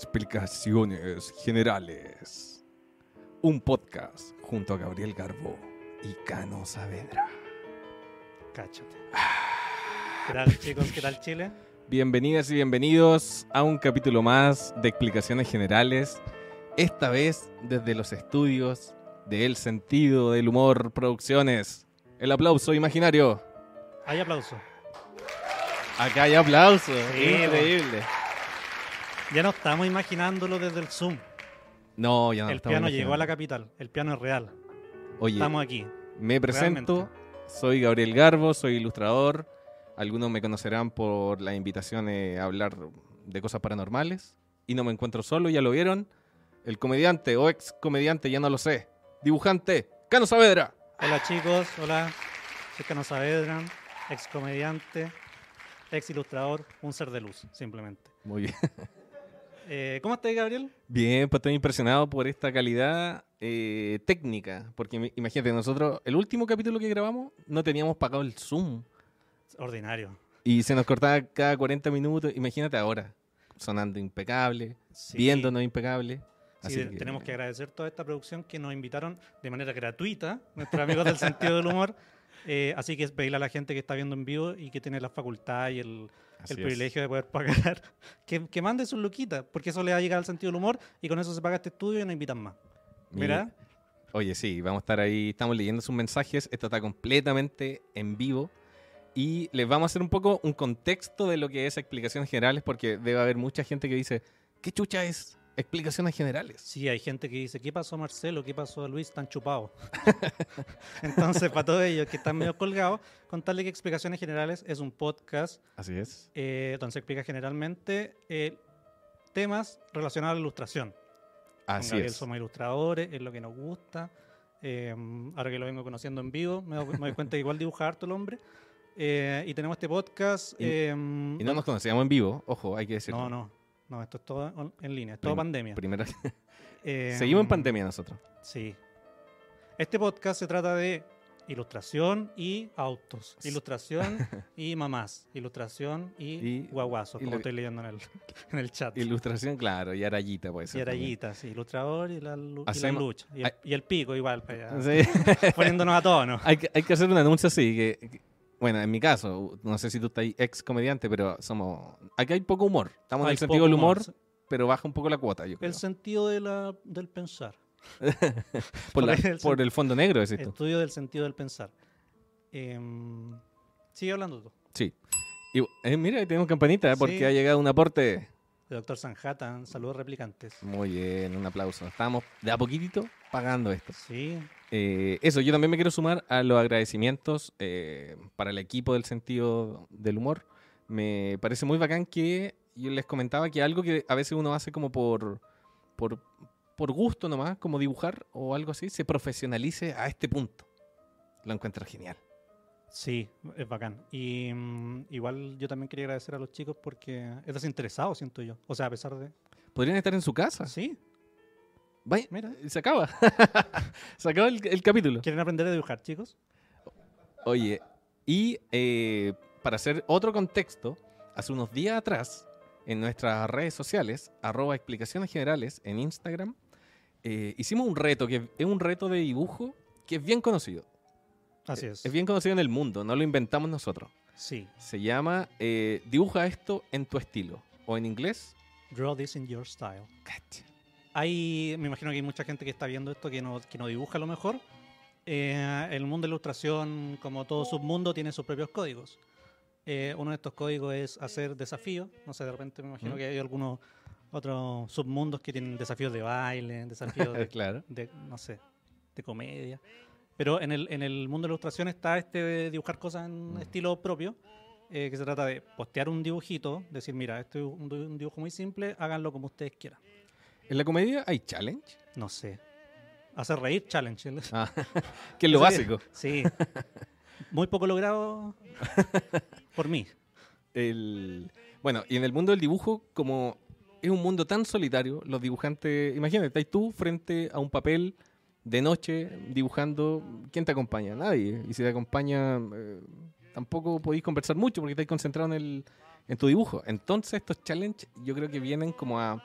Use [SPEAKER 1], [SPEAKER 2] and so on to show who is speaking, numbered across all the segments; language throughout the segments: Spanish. [SPEAKER 1] Explicaciones Generales. Un podcast junto a Gabriel Garbo y Cano Saavedra.
[SPEAKER 2] Cáchate. ¿Qué tal, chicos? ¿Qué tal, Chile?
[SPEAKER 1] Bienvenidas y bienvenidos a un capítulo más de Explicaciones Generales. Esta vez desde los estudios de El Sentido del Humor Producciones. El aplauso imaginario.
[SPEAKER 2] Hay aplauso.
[SPEAKER 1] Acá hay aplauso.
[SPEAKER 2] Sí,
[SPEAKER 1] Increíble.
[SPEAKER 2] Ya no estamos imaginándolo desde el Zoom.
[SPEAKER 1] No, ya no
[SPEAKER 2] el
[SPEAKER 1] estamos
[SPEAKER 2] piano llegó a la
[SPEAKER 1] imaginando.
[SPEAKER 2] capital. El piano es real.
[SPEAKER 1] Oye,
[SPEAKER 2] Estamos aquí.
[SPEAKER 1] Me presento,
[SPEAKER 2] Realmente.
[SPEAKER 1] soy Gabriel Garbo, soy ilustrador. Algunos me conocerán por la invitación eh, a hablar de cosas paranormales. Y no me encuentro solo, ya lo vieron. El comediante o ex comediante, ya no lo sé. Dibujante, Cano Saavedra.
[SPEAKER 2] Hola, chicos. Hola. Soy Cano Saavedra, ex comediante, ex ilustrador, un ser de luz, simplemente.
[SPEAKER 1] Muy bien.
[SPEAKER 2] Eh, ¿Cómo estás, Gabriel?
[SPEAKER 1] Bien, pues estoy impresionado por esta calidad eh, técnica. Porque im- imagínate, nosotros, el último capítulo que grabamos, no teníamos pagado el Zoom.
[SPEAKER 2] Ordinario.
[SPEAKER 1] Y se nos cortaba cada 40 minutos. Imagínate ahora, sonando impecable.
[SPEAKER 2] Sí.
[SPEAKER 1] viéndonos impecable.
[SPEAKER 2] Sí, de- tenemos que agradecer toda esta producción que nos invitaron de manera gratuita, nuestros amigos del sentido del humor. Eh, así que es pedirle a la gente que está viendo en vivo y que tiene la facultad y el,
[SPEAKER 1] Así
[SPEAKER 2] el
[SPEAKER 1] es.
[SPEAKER 2] privilegio de poder pagar, que, que mande sus luquitas, porque eso le va a llegar al sentido del humor y con eso se paga este estudio y nos invitan más.
[SPEAKER 1] Mira.
[SPEAKER 2] Mira,
[SPEAKER 1] Oye, sí, vamos a estar ahí, estamos leyendo sus mensajes, esto está completamente en vivo y les vamos a hacer un poco un contexto de lo que es explicaciones generales porque debe haber mucha gente que dice, ¿qué chucha es explicaciones generales?
[SPEAKER 2] sí, hay gente que dice, ¿qué pasó Marcelo? ¿Qué pasó Luis? Están chupados. Entonces, para todos ellos que están medio colgados, contarle que Explicaciones Generales es un podcast
[SPEAKER 1] Así es.
[SPEAKER 2] eh, donde se explica generalmente eh, temas relacionados a la ilustración. Con
[SPEAKER 1] Así
[SPEAKER 2] Gabriel
[SPEAKER 1] es.
[SPEAKER 2] somos ilustradores, es lo que nos gusta. Eh, ahora que lo vengo conociendo en vivo, me doy, me doy cuenta que igual dibujar harto el hombre. Eh, y tenemos este podcast.
[SPEAKER 1] Y-
[SPEAKER 2] eh,
[SPEAKER 1] Y no nos conocíamos en vivo, ojo, hay que decirlo.
[SPEAKER 2] no, no, no, esto es todo on- en línea, es todo
[SPEAKER 1] Prim-
[SPEAKER 2] pandemia.
[SPEAKER 1] Primero,
[SPEAKER 2] Eh,
[SPEAKER 1] seguimos en pandemia nosotros.
[SPEAKER 2] Sí. Este podcast se trata de ilustración y autos, ilustración y mamás, ilustración y,
[SPEAKER 1] Y-
[SPEAKER 2] guaguazos,
[SPEAKER 1] y
[SPEAKER 2] como
[SPEAKER 1] lo-
[SPEAKER 2] estoy leyendo en el, en el chat.
[SPEAKER 1] Ilustración, claro, y arayita puede ser.
[SPEAKER 2] y
[SPEAKER 1] también.
[SPEAKER 2] rayitas, sí, ilustrador y la, lu- y la
[SPEAKER 1] Hacemos-
[SPEAKER 2] lucha. Y el,
[SPEAKER 1] Ay-
[SPEAKER 2] y el pico igual, pues, para allá,
[SPEAKER 1] Sí.
[SPEAKER 2] poniéndonos a tono.
[SPEAKER 1] hay, que, hay que hacer un anuncio así que, que- bueno, en mi caso, no sé si tú estás ahí ex comediante, pero somos aquí hay poco humor. Estamos en
[SPEAKER 2] Hay
[SPEAKER 1] el sentido
[SPEAKER 2] poco
[SPEAKER 1] del humor,
[SPEAKER 2] humor.
[SPEAKER 1] pero baja un poco la cuota, yo creo.
[SPEAKER 2] El sentido de la- del pensar.
[SPEAKER 1] por, la-
[SPEAKER 2] el sen-
[SPEAKER 1] por el fondo negro, decís tú.
[SPEAKER 2] Estudio del sentido del pensar. Em, sigue hablando tú.
[SPEAKER 1] Sí. Y, eh, mira, ahí tenemos campanita ¿eh? porque
[SPEAKER 2] Sí.
[SPEAKER 1] ha llegado un aporte.
[SPEAKER 2] El doctor Sanjatan, saludos replicantes.
[SPEAKER 1] Muy bien, un aplauso. Estamos de a poquitito pagando esto.
[SPEAKER 2] Sí,
[SPEAKER 1] Eh, eso, yo también me quiero sumar a los agradecimientos eh, para el equipo del sentido del humor. Me parece muy bacán que yo les comentaba que algo que a veces uno hace como por, por, por gusto nomás, como dibujar o algo así, se profesionalice a este punto. Lo encuentro genial.
[SPEAKER 2] sí, es bacán. Y mm, igual yo también quería agradecer a los chicos porque es desinteresado, siento yo. O sea, a pesar de.
[SPEAKER 1] Podrían estar en su casa.
[SPEAKER 2] Sí,
[SPEAKER 1] Vaya,
[SPEAKER 2] mira.
[SPEAKER 1] se acaba. se acaba el, el capítulo.
[SPEAKER 2] ¿Quieren aprender a dibujar, chicos?
[SPEAKER 1] Oye, y eh, para hacer otro contexto, hace unos días atrás, en nuestras redes sociales, arroba explicaciones generales en Instagram, eh, hicimos un reto, que es un reto de dibujo que es bien conocido.
[SPEAKER 2] Así
[SPEAKER 1] Eh,
[SPEAKER 2] es.
[SPEAKER 1] bien conocido en el mundo, no lo inventamos nosotros.
[SPEAKER 2] Sí.
[SPEAKER 1] Se llama eh, Dibuja esto en tu estilo, o en inglés,
[SPEAKER 2] Draw this in your style. Hay, me imagino que hay mucha gente que está viendo esto que no, que no dibuja a lo mejor. Eh, el mundo de la ilustración, como todo submundo, tiene sus propios códigos. Eh, uno de estos códigos es hacer desafíos. No sé, de repente me imagino
[SPEAKER 1] Mm.
[SPEAKER 2] que hay algunos otros submundos que tienen desafíos de baile, desafíos de,
[SPEAKER 1] claro.
[SPEAKER 2] de, no sé, de comedia. Pero en el, en el mundo de la ilustración está este de dibujar cosas en
[SPEAKER 1] Mm.
[SPEAKER 2] estilo propio, eh, que se trata de postear un dibujito, decir, mira, este es un, du- un dibujo muy simple, háganlo como ustedes quieran.
[SPEAKER 1] En la comedia hay challenge,
[SPEAKER 2] No sé. Hacer reír challenge.
[SPEAKER 1] Ah, que es lo
[SPEAKER 2] Eso que-
[SPEAKER 1] básico.
[SPEAKER 2] Sí. Muy poco logrado por mí.
[SPEAKER 1] El- Bueno, y en el mundo del dibujo, como es un mundo tan solitario, los dibujantes, imagínate, estás tú frente a un papel de noche dibujando, ¿quién te acompaña? Nadie. Y si te acompaña, eh, tampoco podéis conversar mucho porque estáis concentrado en, el, en tu dibujo. Entonces estos challenges yo creo que vienen como a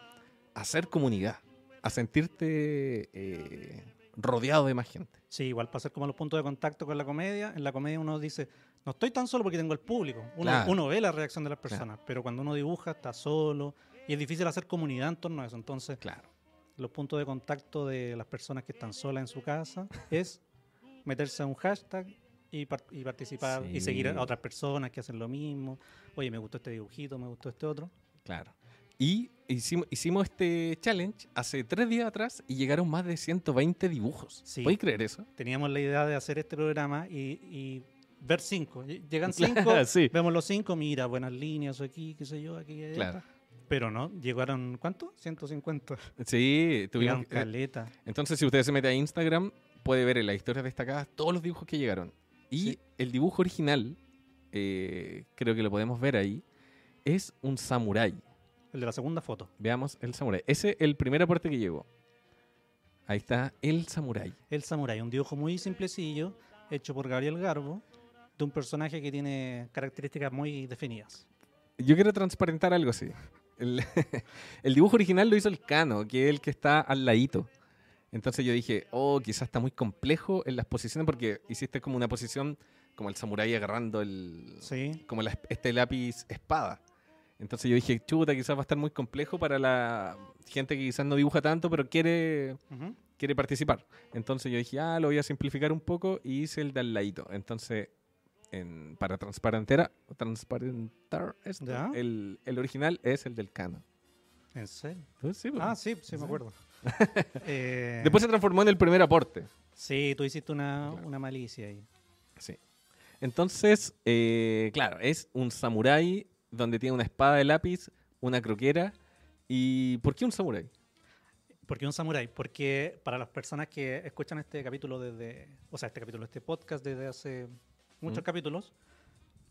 [SPEAKER 1] hacer comunidad, a sentirte eh, rodeado de más gente.
[SPEAKER 2] Sí, igual para ser como los puntos de contacto con la comedia. En la comedia uno dice, no estoy tan solo porque tengo el público. Uno,
[SPEAKER 1] Claro.
[SPEAKER 2] uno ve la reacción de las personas, pero cuando uno dibuja está solo y es difícil hacer comunidad en torno a eso. Entonces,
[SPEAKER 1] Claro.
[SPEAKER 2] los puntos de contacto de las personas que están solas en su casa es meterse a un hashtag y, par- y participar y
[SPEAKER 1] Sí.
[SPEAKER 2] seguir a otras personas que hacen lo mismo. Oye, me gustó este dibujito, me gustó este otro.
[SPEAKER 1] Claro. Y hicimos, hicimos este challenge hace tres días atrás y llegaron más de 120 dibujos.
[SPEAKER 2] Sí.
[SPEAKER 1] ¿Puedes creer eso?
[SPEAKER 2] Teníamos la idea de hacer este programa y, y ver cinco. Lle- Llegan cinco,
[SPEAKER 1] Ah, sí.
[SPEAKER 2] vemos los cinco, mira, buenas líneas aquí, qué sé yo, aquí. allá.
[SPEAKER 1] Claro.
[SPEAKER 2] Pero no, llegaron, ¿cuánto? 150.
[SPEAKER 1] Sí,
[SPEAKER 2] Llegaron
[SPEAKER 1] tuvimos. eh,
[SPEAKER 2] caleta.
[SPEAKER 1] Entonces, si usted se mete a Instagram, puede ver en las historias destacadas todos los dibujos que llegaron. Y
[SPEAKER 2] Sí.
[SPEAKER 1] el dibujo original, eh, creo que lo podemos ver ahí, es un samurái.
[SPEAKER 2] El de la segunda foto.
[SPEAKER 1] Veamos el samurái. Ese es el primer aporte que llegó. Ahí está el samurái.
[SPEAKER 2] El Samurai, un dibujo muy simplecillo, hecho por Gabriel Garbo, de un personaje que tiene características muy definidas.
[SPEAKER 1] Yo quiero transparentar algo así. El, el dibujo original lo hizo el Cano, que es el que está al ladito. Entonces yo dije, oh, quizás está muy complejo en las posiciones, porque hiciste como una posición como el samurái agarrando el,
[SPEAKER 2] Sí,
[SPEAKER 1] como la esp- este lápiz espada. Entonces yo dije, chuta, quizás va a estar muy complejo para la gente que quizás no dibuja tanto, pero quiere,
[SPEAKER 2] ujú,
[SPEAKER 1] quiere participar. Entonces yo dije, ah, lo voy a simplificar un poco y hice el de al ladito. Entonces, en- para transparentar, transparentar esto,
[SPEAKER 2] ¿Ya?
[SPEAKER 1] el, el original es el del cano.
[SPEAKER 2] en serio.
[SPEAKER 1] Entonces, sí, pues.
[SPEAKER 2] Ah, sí, sí, me acuerdo. Eh,
[SPEAKER 1] Después se transformó en el primer aporte.
[SPEAKER 2] Sí, tú hiciste una,
[SPEAKER 1] Claro.
[SPEAKER 2] una malicia ahí.
[SPEAKER 1] Sí. Entonces, eh, claro, es un samurái donde tiene una espada de lápiz, una croquera. ¿Y por qué un samurái?
[SPEAKER 2] ¿Por qué un samurái? Porque para las personas que escuchan este capítulo desde, o sea, este capítulo, este podcast desde hace muchos
[SPEAKER 1] Mm.
[SPEAKER 2] capítulos,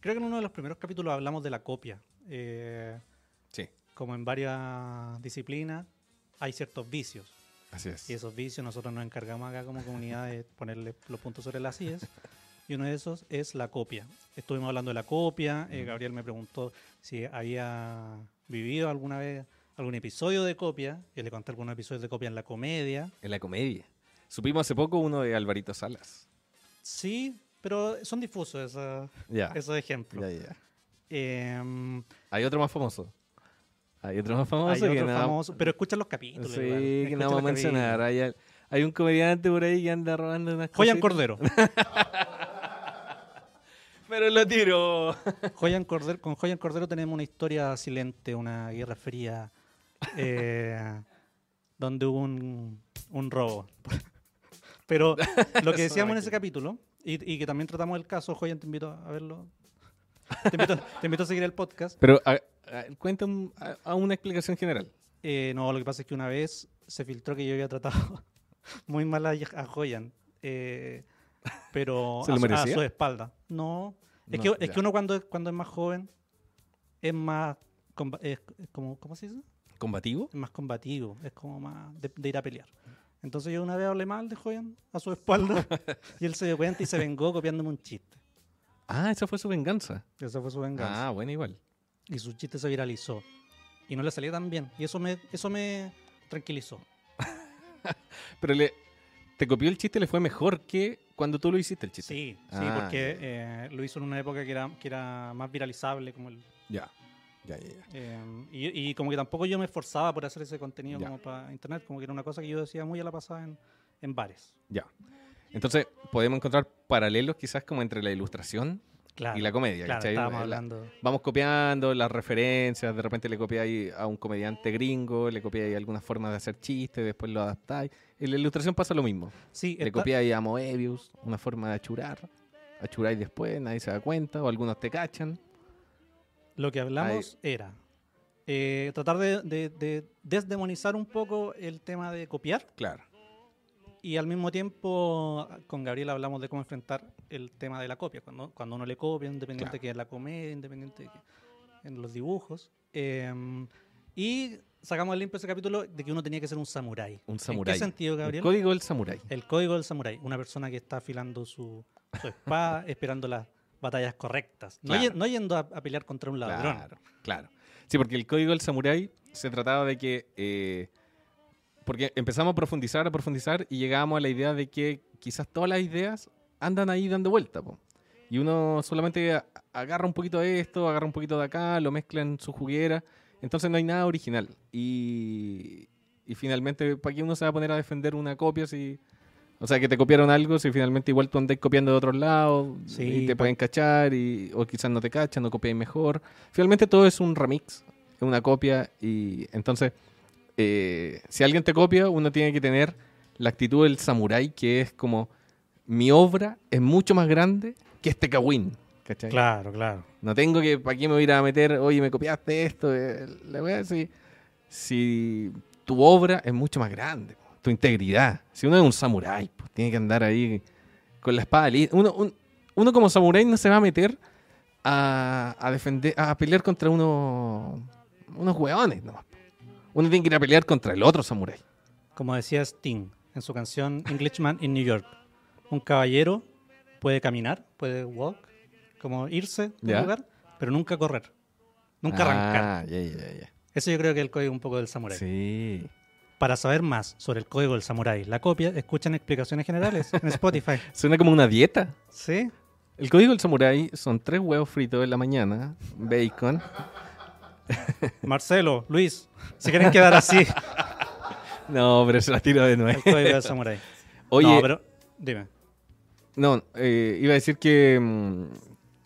[SPEAKER 2] creo que en uno de los primeros capítulos hablamos de la copia. Eh,
[SPEAKER 1] Sí,
[SPEAKER 2] como en varias disciplinas hay ciertos vicios.
[SPEAKER 1] así es.
[SPEAKER 2] Y esos vicios nosotros nos encargamos acá como comunidad de ponerle los puntos sobre las sillas. Y uno de esos es la copia. Estuvimos hablando de la copia. eh,
[SPEAKER 1] Mm.
[SPEAKER 2] Gabriel me preguntó si había vivido alguna vez algún episodio de copia. Yo le conté algunos episodios de copia en la comedia.
[SPEAKER 1] En la comedia. Supimos hace poco uno de Alvarito Salas.
[SPEAKER 2] Sí, pero son difusos esa-
[SPEAKER 1] Ya.
[SPEAKER 2] esos ejemplos.
[SPEAKER 1] ya, ya.
[SPEAKER 2] Em,
[SPEAKER 1] Hay otro más famoso. Hay otro más famoso
[SPEAKER 2] hay
[SPEAKER 1] que
[SPEAKER 2] otro
[SPEAKER 1] nada-
[SPEAKER 2] famoso- pero escucha los capítulos.
[SPEAKER 1] Sí,
[SPEAKER 2] igual,
[SPEAKER 1] que
[SPEAKER 2] escucha
[SPEAKER 1] no vamos
[SPEAKER 2] los
[SPEAKER 1] a mencionar. Pues
[SPEAKER 2] capítulos.
[SPEAKER 1] Hay, al- hay un comediante por ahí que anda robando unas
[SPEAKER 2] Joyan
[SPEAKER 1] cositas.
[SPEAKER 2] Cordero.
[SPEAKER 1] Pero lo tiro.
[SPEAKER 2] Joyan Cordero, con Joyan Cordero tenemos una historia silente, una guerra fría, eh, donde hubo un, un robo. Pero lo que
[SPEAKER 1] Eso
[SPEAKER 2] decíamos
[SPEAKER 1] no
[SPEAKER 2] en ese
[SPEAKER 1] quiero.
[SPEAKER 2] capítulo, y, y que también tratamos el caso, Joyan, te invito a verlo. Te invito, te invito a seguir el podcast.
[SPEAKER 1] Pero a- a- cuenta un- a- a una explicación general.
[SPEAKER 2] Eh, no, lo que pasa es que una vez se filtró que yo había tratado muy mal a, a Joyan, eh, pero
[SPEAKER 1] ¿Se
[SPEAKER 2] a,
[SPEAKER 1] lo
[SPEAKER 2] su- a
[SPEAKER 1] merecía?
[SPEAKER 2] su espalda. No, es,
[SPEAKER 1] No,
[SPEAKER 2] que, es
[SPEAKER 1] ya.
[SPEAKER 2] que uno cuando, es- cuando es más joven es más... comba- es como, ¿Cómo se dice?
[SPEAKER 1] ¿Combativo?
[SPEAKER 2] Es más combativo, es como más de, de ir a pelear. Entonces yo una vez hablé mal de Joyan a su espalda y él se dio cuenta y se vengó copiándome un chiste.
[SPEAKER 1] Ah, esa fue su venganza.
[SPEAKER 2] Esa fue su venganza.
[SPEAKER 1] Ah, bueno, igual.
[SPEAKER 2] Y su chiste se viralizó. Y no le salía tan bien. Y eso me, eso me tranquilizó.
[SPEAKER 1] Pero le, te copió el chiste, le fue mejor que cuando tú lo hiciste el chiste.
[SPEAKER 2] Sí, sí,
[SPEAKER 1] Ah,
[SPEAKER 2] porque eh, lo hizo en una época que era, que era más viralizable. como el,
[SPEAKER 1] Ya. Ya, ya, ya.
[SPEAKER 2] eh, y, y como que tampoco yo me esforzaba por hacer ese contenido
[SPEAKER 1] Ya.
[SPEAKER 2] como para internet, como que era una cosa que yo decía muy a la pasada en, en bares.
[SPEAKER 1] Ya. Entonces, podemos encontrar paralelos quizás como entre la ilustración
[SPEAKER 2] Claro,
[SPEAKER 1] y la comedia.
[SPEAKER 2] claro,
[SPEAKER 1] ¿cachai?
[SPEAKER 2] estábamos
[SPEAKER 1] La-
[SPEAKER 2] hablando.
[SPEAKER 1] Vamos copiando las referencias, de repente le copiáis a un comediante gringo, le copiáis algunas formas de hacer chistes, después lo adaptáis. En la ilustración pasa lo mismo.
[SPEAKER 2] Sí,
[SPEAKER 1] Le
[SPEAKER 2] está-
[SPEAKER 1] copiáis a Moebius, una forma de achurar. Achuráis después, nadie se da cuenta, o algunos te cachan.
[SPEAKER 2] Lo que hablamos era eh, tratar de, de- de desdemonizar un poco el tema de copiar
[SPEAKER 1] Claro.
[SPEAKER 2] y al mismo tiempo con Gabriel hablamos de cómo enfrentar el tema de la copia, cuando, cuando uno le copia, independiente
[SPEAKER 1] Claro.
[SPEAKER 2] que en la comedia, independiente que en los dibujos. eh, y sacamos el limpio ese capítulo de que uno tenía que ser un samurái.
[SPEAKER 1] Un
[SPEAKER 2] ¿En
[SPEAKER 1] samurái.
[SPEAKER 2] qué sentido,
[SPEAKER 1] El
[SPEAKER 2] Gabriel?
[SPEAKER 1] código del samurái.
[SPEAKER 2] El código del samurái, una persona que está afilando su, su espada, esperando las batallas correctas. No,
[SPEAKER 1] Claro.
[SPEAKER 2] ye- no yendo a, a pelear contra un ladrón.
[SPEAKER 1] Claro, claro. Sí, porque el código del samurái se trataba de que... eh, porque empezamos a profundizar, a profundizar y llegábamos a la idea de que quizás todas las ideas andan ahí dando vuelta. po. Y uno solamente a- agarra un poquito de esto, agarra un poquito de acá, lo mezcla en su juguera. Entonces no hay nada original. Y, y finalmente, ¿para qué uno se va a poner a defender una copia si... O sea, que te copiaron algo, si finalmente igual tú andas copiando de otros lados
[SPEAKER 2] Sí,
[SPEAKER 1] y te
[SPEAKER 2] pa-
[SPEAKER 1] pueden cachar, y, o quizás no te cachan, no copiáis mejor. Finalmente todo es un remix, una copia, y entonces eh, si alguien te copia, uno tiene que tener la actitud del samurái, que es como, mi obra es mucho más grande que este kawin. ¿cachai?
[SPEAKER 2] Claro, claro.
[SPEAKER 1] No tengo que, ¿para qué me voy a ir a meter? Oye, me copiaste esto. eh, la weá, si, si tu obra es mucho más grande, po, tu integridad. Si uno es un samurái, po, tiene que andar ahí con la espada lista. Uno, un- uno como samurái no se va a meter a, a defender, a pelear contra uno, unos hueones nomás. po. Uno tiene que ir a pelear contra el otro samurái.
[SPEAKER 2] Como decía Sting en su canción Englishman in New York, un caballero puede caminar, puede walk, como irse de
[SPEAKER 1] Ya.
[SPEAKER 2] un lugar, pero nunca correr, nunca arrancar.
[SPEAKER 1] Ah, ya, ya, ya.
[SPEAKER 2] Eso yo creo que es el código un poco del samurái.
[SPEAKER 1] Sí.
[SPEAKER 2] Para saber más sobre el código del samurái, la copia, escuchan explicaciones generales en Spotify.
[SPEAKER 1] Suena como una dieta.
[SPEAKER 2] ¿Sí?
[SPEAKER 1] El código del samurái son tres huevos fritos en la mañana, bacon.
[SPEAKER 2] Marcelo, Luis, si quieren quedar así, el
[SPEAKER 1] No, pero se la tiro de nuevo.
[SPEAKER 2] código del samurái.
[SPEAKER 1] Oye,
[SPEAKER 2] no,
[SPEAKER 1] no,
[SPEAKER 2] pero dime.
[SPEAKER 1] eh, iba a decir que. mm,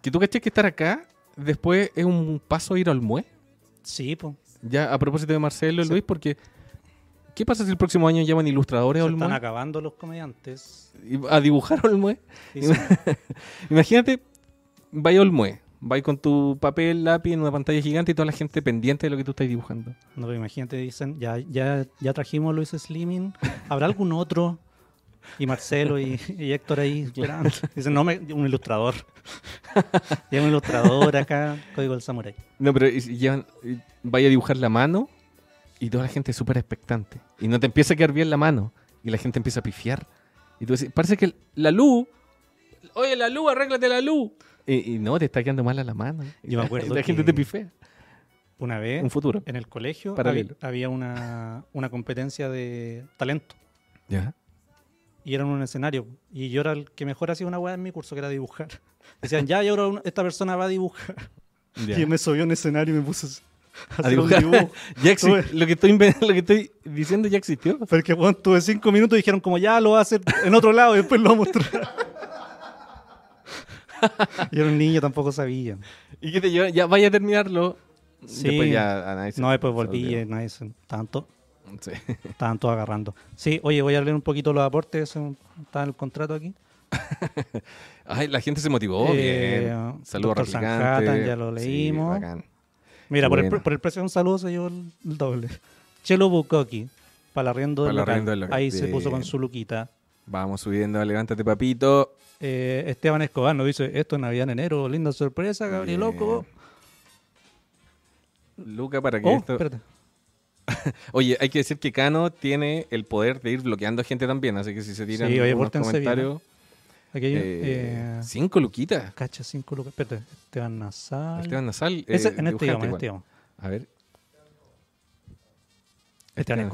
[SPEAKER 1] que tú caché que estar acá, después es un paso ir al mue.
[SPEAKER 2] Sí, pues.
[SPEAKER 1] Ya a propósito de Marcelo,
[SPEAKER 2] Sí.
[SPEAKER 1] Luis, porque. ¿Qué pasa si el próximo año llaman ilustradores
[SPEAKER 2] Se
[SPEAKER 1] al
[SPEAKER 2] están
[SPEAKER 1] mue?
[SPEAKER 2] acabando los comediantes.
[SPEAKER 1] Y- A dibujar al mue.
[SPEAKER 2] Dicen,
[SPEAKER 1] Imagínate, vais al mue. Vais con tu papel, lápiz en una pantalla gigante y toda la gente pendiente de lo que tú estás dibujando.
[SPEAKER 2] no, pero imagínate, dicen, ya, ya, ya trajimos a Luis Slimming, ¿habrá algún otro? Y Marcelo y, y Héctor ahí esperando. Dicen, no, me- un ilustrador. Lleva un ilustrador acá, código del samurái.
[SPEAKER 1] No, pero y si llevan, y vaya a dibujar la mano y toda la gente es súper expectante. Y no te empieza a quedar bien la mano. Y la gente empieza a pifiar. Y tú decís, parece que el- la luz. Oye, la luz, arréglate la luz. Y, y no, te está quedando mal a la mano.
[SPEAKER 2] Yo me acuerdo
[SPEAKER 1] La gente
[SPEAKER 2] que-
[SPEAKER 1] te pifea. ¿eh?
[SPEAKER 2] Una vez,
[SPEAKER 1] Un futuro.
[SPEAKER 2] en el colegio,
[SPEAKER 1] Paralelo.
[SPEAKER 2] había, había una, una competencia de talento.
[SPEAKER 1] Ya.
[SPEAKER 2] y era en un escenario. Y yo era el que mejor hacía una weá en mi curso, que era dibujar. Decían, ya, y ahora una- esta persona va a dibujar. Y yo me subí a un escenario y me puse a hacer
[SPEAKER 1] dibujar?
[SPEAKER 2] un dibujo.
[SPEAKER 1] Ya exi-
[SPEAKER 2] Tuve-
[SPEAKER 1] lo, que estoy inven- lo que estoy diciendo ya existió.
[SPEAKER 2] Porque bueno, tuve cinco minutos y dijeron, como ya lo va a hacer en otro lado y después lo va a mostrar. y era un niño, tampoco sabía.
[SPEAKER 1] Y que te llevan, ya vaya a terminarlo.
[SPEAKER 2] Sí.
[SPEAKER 1] Después eh. ya a nadie se-
[SPEAKER 2] No, después
[SPEAKER 1] se
[SPEAKER 2] volví
[SPEAKER 1] olvidó.
[SPEAKER 2] y nadie se- tanto,
[SPEAKER 1] Sí.
[SPEAKER 2] tanto agarrando. Sí, oye, voy a leer un poquito los aportes. son- Está el contrato aquí.
[SPEAKER 1] Ay, la gente se motivó.
[SPEAKER 2] Eh,
[SPEAKER 1] bien. Saludos a
[SPEAKER 2] Dr. Sanjatan,
[SPEAKER 1] Replicante.
[SPEAKER 2] ya lo
[SPEAKER 1] Sí,
[SPEAKER 2] leímos.
[SPEAKER 1] bacán.
[SPEAKER 2] Mira, por el,
[SPEAKER 1] Buena.
[SPEAKER 2] pre- por el precio de un saludo se llevó el el doble. Chelo Bukoki, para el arriendo del
[SPEAKER 1] Para el
[SPEAKER 2] local.
[SPEAKER 1] arriendo del local.
[SPEAKER 2] Ahí se puso
[SPEAKER 1] Bien.
[SPEAKER 2] con su luquita.
[SPEAKER 1] Vamos subiendo, levántate, papito.
[SPEAKER 2] Eh, Esteban Escobar nos dice, esto es Navidad en enero, linda sorpresa, Gabriel
[SPEAKER 1] Bien.
[SPEAKER 2] Loco.
[SPEAKER 1] Luca, para que
[SPEAKER 2] Oh,
[SPEAKER 1] esto.
[SPEAKER 2] espérate.
[SPEAKER 1] Oye, hay que decir que Cano tiene el poder de ir bloqueando gente también, así que si se tiran
[SPEAKER 2] Sí, oye,
[SPEAKER 1] unos
[SPEAKER 2] pórtense bien,
[SPEAKER 1] comentarios.
[SPEAKER 2] Aquí hay un-
[SPEAKER 1] eh,
[SPEAKER 2] eh,
[SPEAKER 1] cinco luquitas.
[SPEAKER 2] Cacha 5 lucas. Espérate, Esteban Nasal.
[SPEAKER 1] Esteban Nasal. eh,
[SPEAKER 2] Ese- en
[SPEAKER 1] dibujante
[SPEAKER 2] este idioma, en
[SPEAKER 1] igual.
[SPEAKER 2] este idioma.
[SPEAKER 1] A ver.
[SPEAKER 2] Esteban Este Escobar.
[SPEAKER 1] Este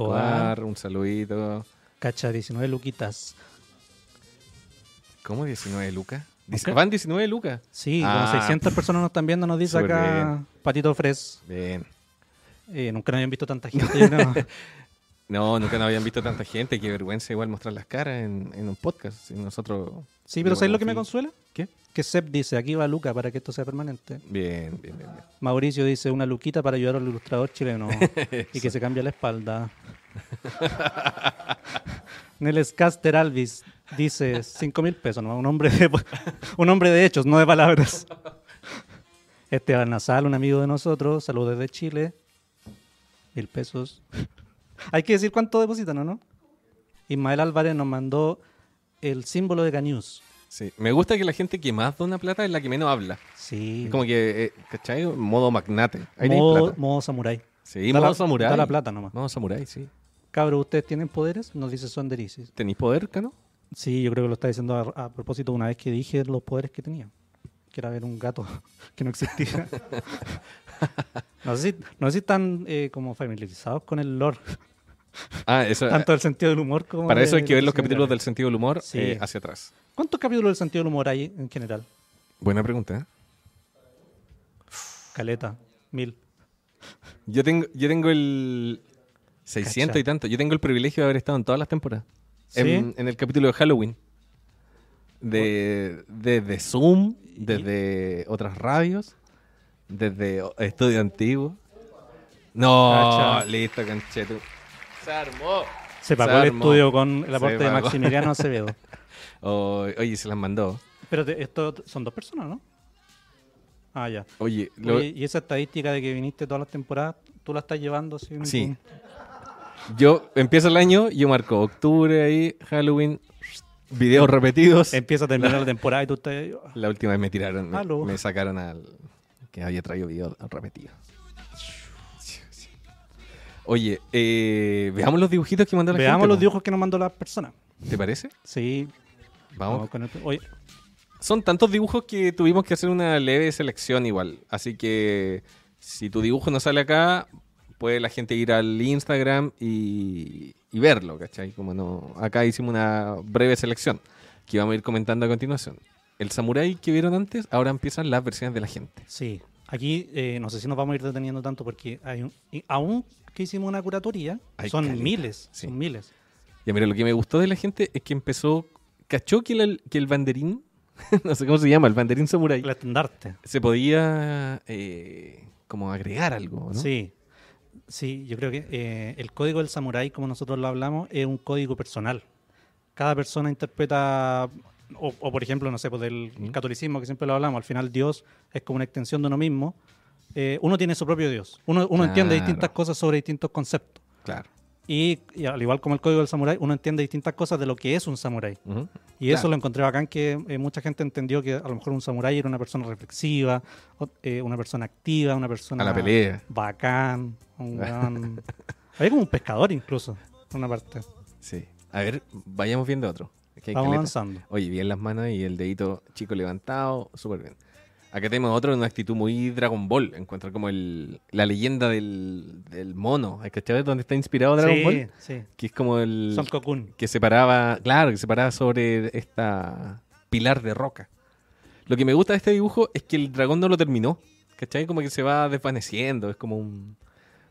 [SPEAKER 1] Escobar, un saludito.
[SPEAKER 2] Cacha 19 luquitas.
[SPEAKER 1] ¿Cómo 19 lucas? Dice-
[SPEAKER 2] Ok.
[SPEAKER 1] Van 19 lucas.
[SPEAKER 2] Sí,
[SPEAKER 1] Ah,
[SPEAKER 2] como 600 personas nos están viendo, nos dice
[SPEAKER 1] súper
[SPEAKER 2] acá
[SPEAKER 1] bien.
[SPEAKER 2] Patito Fres.
[SPEAKER 1] Bien.
[SPEAKER 2] Eh, nunca nos habían visto tanta gente. yo creo.
[SPEAKER 1] No, nunca nos habían visto tanta gente. Qué vergüenza igual mostrar las caras en, en un podcast. Y nosotros.
[SPEAKER 2] Sí, pero ¿sabes lo que me
[SPEAKER 1] Bueno,
[SPEAKER 2] consuela?
[SPEAKER 1] ¿Qué?
[SPEAKER 2] Que Sep dice, aquí va Luca para que esto sea permanente.
[SPEAKER 1] Bien, bien, bien. bien.
[SPEAKER 2] Mauricio dice, una luquita para ayudar al ilustrador chileno y que se cambie la espalda. Neles Caster Alvis dice, cinco mil pesos, nomás, un, hombre de, un hombre de hechos, no de palabras. Esteban Nasal, un amigo de nosotros, saludos desde Chile, mil pesos. Hay que decir cuánto depositan, ¿o no? Ismael Álvarez nos mandó el símbolo de Cañuz.
[SPEAKER 1] Sí. Me gusta que la gente que más dona plata es la que menos habla.
[SPEAKER 2] Sí.
[SPEAKER 1] Es como que, eh, ¿cachai? Modo magnate. Ahí tenéis
[SPEAKER 2] modo,
[SPEAKER 1] plata.
[SPEAKER 2] modo samurái.
[SPEAKER 1] Sí,
[SPEAKER 2] Da
[SPEAKER 1] modo
[SPEAKER 2] la-
[SPEAKER 1] samurái.
[SPEAKER 2] da la plata nomás.
[SPEAKER 1] Modo samurái, sí.
[SPEAKER 2] Cabros, ¿ustedes tienen poderes? Nos dice Sonderisis.
[SPEAKER 1] ¿Tenéis poder, Cano?
[SPEAKER 2] Sí, yo creo que lo está diciendo a, a propósito de una vez que dije los poderes que tenía. que era ver un gato que no existía. no, sé si, no sé si están eh, como familiarizados con el lore,
[SPEAKER 1] Ah, eso, eh,
[SPEAKER 2] tanto del sentido del humor como.
[SPEAKER 1] para eso
[SPEAKER 2] de-
[SPEAKER 1] hay que ver
[SPEAKER 2] de
[SPEAKER 1] los
[SPEAKER 2] cine
[SPEAKER 1] capítulos
[SPEAKER 2] real.
[SPEAKER 1] del sentido del humor
[SPEAKER 2] Sí.
[SPEAKER 1] eh, hacia atrás.
[SPEAKER 2] ¿Cuántos capítulos del sentido del humor hay en general?
[SPEAKER 1] Buena pregunta. ¿eh?
[SPEAKER 2] Caleta, mil.
[SPEAKER 1] Yo tengo, yo tengo el 600
[SPEAKER 2] Cacha.
[SPEAKER 1] y tanto. Yo tengo el privilegio de haber estado en todas las temporadas.
[SPEAKER 2] ¿Sí?
[SPEAKER 1] En, en el capítulo de Halloween. De, desde Zoom, desde otras radios, desde o- Estudio Antiguo. No,
[SPEAKER 2] Cacha.
[SPEAKER 1] listo, cancheto. Se armó.
[SPEAKER 2] Se pagó
[SPEAKER 1] Se
[SPEAKER 2] el
[SPEAKER 1] armó.
[SPEAKER 2] estudio con el
[SPEAKER 1] Se
[SPEAKER 2] aporte de
[SPEAKER 1] pagó.
[SPEAKER 2] Maximiliano Acevedo.
[SPEAKER 1] O- oye, se las mandó.
[SPEAKER 2] Pero te- esto son dos personas, ¿no? Ah, ya.
[SPEAKER 1] Oye, lo-
[SPEAKER 2] Oye, y esa estadística de que viniste todas las temporadas, tú la estás llevando sin
[SPEAKER 1] Sí.
[SPEAKER 2] ningún-
[SPEAKER 1] yo empiezo el año, yo marco octubre ahí, Halloween, videos repetidos.
[SPEAKER 2] Empieza a terminar la temporada y tú estás. ahí, ah,
[SPEAKER 1] La última vez me tiraron, me,
[SPEAKER 2] Aló.
[SPEAKER 1] me sacaron al que había traído video repetido. Oye, eh, veamos los dibujitos que mandó la
[SPEAKER 2] Veamos
[SPEAKER 1] gente,
[SPEAKER 2] los
[SPEAKER 1] po.
[SPEAKER 2] dibujos que nos mandó las personas.
[SPEAKER 1] ¿Te parece?
[SPEAKER 2] Sí.
[SPEAKER 1] Vamos.
[SPEAKER 2] vamos con el- Oye,
[SPEAKER 1] Son tantos dibujos que tuvimos que hacer una leve selección igual. Así que si tu dibujo no sale acá, puede la gente ir al Instagram y, y verlo, ¿cachai? Como no, acá hicimos una breve selección que vamos a ir comentando a continuación. El samurái que vieron antes, ahora empiezan las versiones de la gente.
[SPEAKER 2] Sí, aquí eh, no sé si nos vamos a ir deteniendo tanto porque hay un- y aún que hicimos una curatoría,
[SPEAKER 1] Hay
[SPEAKER 2] son
[SPEAKER 1] caleta,
[SPEAKER 2] miles,
[SPEAKER 1] sí.
[SPEAKER 2] son miles.
[SPEAKER 1] Ya, mira, lo que me gustó de la gente es que empezó. ¿Cachó que el, que el banderín? no sé cómo se llama, el banderín samurai.
[SPEAKER 2] El estandarte.
[SPEAKER 1] Se podía. eh, como agregar algo, ¿no?
[SPEAKER 2] Sí, sí, yo creo que eh, el código del samurái, como nosotros lo hablamos, es un código personal. Cada persona interpreta, o, o por ejemplo, no sé, pues del
[SPEAKER 1] Mm.
[SPEAKER 2] catolicismo que siempre lo hablamos, al final Dios es como una extensión de uno mismo. Eh, uno tiene su propio Dios, uno, uno entiende
[SPEAKER 1] Claro.
[SPEAKER 2] distintas cosas sobre distintos conceptos.
[SPEAKER 1] Claro.
[SPEAKER 2] Y, y al igual como el código del samurái, uno entiende distintas cosas de lo que es un samurái.
[SPEAKER 1] Ujú.
[SPEAKER 2] Y eso
[SPEAKER 1] Claro.
[SPEAKER 2] lo encontré bacán, que eh, mucha gente entendió que a lo mejor un samurái era una persona reflexiva, o- eh, una persona activa, una persona...
[SPEAKER 1] A la pelea.
[SPEAKER 2] Bacán, un gran... Había como un pescador incluso, en una parte.
[SPEAKER 1] Sí. A ver, vayamos viendo otro. Es que hay
[SPEAKER 2] Vamos
[SPEAKER 1] caleta.
[SPEAKER 2] avanzando.
[SPEAKER 1] Oye, bien las manos y el dedito chico levantado, súper bien. Acá tenemos otro en una actitud muy Dragon Ball. Encuentra como el, la leyenda del, del mono. ¿Hay cachado dónde está inspirado Dragon
[SPEAKER 2] sí,
[SPEAKER 1] Ball?
[SPEAKER 2] sí.
[SPEAKER 1] Que es como el.
[SPEAKER 2] Son Cocoon.
[SPEAKER 1] que se paraba, claro, que se paraba sobre esta pilar de roca. Lo que me gusta de este dibujo es que el dragón no lo terminó, ¿cachai? Como que se va desvaneciendo, es como un...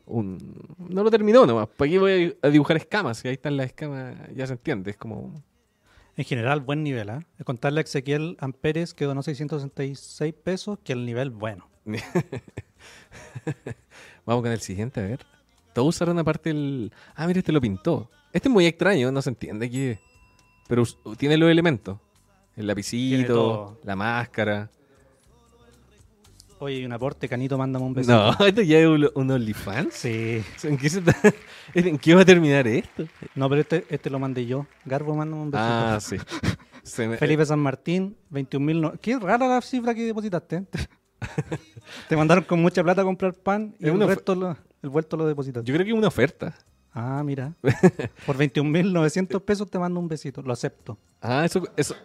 [SPEAKER 1] un- no lo terminó nomás, ¿para qué voy a dibujar escamas? Y ahí están las escamas, ya se entiende, es como...
[SPEAKER 2] En general, buen nivel, ¿ah? Contarle a Ezequiel Amperes que donó 666 pesos, que el nivel bueno.
[SPEAKER 1] Vamos con el siguiente, a ver. Todos usaron aparte el... Ah, mira, este lo pintó. Este es muy extraño, no se entiende qué... es. Pero us- tiene los elementos. El lapicito,
[SPEAKER 2] todo.
[SPEAKER 1] la máscara.
[SPEAKER 2] Oye, y un aporte, Canito, mándame un beso.
[SPEAKER 1] No, esto ya es un, un OnlyFans.
[SPEAKER 2] Sí.
[SPEAKER 1] ¿En qué, se está- ¿En qué va a terminar esto?
[SPEAKER 2] No, pero este, este lo mandé yo. Garbo, mándame un besito.
[SPEAKER 1] Ah, sí. Se me-
[SPEAKER 2] Felipe San Martín, 21.000. no- Qué rara la cifra que depositaste. Te mandaron con mucha plata a comprar pan y
[SPEAKER 1] Es
[SPEAKER 2] el,
[SPEAKER 1] una ofe-
[SPEAKER 2] resto lo- el vuelto lo depositaste.
[SPEAKER 1] Eh, Yo creo que es una oferta.
[SPEAKER 2] Ah, mira. Por 21.900 pesos te mando un besito. Lo acepto.
[SPEAKER 1] Ah, eso, eso-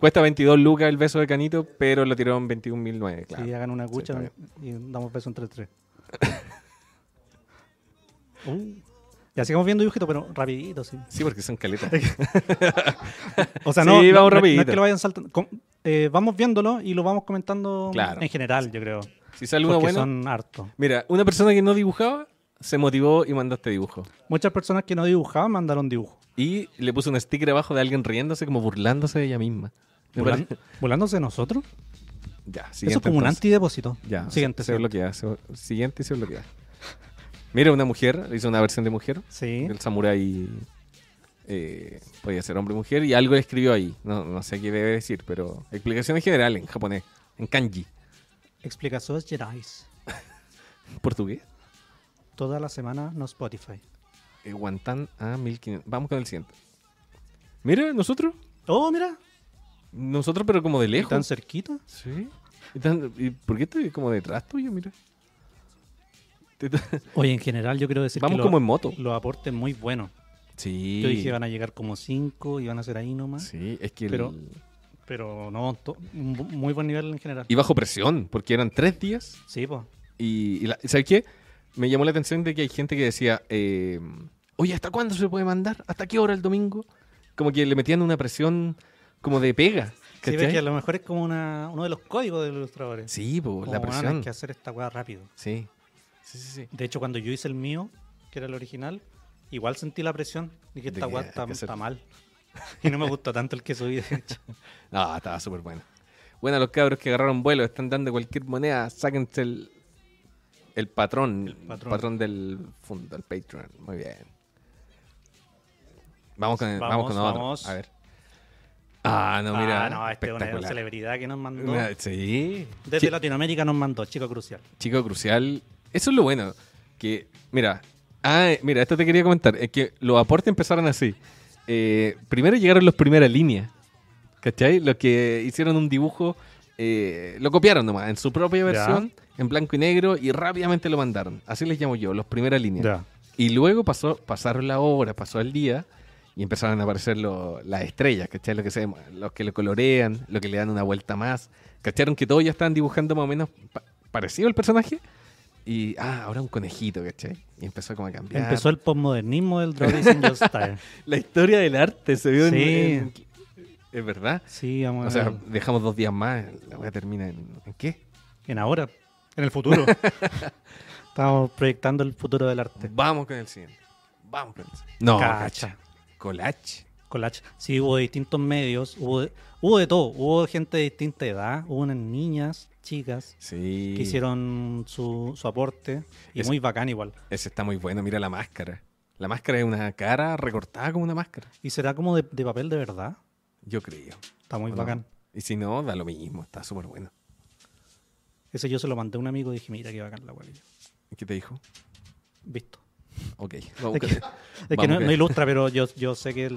[SPEAKER 1] cuesta 22 lucas el beso de Canito, pero lo tiraron 21.009,
[SPEAKER 2] Si
[SPEAKER 1] claro.
[SPEAKER 2] hagan una cucha
[SPEAKER 1] está
[SPEAKER 2] y damos beso entre tres. Uh, Ya sigamos viendo dibujitos, pero rapidito, sí.
[SPEAKER 1] Sí, porque son caletas.
[SPEAKER 2] O sea,
[SPEAKER 1] Sí,
[SPEAKER 2] no,
[SPEAKER 1] vamos
[SPEAKER 2] no- no- no es
[SPEAKER 1] rapidito.
[SPEAKER 2] que lo vayan saltando. Com- eh, vamos viéndolo y lo vamos comentando
[SPEAKER 1] Claro.
[SPEAKER 2] en general, yo creo.
[SPEAKER 1] Si sale uno
[SPEAKER 2] porque
[SPEAKER 1] bueno.
[SPEAKER 2] son hartos.
[SPEAKER 1] Mira, una persona que no dibujaba se motivó y mandó este dibujo.
[SPEAKER 2] Muchas personas que no dibujaban mandaron dibujos.
[SPEAKER 1] Y le puso un sticker abajo de alguien riéndose, como burlándose de ella misma. Me
[SPEAKER 2] Volan-
[SPEAKER 1] parece-
[SPEAKER 2] ¿Volándose de nosotros?
[SPEAKER 1] Ya, siguiente.
[SPEAKER 2] Eso es como un
[SPEAKER 1] entonces.
[SPEAKER 2] antidepósito.
[SPEAKER 1] Ya,
[SPEAKER 2] Siguiente.
[SPEAKER 1] se, se
[SPEAKER 2] siguiente.
[SPEAKER 1] bloquea. se- siguiente y se bloquea. Mira, una mujer, hizo una versión de mujer.
[SPEAKER 2] Sí.
[SPEAKER 1] El samurái eh, podía ser hombre o mujer y algo le escribió ahí. No, no sé qué debe decir, pero explicación en general en japonés, en kanji.
[SPEAKER 2] Explicaciones Jedi.
[SPEAKER 1] Portugués.
[SPEAKER 2] Toda la semana no Spotify.
[SPEAKER 1] Eh, Guantán a 1500. Vamos con el siguiente. Mira, nosotros.
[SPEAKER 2] Oh, mira.
[SPEAKER 1] Nosotros, pero como de
[SPEAKER 2] ¿Y tan
[SPEAKER 1] lejos.
[SPEAKER 2] cerquita?
[SPEAKER 1] Sí. Y tan- ¿Y por qué estoy como detrás tuyo? Mira. Te-
[SPEAKER 2] Oye, en general yo quiero decir
[SPEAKER 1] Vamos
[SPEAKER 2] que
[SPEAKER 1] como
[SPEAKER 2] los,
[SPEAKER 1] en moto.
[SPEAKER 2] los aportes muy buenos.
[SPEAKER 1] Sí.
[SPEAKER 2] Yo dije van a llegar como cinco y van a ser ahí nomás.
[SPEAKER 1] Sí, es que el-
[SPEAKER 2] ¿eh? Pero- Pero no, to- un bu- muy buen nivel en general.
[SPEAKER 1] Y bajo presión, porque eran tres días
[SPEAKER 2] Sí, pues.
[SPEAKER 1] Y, y la- ¿sabes qué? Me llamó la atención de que hay gente que decía, eh, oye, ¿hasta cuándo se puede mandar? ¿Hasta qué hora el domingo? Como que le metían una presión como de pega.
[SPEAKER 2] Sí, ves
[SPEAKER 1] ¿cachai?
[SPEAKER 2] que a lo mejor es como una, uno de los códigos de los ilustradores.
[SPEAKER 1] Sí, po,
[SPEAKER 2] Como,
[SPEAKER 1] la
[SPEAKER 2] "Bueno,
[SPEAKER 1] presión.
[SPEAKER 2] hay que hacer esta weá rápido.
[SPEAKER 1] Sí. Sí, sí, sí.
[SPEAKER 2] De hecho, cuando yo hice el mío, que era el original, igual sentí la presión de que
[SPEAKER 1] De
[SPEAKER 2] esta
[SPEAKER 1] que
[SPEAKER 2] weá
[SPEAKER 1] hay
[SPEAKER 2] está,
[SPEAKER 1] que hacer-
[SPEAKER 2] está mal. Y no me gustó tanto el que subí, de hecho.
[SPEAKER 1] Ah, estaba súper bueno. Bueno, los cabros que agarraron vuelo, están dando cualquier moneda, sáquense el, el patrón. El patrón.
[SPEAKER 2] patrón.
[SPEAKER 1] del fondo, el Patreon. Muy bien. Vamos con, vamos,
[SPEAKER 2] Vamos,
[SPEAKER 1] con otro.
[SPEAKER 2] vamos.
[SPEAKER 1] A ver. Ah, no, mira.
[SPEAKER 2] Ah, no, este es una
[SPEAKER 1] espectacular.
[SPEAKER 2] celebridad que nos mandó.
[SPEAKER 1] Una- sí.
[SPEAKER 2] Desde
[SPEAKER 1] Chi-
[SPEAKER 2] Latinoamérica nos mandó, chico crucial.
[SPEAKER 1] Chico crucial. Eso es lo bueno. Que, mira. Ah, eh, mira, esto te quería comentar. Es que los aportes empezaron así. Eh, primero llegaron los primera línea. ¿Cachai? Los que hicieron un dibujo. eh, lo copiaron nomás en su propia
[SPEAKER 2] Ya.
[SPEAKER 1] versión, en blanco y negro, y rápidamente lo mandaron. Así les llamo yo, los primera línea. Y luego pasó, pasaron la hora, pasó el día y empezaron a aparecer lo- las estrellas, ¿cachai? Los que, se, los que lo colorean, los que le dan una vuelta más. ¿Cacharon que todos ya estaban dibujando más o menos pa- parecido el personaje? Y, ah, ahora un conejito, ¿cachai? Y empezó como a cambiar.
[SPEAKER 2] Empezó el postmodernismo del Draw This in Your Style.
[SPEAKER 1] La historia del arte se vio en-
[SPEAKER 2] Sí.
[SPEAKER 1] en, Es verdad.
[SPEAKER 2] Sí, vamos
[SPEAKER 1] O
[SPEAKER 2] a
[SPEAKER 1] sea,
[SPEAKER 2] ver.
[SPEAKER 1] dejamos dos días más, la weá termina en, ¿en qué?
[SPEAKER 2] En ahora, en el futuro. Estamos proyectando el futuro del arte.
[SPEAKER 1] Vamos con el siguiente. Vamos con el siguiente. No,
[SPEAKER 2] Cacha.
[SPEAKER 1] cacha. Collage.
[SPEAKER 2] Collage. Sí, hubo de distintos medios, hubo de, hubo de todo. Hubo gente de distinta edad, hubo unas niñas, chicas,
[SPEAKER 1] Sí.
[SPEAKER 2] que hicieron su, su aporte. Y
[SPEAKER 1] Es-
[SPEAKER 2] muy bacán igual.
[SPEAKER 1] Ese está muy bueno, mira la máscara. La máscara es una cara recortada como una máscara,
[SPEAKER 2] ¿Y será como de, de papel de verdad?
[SPEAKER 1] yo creo.
[SPEAKER 2] Está muy
[SPEAKER 1] ¿o no?
[SPEAKER 2] bacán.
[SPEAKER 1] Y si no, da lo mismo, está súper bueno.
[SPEAKER 2] Ese yo se lo mandé a un amigo y dije, mira qué bacán la guardia.
[SPEAKER 1] ¿Qué te dijo?
[SPEAKER 2] Visto.
[SPEAKER 1] Ok. vamos
[SPEAKER 2] Es que,
[SPEAKER 1] con-
[SPEAKER 2] es que no,
[SPEAKER 1] que-
[SPEAKER 2] no ilustra, pero yo, yo sé que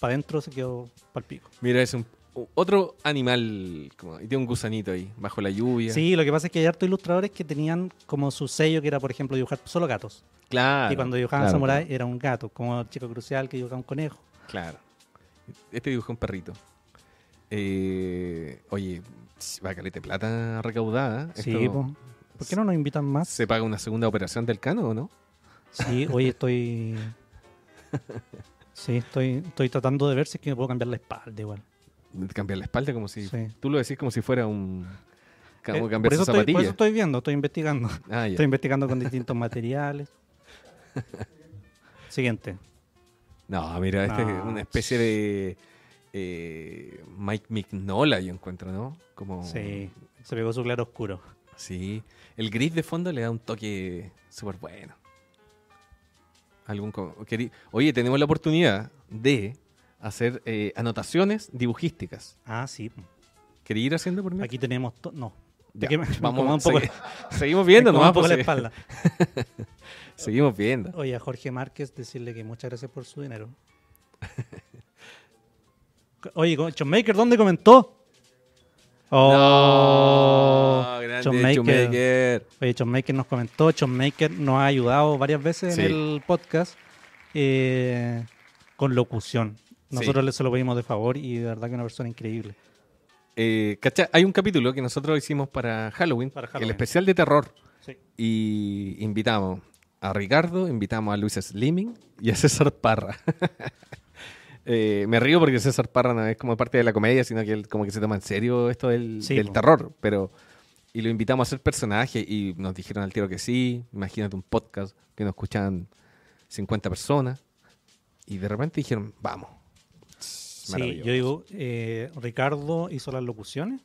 [SPEAKER 2] para adentro se quedó pal pico.
[SPEAKER 1] Mira, es un, u- otro animal, como, y tiene un gusanito ahí, bajo la lluvia.
[SPEAKER 2] Sí, lo que pasa es que hay hartos ilustradores que tenían como su sello, que era, por ejemplo, dibujar solo gatos.
[SPEAKER 1] claro.
[SPEAKER 2] y cuando dibujaban
[SPEAKER 1] claro,
[SPEAKER 2] Samurai era un gato, como el chico crucial que dibujaba un conejo.
[SPEAKER 1] Claro. Este dibujó un perrito. Eh, oye, va caleta de plata recaudada. ¿eh?
[SPEAKER 2] Sí,
[SPEAKER 1] Esto-
[SPEAKER 2] po. ¿por qué no nos invitan más?
[SPEAKER 1] ¿Se paga una segunda operación del cano o no?
[SPEAKER 2] Sí, hoy estoy. Sí, estoy, estoy tratando de ver si es que me puedo cambiar la espalda igual.
[SPEAKER 1] Cambiar la espalda como si...
[SPEAKER 2] Sí.
[SPEAKER 1] Tú lo decís como si fuera un... Como
[SPEAKER 2] Eh,
[SPEAKER 1] cambiar
[SPEAKER 2] por, eso
[SPEAKER 1] sus
[SPEAKER 2] estoy, por
[SPEAKER 1] zapatillas.
[SPEAKER 2] eso estoy viendo, estoy investigando.
[SPEAKER 1] Ah, ya.
[SPEAKER 2] Estoy investigando con distintos materiales. Siguiente.
[SPEAKER 1] No, mira, este es
[SPEAKER 2] No.
[SPEAKER 1] una especie de eh, Mike Mignola, yo encuentro, ¿no? Como,
[SPEAKER 2] Sí, se pegó su claro oscuro.
[SPEAKER 1] Sí. El gris de fondo le da un toque súper bueno. Algún co- queri- Oye, tenemos la oportunidad de hacer eh, anotaciones dibujísticas.
[SPEAKER 2] Ah, sí.
[SPEAKER 1] ¿Quería ir haciendo por mí?
[SPEAKER 2] Aquí tenemos. to- No.
[SPEAKER 1] Ya,
[SPEAKER 2] aquí me- me incomoda un poco
[SPEAKER 1] segui- seguimos viendo,
[SPEAKER 2] Me incomoda
[SPEAKER 1] nomás,
[SPEAKER 2] un poco
[SPEAKER 1] pues,
[SPEAKER 2] la
[SPEAKER 1] sí.
[SPEAKER 2] espalda.
[SPEAKER 1] Seguimos viendo.
[SPEAKER 2] Oye, a Jorge Márquez decirle que muchas gracias por su dinero. Oye, con- John Maker, ¿dónde comentó? Oh,
[SPEAKER 1] No, grande
[SPEAKER 2] John Maker.
[SPEAKER 1] Shoemaker.
[SPEAKER 2] Oye, John Maker nos comentó, John Maker nos ha ayudado varias veces
[SPEAKER 1] Sí.
[SPEAKER 2] en el podcast eh, con locución. Nosotros le se lo pedimos de favor y de verdad que es una persona increíble.
[SPEAKER 1] Eh, ¿cachai? Hay un capítulo que nosotros hicimos para Halloween,
[SPEAKER 2] Para
[SPEAKER 1] el
[SPEAKER 2] Halloween.
[SPEAKER 1] especial de terror.
[SPEAKER 2] Sí.
[SPEAKER 1] Y invitamos a Ricardo, invitamos a Luis Slimming y a César Parra. Eh, me río porque César Parra no es como parte de la comedia, sino que él como que se toma en serio esto del,
[SPEAKER 2] Sí,
[SPEAKER 1] del
[SPEAKER 2] po.
[SPEAKER 1] terror. Pero, y lo invitamos a ser personaje y nos dijeron al tiro que sí. Imagínate un podcast que nos escuchaban 50 personas. Y de repente dijeron, vamos. Maravilloso.
[SPEAKER 2] yo digo, eh, Ricardo hizo las locuciones.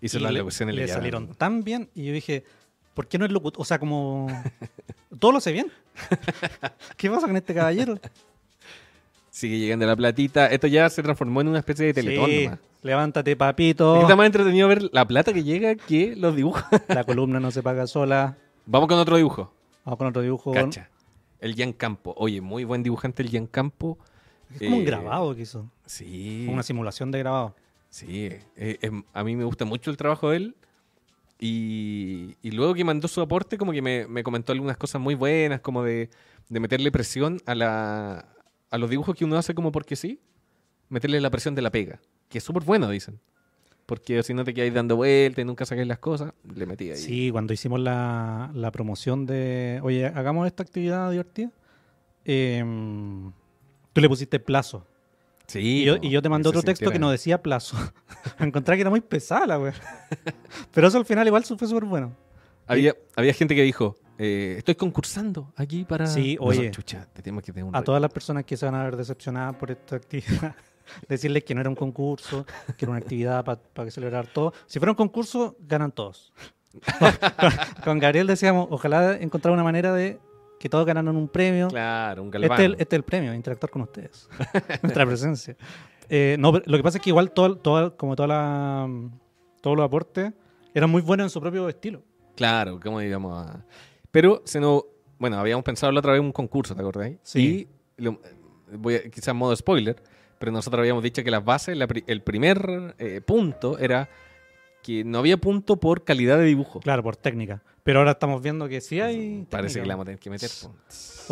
[SPEAKER 1] Hizo
[SPEAKER 2] y
[SPEAKER 1] la
[SPEAKER 2] le-
[SPEAKER 1] locución
[SPEAKER 2] le
[SPEAKER 1] elegante.
[SPEAKER 2] salieron tan bien y yo dije, ¿por qué no es locutor? O sea, como... Todo lo sé bien. ¿Qué pasa con este caballero?
[SPEAKER 1] Sigue llegando la platita. Esto ya se transformó en una especie de teletón
[SPEAKER 2] Sí,
[SPEAKER 1] nomás.
[SPEAKER 2] levántate,
[SPEAKER 1] Es que
[SPEAKER 2] papito.
[SPEAKER 1] Está más entretenido ver la plata que llega que los dibujos.
[SPEAKER 2] La columna no se paga sola.
[SPEAKER 1] Vamos con otro dibujo.
[SPEAKER 2] Vamos con otro dibujo.
[SPEAKER 1] Cacha. El Gian Campo. Oye, muy buen dibujante el Gian Campo.
[SPEAKER 2] Es como
[SPEAKER 1] Eh,
[SPEAKER 2] un grabado que hizo.
[SPEAKER 1] Sí.
[SPEAKER 2] Una simulación de grabado.
[SPEAKER 1] Sí. eh, em, a mí me gusta mucho el trabajo de él. Y, y luego que mandó su aporte, como que me, me comentó algunas cosas muy buenas, como de, de meterle presión a, la, a los dibujos que uno hace como porque sí. Meterle la presión de la pega. Que es súper bueno, dicen. Porque si no te quedáis dando vueltas y nunca sacáis las cosas, le metí ahí.
[SPEAKER 2] Sí, cuando hicimos la, la promoción de, oye, hagamos esta actividad divertida, em, tú le pusiste plazo.
[SPEAKER 1] Sí,
[SPEAKER 2] Y yo,
[SPEAKER 1] po,
[SPEAKER 2] y yo te mandé
[SPEAKER 1] se
[SPEAKER 2] otro texto que
[SPEAKER 1] sintiera-
[SPEAKER 2] no decía plazo. Encontré que era muy pesada la wea. Pero eso al final igual su- fue súper bueno.
[SPEAKER 1] Había, había gente que dijo, eh, estoy concursando aquí para...
[SPEAKER 2] Sí,
[SPEAKER 1] Nosotros,
[SPEAKER 2] oye.
[SPEAKER 1] chucha, te tenemos que tener un
[SPEAKER 2] A
[SPEAKER 1] rollo.
[SPEAKER 2] todas las personas que se van a ver decepcionadas por esta actividad, decirles que no era un concurso, que era una actividad para celebrar todo. Si fuera un concurso, ganan todos. Con Gabriel decíamos, ojalá encontrar una manera de que todos ganaran un premio.
[SPEAKER 1] Claro, un
[SPEAKER 2] Este
[SPEAKER 1] galván.
[SPEAKER 2] es, el, este es el premio, interactuar con ustedes. Nuestra presencia. Eh, no, pero lo que pasa es que igual todo, todo- como toda la, todos los aportes eran muy buenos en su propio estilo.
[SPEAKER 1] Claro, ¿cómo íbamos a...? Pero se nos... Bueno, habíamos pensado la otra vez en un concurso, ¿te acordáis?
[SPEAKER 2] Sí.
[SPEAKER 1] Y lo- voy a- quizás modo spoiler, pero nosotros habíamos dicho que las bases, la pri- el primer eh, punto era que no había punto por calidad de dibujo.
[SPEAKER 2] Claro, por técnica. Pero ahora estamos viendo que sí hay.
[SPEAKER 1] Parece que la
[SPEAKER 2] técnica.
[SPEAKER 1] vamos a tener que meter. po.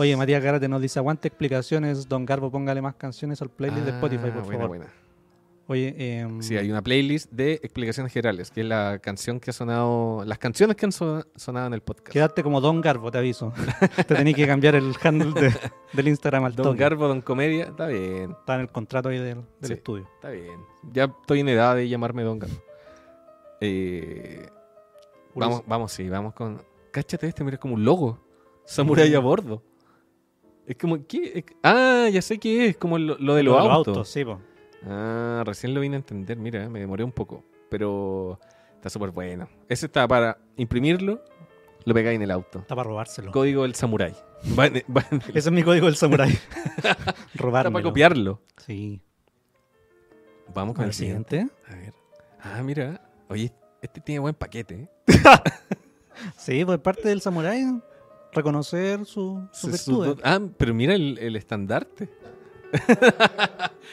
[SPEAKER 2] Oye, Matías Garate nos dice: aguante explicaciones. Don Garbo, póngale más canciones al playlist de
[SPEAKER 1] Ah,
[SPEAKER 2] Spotify, por
[SPEAKER 1] buena,
[SPEAKER 2] favor.
[SPEAKER 1] buena.
[SPEAKER 2] Oye, em,
[SPEAKER 1] Sí, hay una playlist de explicaciones generales, que es la canción que ha sonado, las canciones que han so- sonado en el podcast.
[SPEAKER 2] quédate como Don Garbo, te aviso. te tenés que cambiar el handle de- del Instagram al
[SPEAKER 1] Don
[SPEAKER 2] toque.
[SPEAKER 1] Garbo, Don Comedia, está bien,
[SPEAKER 2] Está en el contrato ahí del, del
[SPEAKER 1] Sí.
[SPEAKER 2] estudio.
[SPEAKER 1] está bien. Ya estoy en edad de llamarme Don Garbo. Eh, vamos, vamos, sí, vamos con. Cáchate este, mira, es como un logo. Samurai a bordo. Es como, ¿qué? Es- Ah, ya sé qué es, como lo, lo de los, autos.
[SPEAKER 2] sí, po.
[SPEAKER 1] Ah, recién lo vine a entender, mira, me demoré un poco. Pero está súper bueno. Ese está para imprimirlo, lo pegáis en el auto.
[SPEAKER 2] Está para robárselo.
[SPEAKER 1] Código del Samurai. Va en- va en-
[SPEAKER 2] Ese es mi código del samurai.
[SPEAKER 1] está
[SPEAKER 2] Robarme.
[SPEAKER 1] para copiarlo.
[SPEAKER 2] Sí.
[SPEAKER 1] Vamos con el siguiente. A ver. Ah, mira. Oye, este tiene buen paquete. ¿eh?
[SPEAKER 2] Sí, pues parte del samurai reconocer su, su eh.
[SPEAKER 1] Su- su-
[SPEAKER 2] virtudes.
[SPEAKER 1] Ah, pero mira el, el estandarte.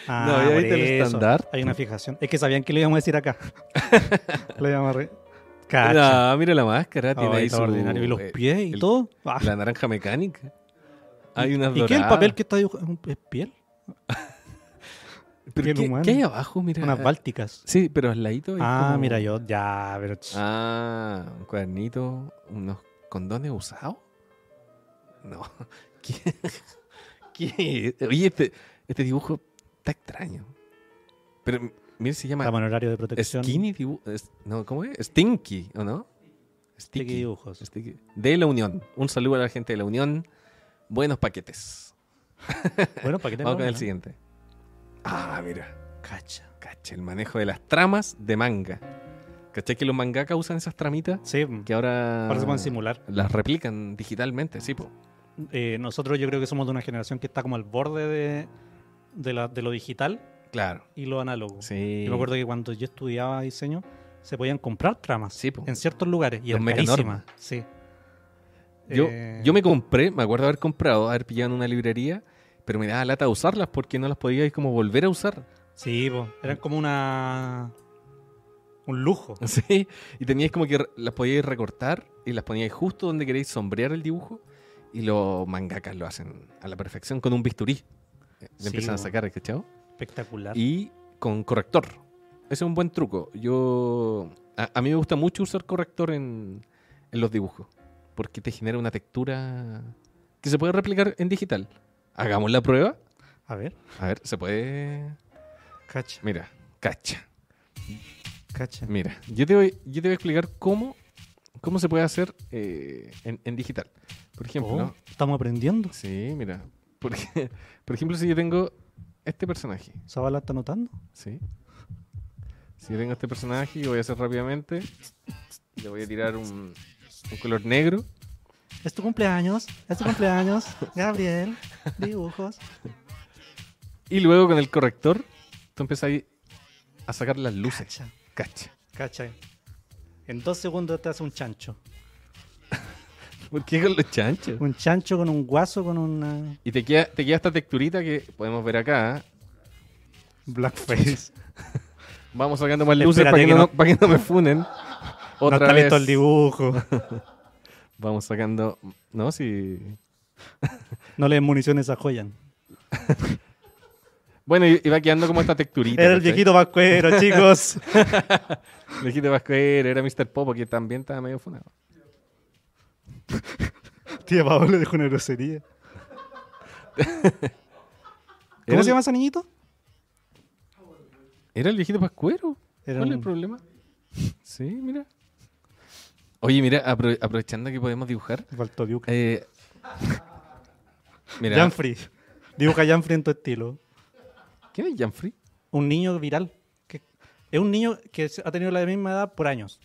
[SPEAKER 2] Ah,
[SPEAKER 1] No, había
[SPEAKER 2] por
[SPEAKER 1] visto el
[SPEAKER 2] eso.
[SPEAKER 1] estandarte.
[SPEAKER 2] Hay una fijación. Es que sabían que le íbamos a decir acá. le íbamos a re... Cacha.
[SPEAKER 1] Ah, mira la máscara. Tiene
[SPEAKER 2] Ay,
[SPEAKER 1] ahí su,
[SPEAKER 2] extraordinario. Y los
[SPEAKER 1] eh,
[SPEAKER 2] pies y
[SPEAKER 1] el-
[SPEAKER 2] todo. Ah.
[SPEAKER 1] La naranja mecánica. Hay unas
[SPEAKER 2] ¿Y qué es el
[SPEAKER 1] doradas.
[SPEAKER 2] papel que está dibujando? ¿Es piel?
[SPEAKER 1] Pero
[SPEAKER 2] piel
[SPEAKER 1] ¿qué,
[SPEAKER 2] humana?
[SPEAKER 1] qué hay abajo? Mira.
[SPEAKER 2] Unas bálticas.
[SPEAKER 1] ah, Sí, pero al ladito. hay
[SPEAKER 2] Ah,
[SPEAKER 1] como-
[SPEAKER 2] mira yo. Ya, pero... ch-
[SPEAKER 1] Ah, un cuadernito, unos condones usados. No. ¿Qué? ¿Qué? Oye, este, este dibujo está extraño. Pero mira, se llama
[SPEAKER 2] Estamos en horario de protección.
[SPEAKER 1] Skinny dibujo. No, ¿cómo es? Stinky, ¿o no?
[SPEAKER 2] Sticky
[SPEAKER 1] Sticky.
[SPEAKER 2] dibujos.
[SPEAKER 1] Sticky. De la Unión. Un saludo a la gente de la Unión. Buenos paquetes.
[SPEAKER 2] Bueno, para que te
[SPEAKER 1] Vamos con el siguiente. Ah, mira.
[SPEAKER 2] Cacha.
[SPEAKER 1] Cacha, el manejo de las tramas de manga. ¿Cachai que los mangaka usan esas tramitas?
[SPEAKER 2] Sí, mm,
[SPEAKER 1] Que ahora.
[SPEAKER 2] ahora se pueden simular.
[SPEAKER 1] Las replican digitalmente, sí, po.
[SPEAKER 2] eh, nosotros yo creo que somos de una generación que está como al borde de, de la- de lo digital
[SPEAKER 1] Claro.
[SPEAKER 2] y lo análogo.
[SPEAKER 1] Sí.
[SPEAKER 2] Yo me acuerdo que cuando yo estudiaba diseño se podían comprar tramas
[SPEAKER 1] Sí, po.
[SPEAKER 2] en ciertos lugares y
[SPEAKER 1] Los
[SPEAKER 2] eran
[SPEAKER 1] mecanormas.
[SPEAKER 2] carísimas. Sí.
[SPEAKER 1] Yo,
[SPEAKER 2] Eh,
[SPEAKER 1] yo me compré, me acuerdo haber comprado, haber pillado en una librería, pero me daba lata usarlas porque no las podía como volver a usar.
[SPEAKER 2] Sí, po, eran como una... un lujo.
[SPEAKER 1] Sí, y teníais como que re- las podíais recortar y las poníais justo donde queréis sombrear el dibujo. Y los mangakas lo hacen a la perfección con un bisturí. Eh, Le
[SPEAKER 2] Sí,
[SPEAKER 1] empiezan a
[SPEAKER 2] bueno.
[SPEAKER 1] sacar, ¿cachao?
[SPEAKER 2] Espectacular.
[SPEAKER 1] Y con corrector. Ese es un buen truco. Yo A, a mí me gusta mucho usar corrector en, en los dibujos. Porque te genera una textura que se puede replicar en digital. Hagamos la prueba.
[SPEAKER 2] A ver,
[SPEAKER 1] A ver, se puede...
[SPEAKER 2] cacha,
[SPEAKER 1] Mira, cacha.
[SPEAKER 2] cacha.
[SPEAKER 1] Mira, yo te voy, yo te voy a explicar cómo, cómo se puede hacer eh, en, en digital. Por ejemplo,
[SPEAKER 2] Oh, estamos aprendiendo.
[SPEAKER 1] sí, mira. Por, ej- por ejemplo, si yo tengo este personaje,
[SPEAKER 2] Zabala está notando.
[SPEAKER 1] ¿sí? Si yo tengo este personaje, yo voy a hacer rápidamente. Le voy a tirar un, un color negro.
[SPEAKER 2] Es tu cumpleaños, es tu cumpleaños. Gabriel, dibujos.
[SPEAKER 1] Y luego con el corrector, tú empiezas ahí a sacar las luces.
[SPEAKER 2] Cacha.
[SPEAKER 1] Cacha.
[SPEAKER 2] Cacha. En dos segundos te hace un chancho.
[SPEAKER 1] ¿Por qué con los chanchos?
[SPEAKER 2] Un chancho con un guaso, con una
[SPEAKER 1] Y te queda, te queda esta texturita que podemos ver acá.
[SPEAKER 2] blackface.
[SPEAKER 1] Vamos sacando más luces
[SPEAKER 2] Espérate
[SPEAKER 1] para que,
[SPEAKER 2] que
[SPEAKER 1] no,
[SPEAKER 2] no-
[SPEAKER 1] para que no me funen. Otra
[SPEAKER 2] no está
[SPEAKER 1] vez.
[SPEAKER 2] listo el dibujo.
[SPEAKER 1] Vamos sacando. No, si.
[SPEAKER 2] No le den municiones a Joyan.
[SPEAKER 1] Bueno, y, y va quedando como esta texturita.
[SPEAKER 3] Era el
[SPEAKER 1] ¿cachai?
[SPEAKER 3] viejito vascuero, chicos.
[SPEAKER 1] El viejito Vasquer, era Mr. Popo, que también estaba medio funado.
[SPEAKER 3] Tía Paola dejó una grosería.
[SPEAKER 1] Era
[SPEAKER 3] ¿Cómo
[SPEAKER 1] el-
[SPEAKER 3] se llama ese niñito?
[SPEAKER 1] ¿Era el viejito Pascuero?
[SPEAKER 3] Era
[SPEAKER 1] ¿Cuál es el
[SPEAKER 3] un-
[SPEAKER 1] problema? Sí, mira. Oye, mira, apro- aprovechando que podemos dibujar.
[SPEAKER 3] Faltó Duke.
[SPEAKER 1] eh, mira,
[SPEAKER 3] Janfrey. Dibuja Janfrey en tu estilo.
[SPEAKER 1] ¿quién es Janfrey?
[SPEAKER 2] Un niño viral. Que, es un niño que se- ha tenido la misma edad por años.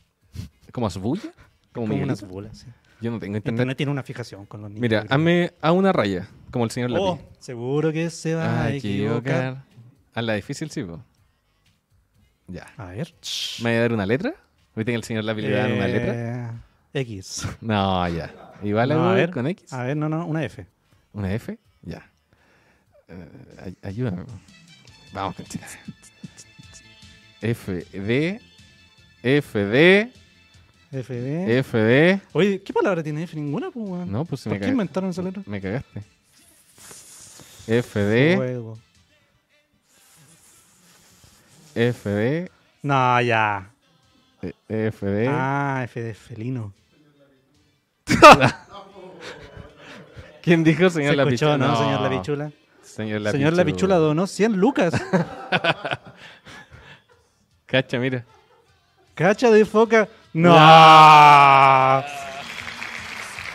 [SPEAKER 1] ¿Como Asbulla? ¿Como
[SPEAKER 2] Como
[SPEAKER 1] Miguelito?
[SPEAKER 2] unas bolas. sí.
[SPEAKER 1] Yo no tengo internet.
[SPEAKER 2] Internet tiene una fijación con los niños.
[SPEAKER 1] Mira,
[SPEAKER 2] virales.
[SPEAKER 1] hazme a una raya, como el señor
[SPEAKER 2] Oh,
[SPEAKER 1] Lapi.
[SPEAKER 2] seguro que se va
[SPEAKER 1] Ah,
[SPEAKER 2] a equivocar.
[SPEAKER 1] equivocar. A la difícil, sí, po. Ya.
[SPEAKER 2] A ver.
[SPEAKER 1] ¿Me voy a dar una letra? ¿Viste que el señor Lapi le dan una letra?
[SPEAKER 2] Eh, X.
[SPEAKER 1] No, ya. Igual
[SPEAKER 2] No,
[SPEAKER 1] hago
[SPEAKER 2] a ver,
[SPEAKER 1] con X.
[SPEAKER 2] A ver, no, no, una F.
[SPEAKER 1] ¿Una F? Ya. Eh, ay- ayúdame. Vamos, conchita. F, D, F, D,
[SPEAKER 2] F, D.
[SPEAKER 1] F, D.
[SPEAKER 2] Oye, ¿qué palabra tiene F? Ninguna, pues, weón.
[SPEAKER 1] No, pues se
[SPEAKER 2] ¿Por
[SPEAKER 1] me,
[SPEAKER 2] qué
[SPEAKER 1] caga-
[SPEAKER 2] inventaron esa letra?
[SPEAKER 1] me cagaste. F, D,
[SPEAKER 2] Fuego.
[SPEAKER 1] F, D,
[SPEAKER 2] No, ya.
[SPEAKER 1] eh, F, D.
[SPEAKER 2] Ah, F de felino.
[SPEAKER 1] ¿Quién dijo
[SPEAKER 2] Se
[SPEAKER 1] señor
[SPEAKER 2] escuchó,
[SPEAKER 1] Lapichula?
[SPEAKER 2] ¿no, señor Lapichula?
[SPEAKER 1] Señor Lapichula.
[SPEAKER 2] Señor Lapichula donó 100 lucas.
[SPEAKER 1] Cacha, mira.
[SPEAKER 2] Cacha de foca. No.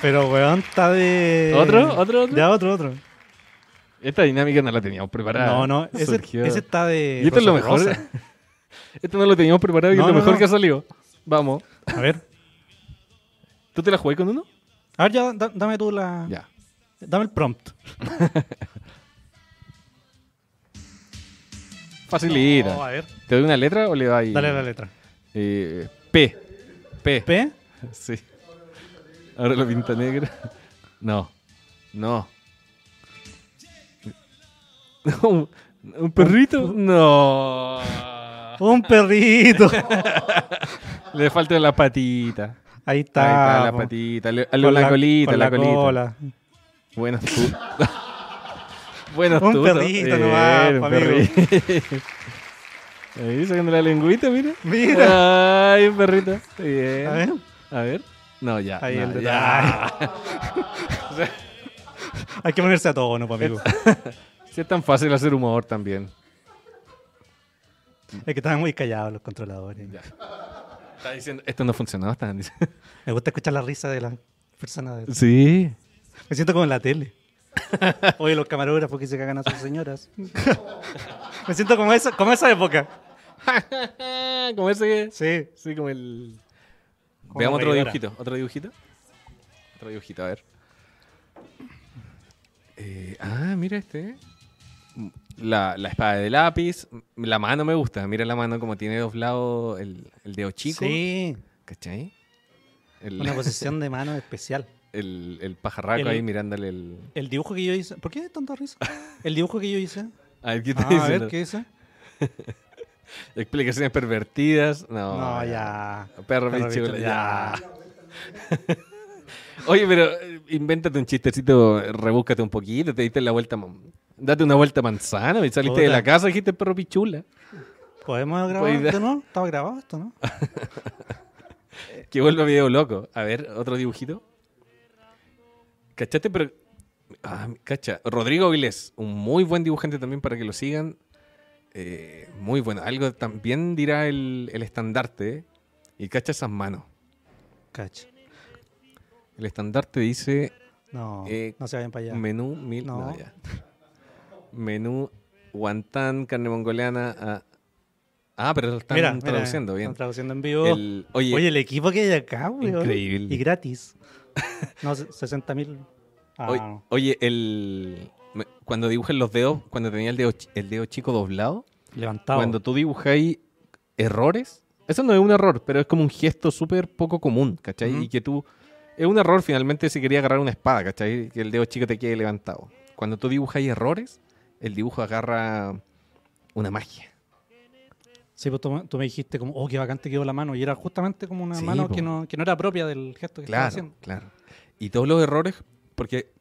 [SPEAKER 2] Pero, weón, está de...
[SPEAKER 1] ¿Otro? ¿Otro? otro?
[SPEAKER 2] Ya, otro, otro.
[SPEAKER 1] Esta dinámica no la teníamos preparada.
[SPEAKER 2] No, no, ese,
[SPEAKER 1] Surgió.
[SPEAKER 2] ese está de...
[SPEAKER 1] Y esto es lo
[SPEAKER 2] Rosa
[SPEAKER 1] mejor.
[SPEAKER 2] Rosa.
[SPEAKER 1] esto no lo teníamos preparado y
[SPEAKER 2] No,
[SPEAKER 1] es lo
[SPEAKER 2] no,
[SPEAKER 1] mejor
[SPEAKER 2] no.
[SPEAKER 1] que ha salido. Vamos.
[SPEAKER 2] A ver.
[SPEAKER 1] ¿Tú te la jugué con uno?
[SPEAKER 2] A ver, ya, da- dame tú la...
[SPEAKER 1] Ya.
[SPEAKER 2] Dame el prompt.
[SPEAKER 1] Facilita.
[SPEAKER 2] No, Oh, a ver.
[SPEAKER 1] ¿Te doy una letra o le doy?
[SPEAKER 2] Dale la letra.
[SPEAKER 1] Eh, P. P.
[SPEAKER 2] P.
[SPEAKER 1] Sí. Ahora la pinta negra. No. No. No. ¿Un perrito? No.
[SPEAKER 2] Un perrito.
[SPEAKER 1] Le falta la patita.
[SPEAKER 2] Ahí está.
[SPEAKER 1] Ahí está la
[SPEAKER 2] po.
[SPEAKER 1] patita. le-
[SPEAKER 2] Con
[SPEAKER 1] la, colita,
[SPEAKER 2] con
[SPEAKER 1] la, colita.
[SPEAKER 2] cola.
[SPEAKER 1] Buenos tú. Buenos
[SPEAKER 2] Un
[SPEAKER 1] tú.
[SPEAKER 2] perrito nomás,
[SPEAKER 1] Bien, un
[SPEAKER 2] amigo.
[SPEAKER 1] perrito. Ahí sacando la lengüita, mira.
[SPEAKER 2] Mira.
[SPEAKER 1] Ay, un perrito. Bien.
[SPEAKER 2] A ver.
[SPEAKER 1] A ver. No, ya.
[SPEAKER 2] Ahí
[SPEAKER 1] no,
[SPEAKER 2] el
[SPEAKER 1] ya.
[SPEAKER 2] detalle. Hay que ponerse a tono, po, amigo.
[SPEAKER 1] Sí es tan fácil hacer humor también.
[SPEAKER 2] Es que estaban muy callados los controladores.
[SPEAKER 1] Ya. Está diciendo, esto no funcionaba, estaban diciendo.
[SPEAKER 2] Me gusta escuchar la risa de las personas. de-
[SPEAKER 1] Sí.
[SPEAKER 2] Me siento como en la tele. Oye, los camarógrafos que se cagan a sus señoras. Me siento como esa, como esa época.
[SPEAKER 1] como ese que...
[SPEAKER 2] Sí.
[SPEAKER 1] Sí, como el...
[SPEAKER 2] Como
[SPEAKER 1] Veamos
[SPEAKER 2] la
[SPEAKER 1] otro
[SPEAKER 2] freidora.
[SPEAKER 1] dibujito. ¿Otro dibujito? Otro dibujito, a ver. Eh, ah, mira este. La, la espada de lápiz. La mano me gusta. Mira la mano como tiene doblado el, el dedo chico.
[SPEAKER 2] Sí.
[SPEAKER 1] ¿Cachai? El,
[SPEAKER 2] Una posición de mano especial.
[SPEAKER 1] el, el pajarraco
[SPEAKER 2] El-
[SPEAKER 1] ahí mirándole el...
[SPEAKER 2] El dibujo que yo hice. ¿Por qué tanta risa? El dibujo que yo hice.
[SPEAKER 1] A ver, ¿qué te
[SPEAKER 2] Ah, a
[SPEAKER 1] dicen?
[SPEAKER 2] ver, ¿qué hice?
[SPEAKER 1] Explicaciones pervertidas. No,
[SPEAKER 2] No, ya.
[SPEAKER 1] Perro,
[SPEAKER 2] Perro
[SPEAKER 1] bicho,
[SPEAKER 2] bicho,
[SPEAKER 1] ya.
[SPEAKER 2] ya.
[SPEAKER 1] Oye, pero eh, invéntate un chistecito, rebúscate un poquito, te diste la vuelta, man- date una vuelta manzana, y saliste de
[SPEAKER 2] Puta.
[SPEAKER 1] la casa y dijiste perro pichula.
[SPEAKER 2] ¿Podemos grabar
[SPEAKER 1] idea.
[SPEAKER 2] de nuevo? Estaba grabado esto, ¿no?
[SPEAKER 1] Que vuelva video loco. A ver, otro dibujito. ¿Cachaste? Pero... Ah, cacha. Rodrigo Avilés, un muy buen dibujante también para que lo sigan. Eh, muy bueno. Algo también dirá el, el estandarte. ¿eh? Y cacha esas manos.
[SPEAKER 2] Cacho.
[SPEAKER 1] El estandarte dice
[SPEAKER 2] No,
[SPEAKER 1] Eh,
[SPEAKER 2] no se vayan para allá.
[SPEAKER 1] Menú mil. No.
[SPEAKER 2] No.
[SPEAKER 1] ya. Menú guantán, carne mongoliana. Ah, ah, pero lo están
[SPEAKER 2] Mira, mira, eh,
[SPEAKER 1] traduciendo
[SPEAKER 2] Están
[SPEAKER 1] bien.
[SPEAKER 2] traduciendo en vivo.
[SPEAKER 1] El- oye,
[SPEAKER 2] Oye, el equipo que hay acá, weón.
[SPEAKER 1] Increíble.
[SPEAKER 2] Y gratis. No, 60 mil. Ah,
[SPEAKER 1] oy-
[SPEAKER 2] no.
[SPEAKER 1] oye, el. me- Cuando dibujan los dedos, cuando tenía el dedo, chi- el dedo chico doblado,
[SPEAKER 2] levantado.
[SPEAKER 1] cuando tú dibujáis errores, eso no es un error, pero es como un gesto súper poco común, ¿cachai?
[SPEAKER 2] Ujú.
[SPEAKER 1] Y que tú. Es un error finalmente si quería agarrar una espada, ¿cachai? Que el dedo chico te quede levantado. Cuando tú dibujáis errores, el dibujo agarra una magia.
[SPEAKER 2] Sí, pues tú, tú me dijiste como, oh, qué vacante quedó la mano. Y era justamente como una
[SPEAKER 1] Sí,
[SPEAKER 2] mano
[SPEAKER 1] po.
[SPEAKER 2] que no, que no era propia del gesto que estaba
[SPEAKER 1] Claro,
[SPEAKER 2] haciendo.
[SPEAKER 1] claro. Y todos los errores, porque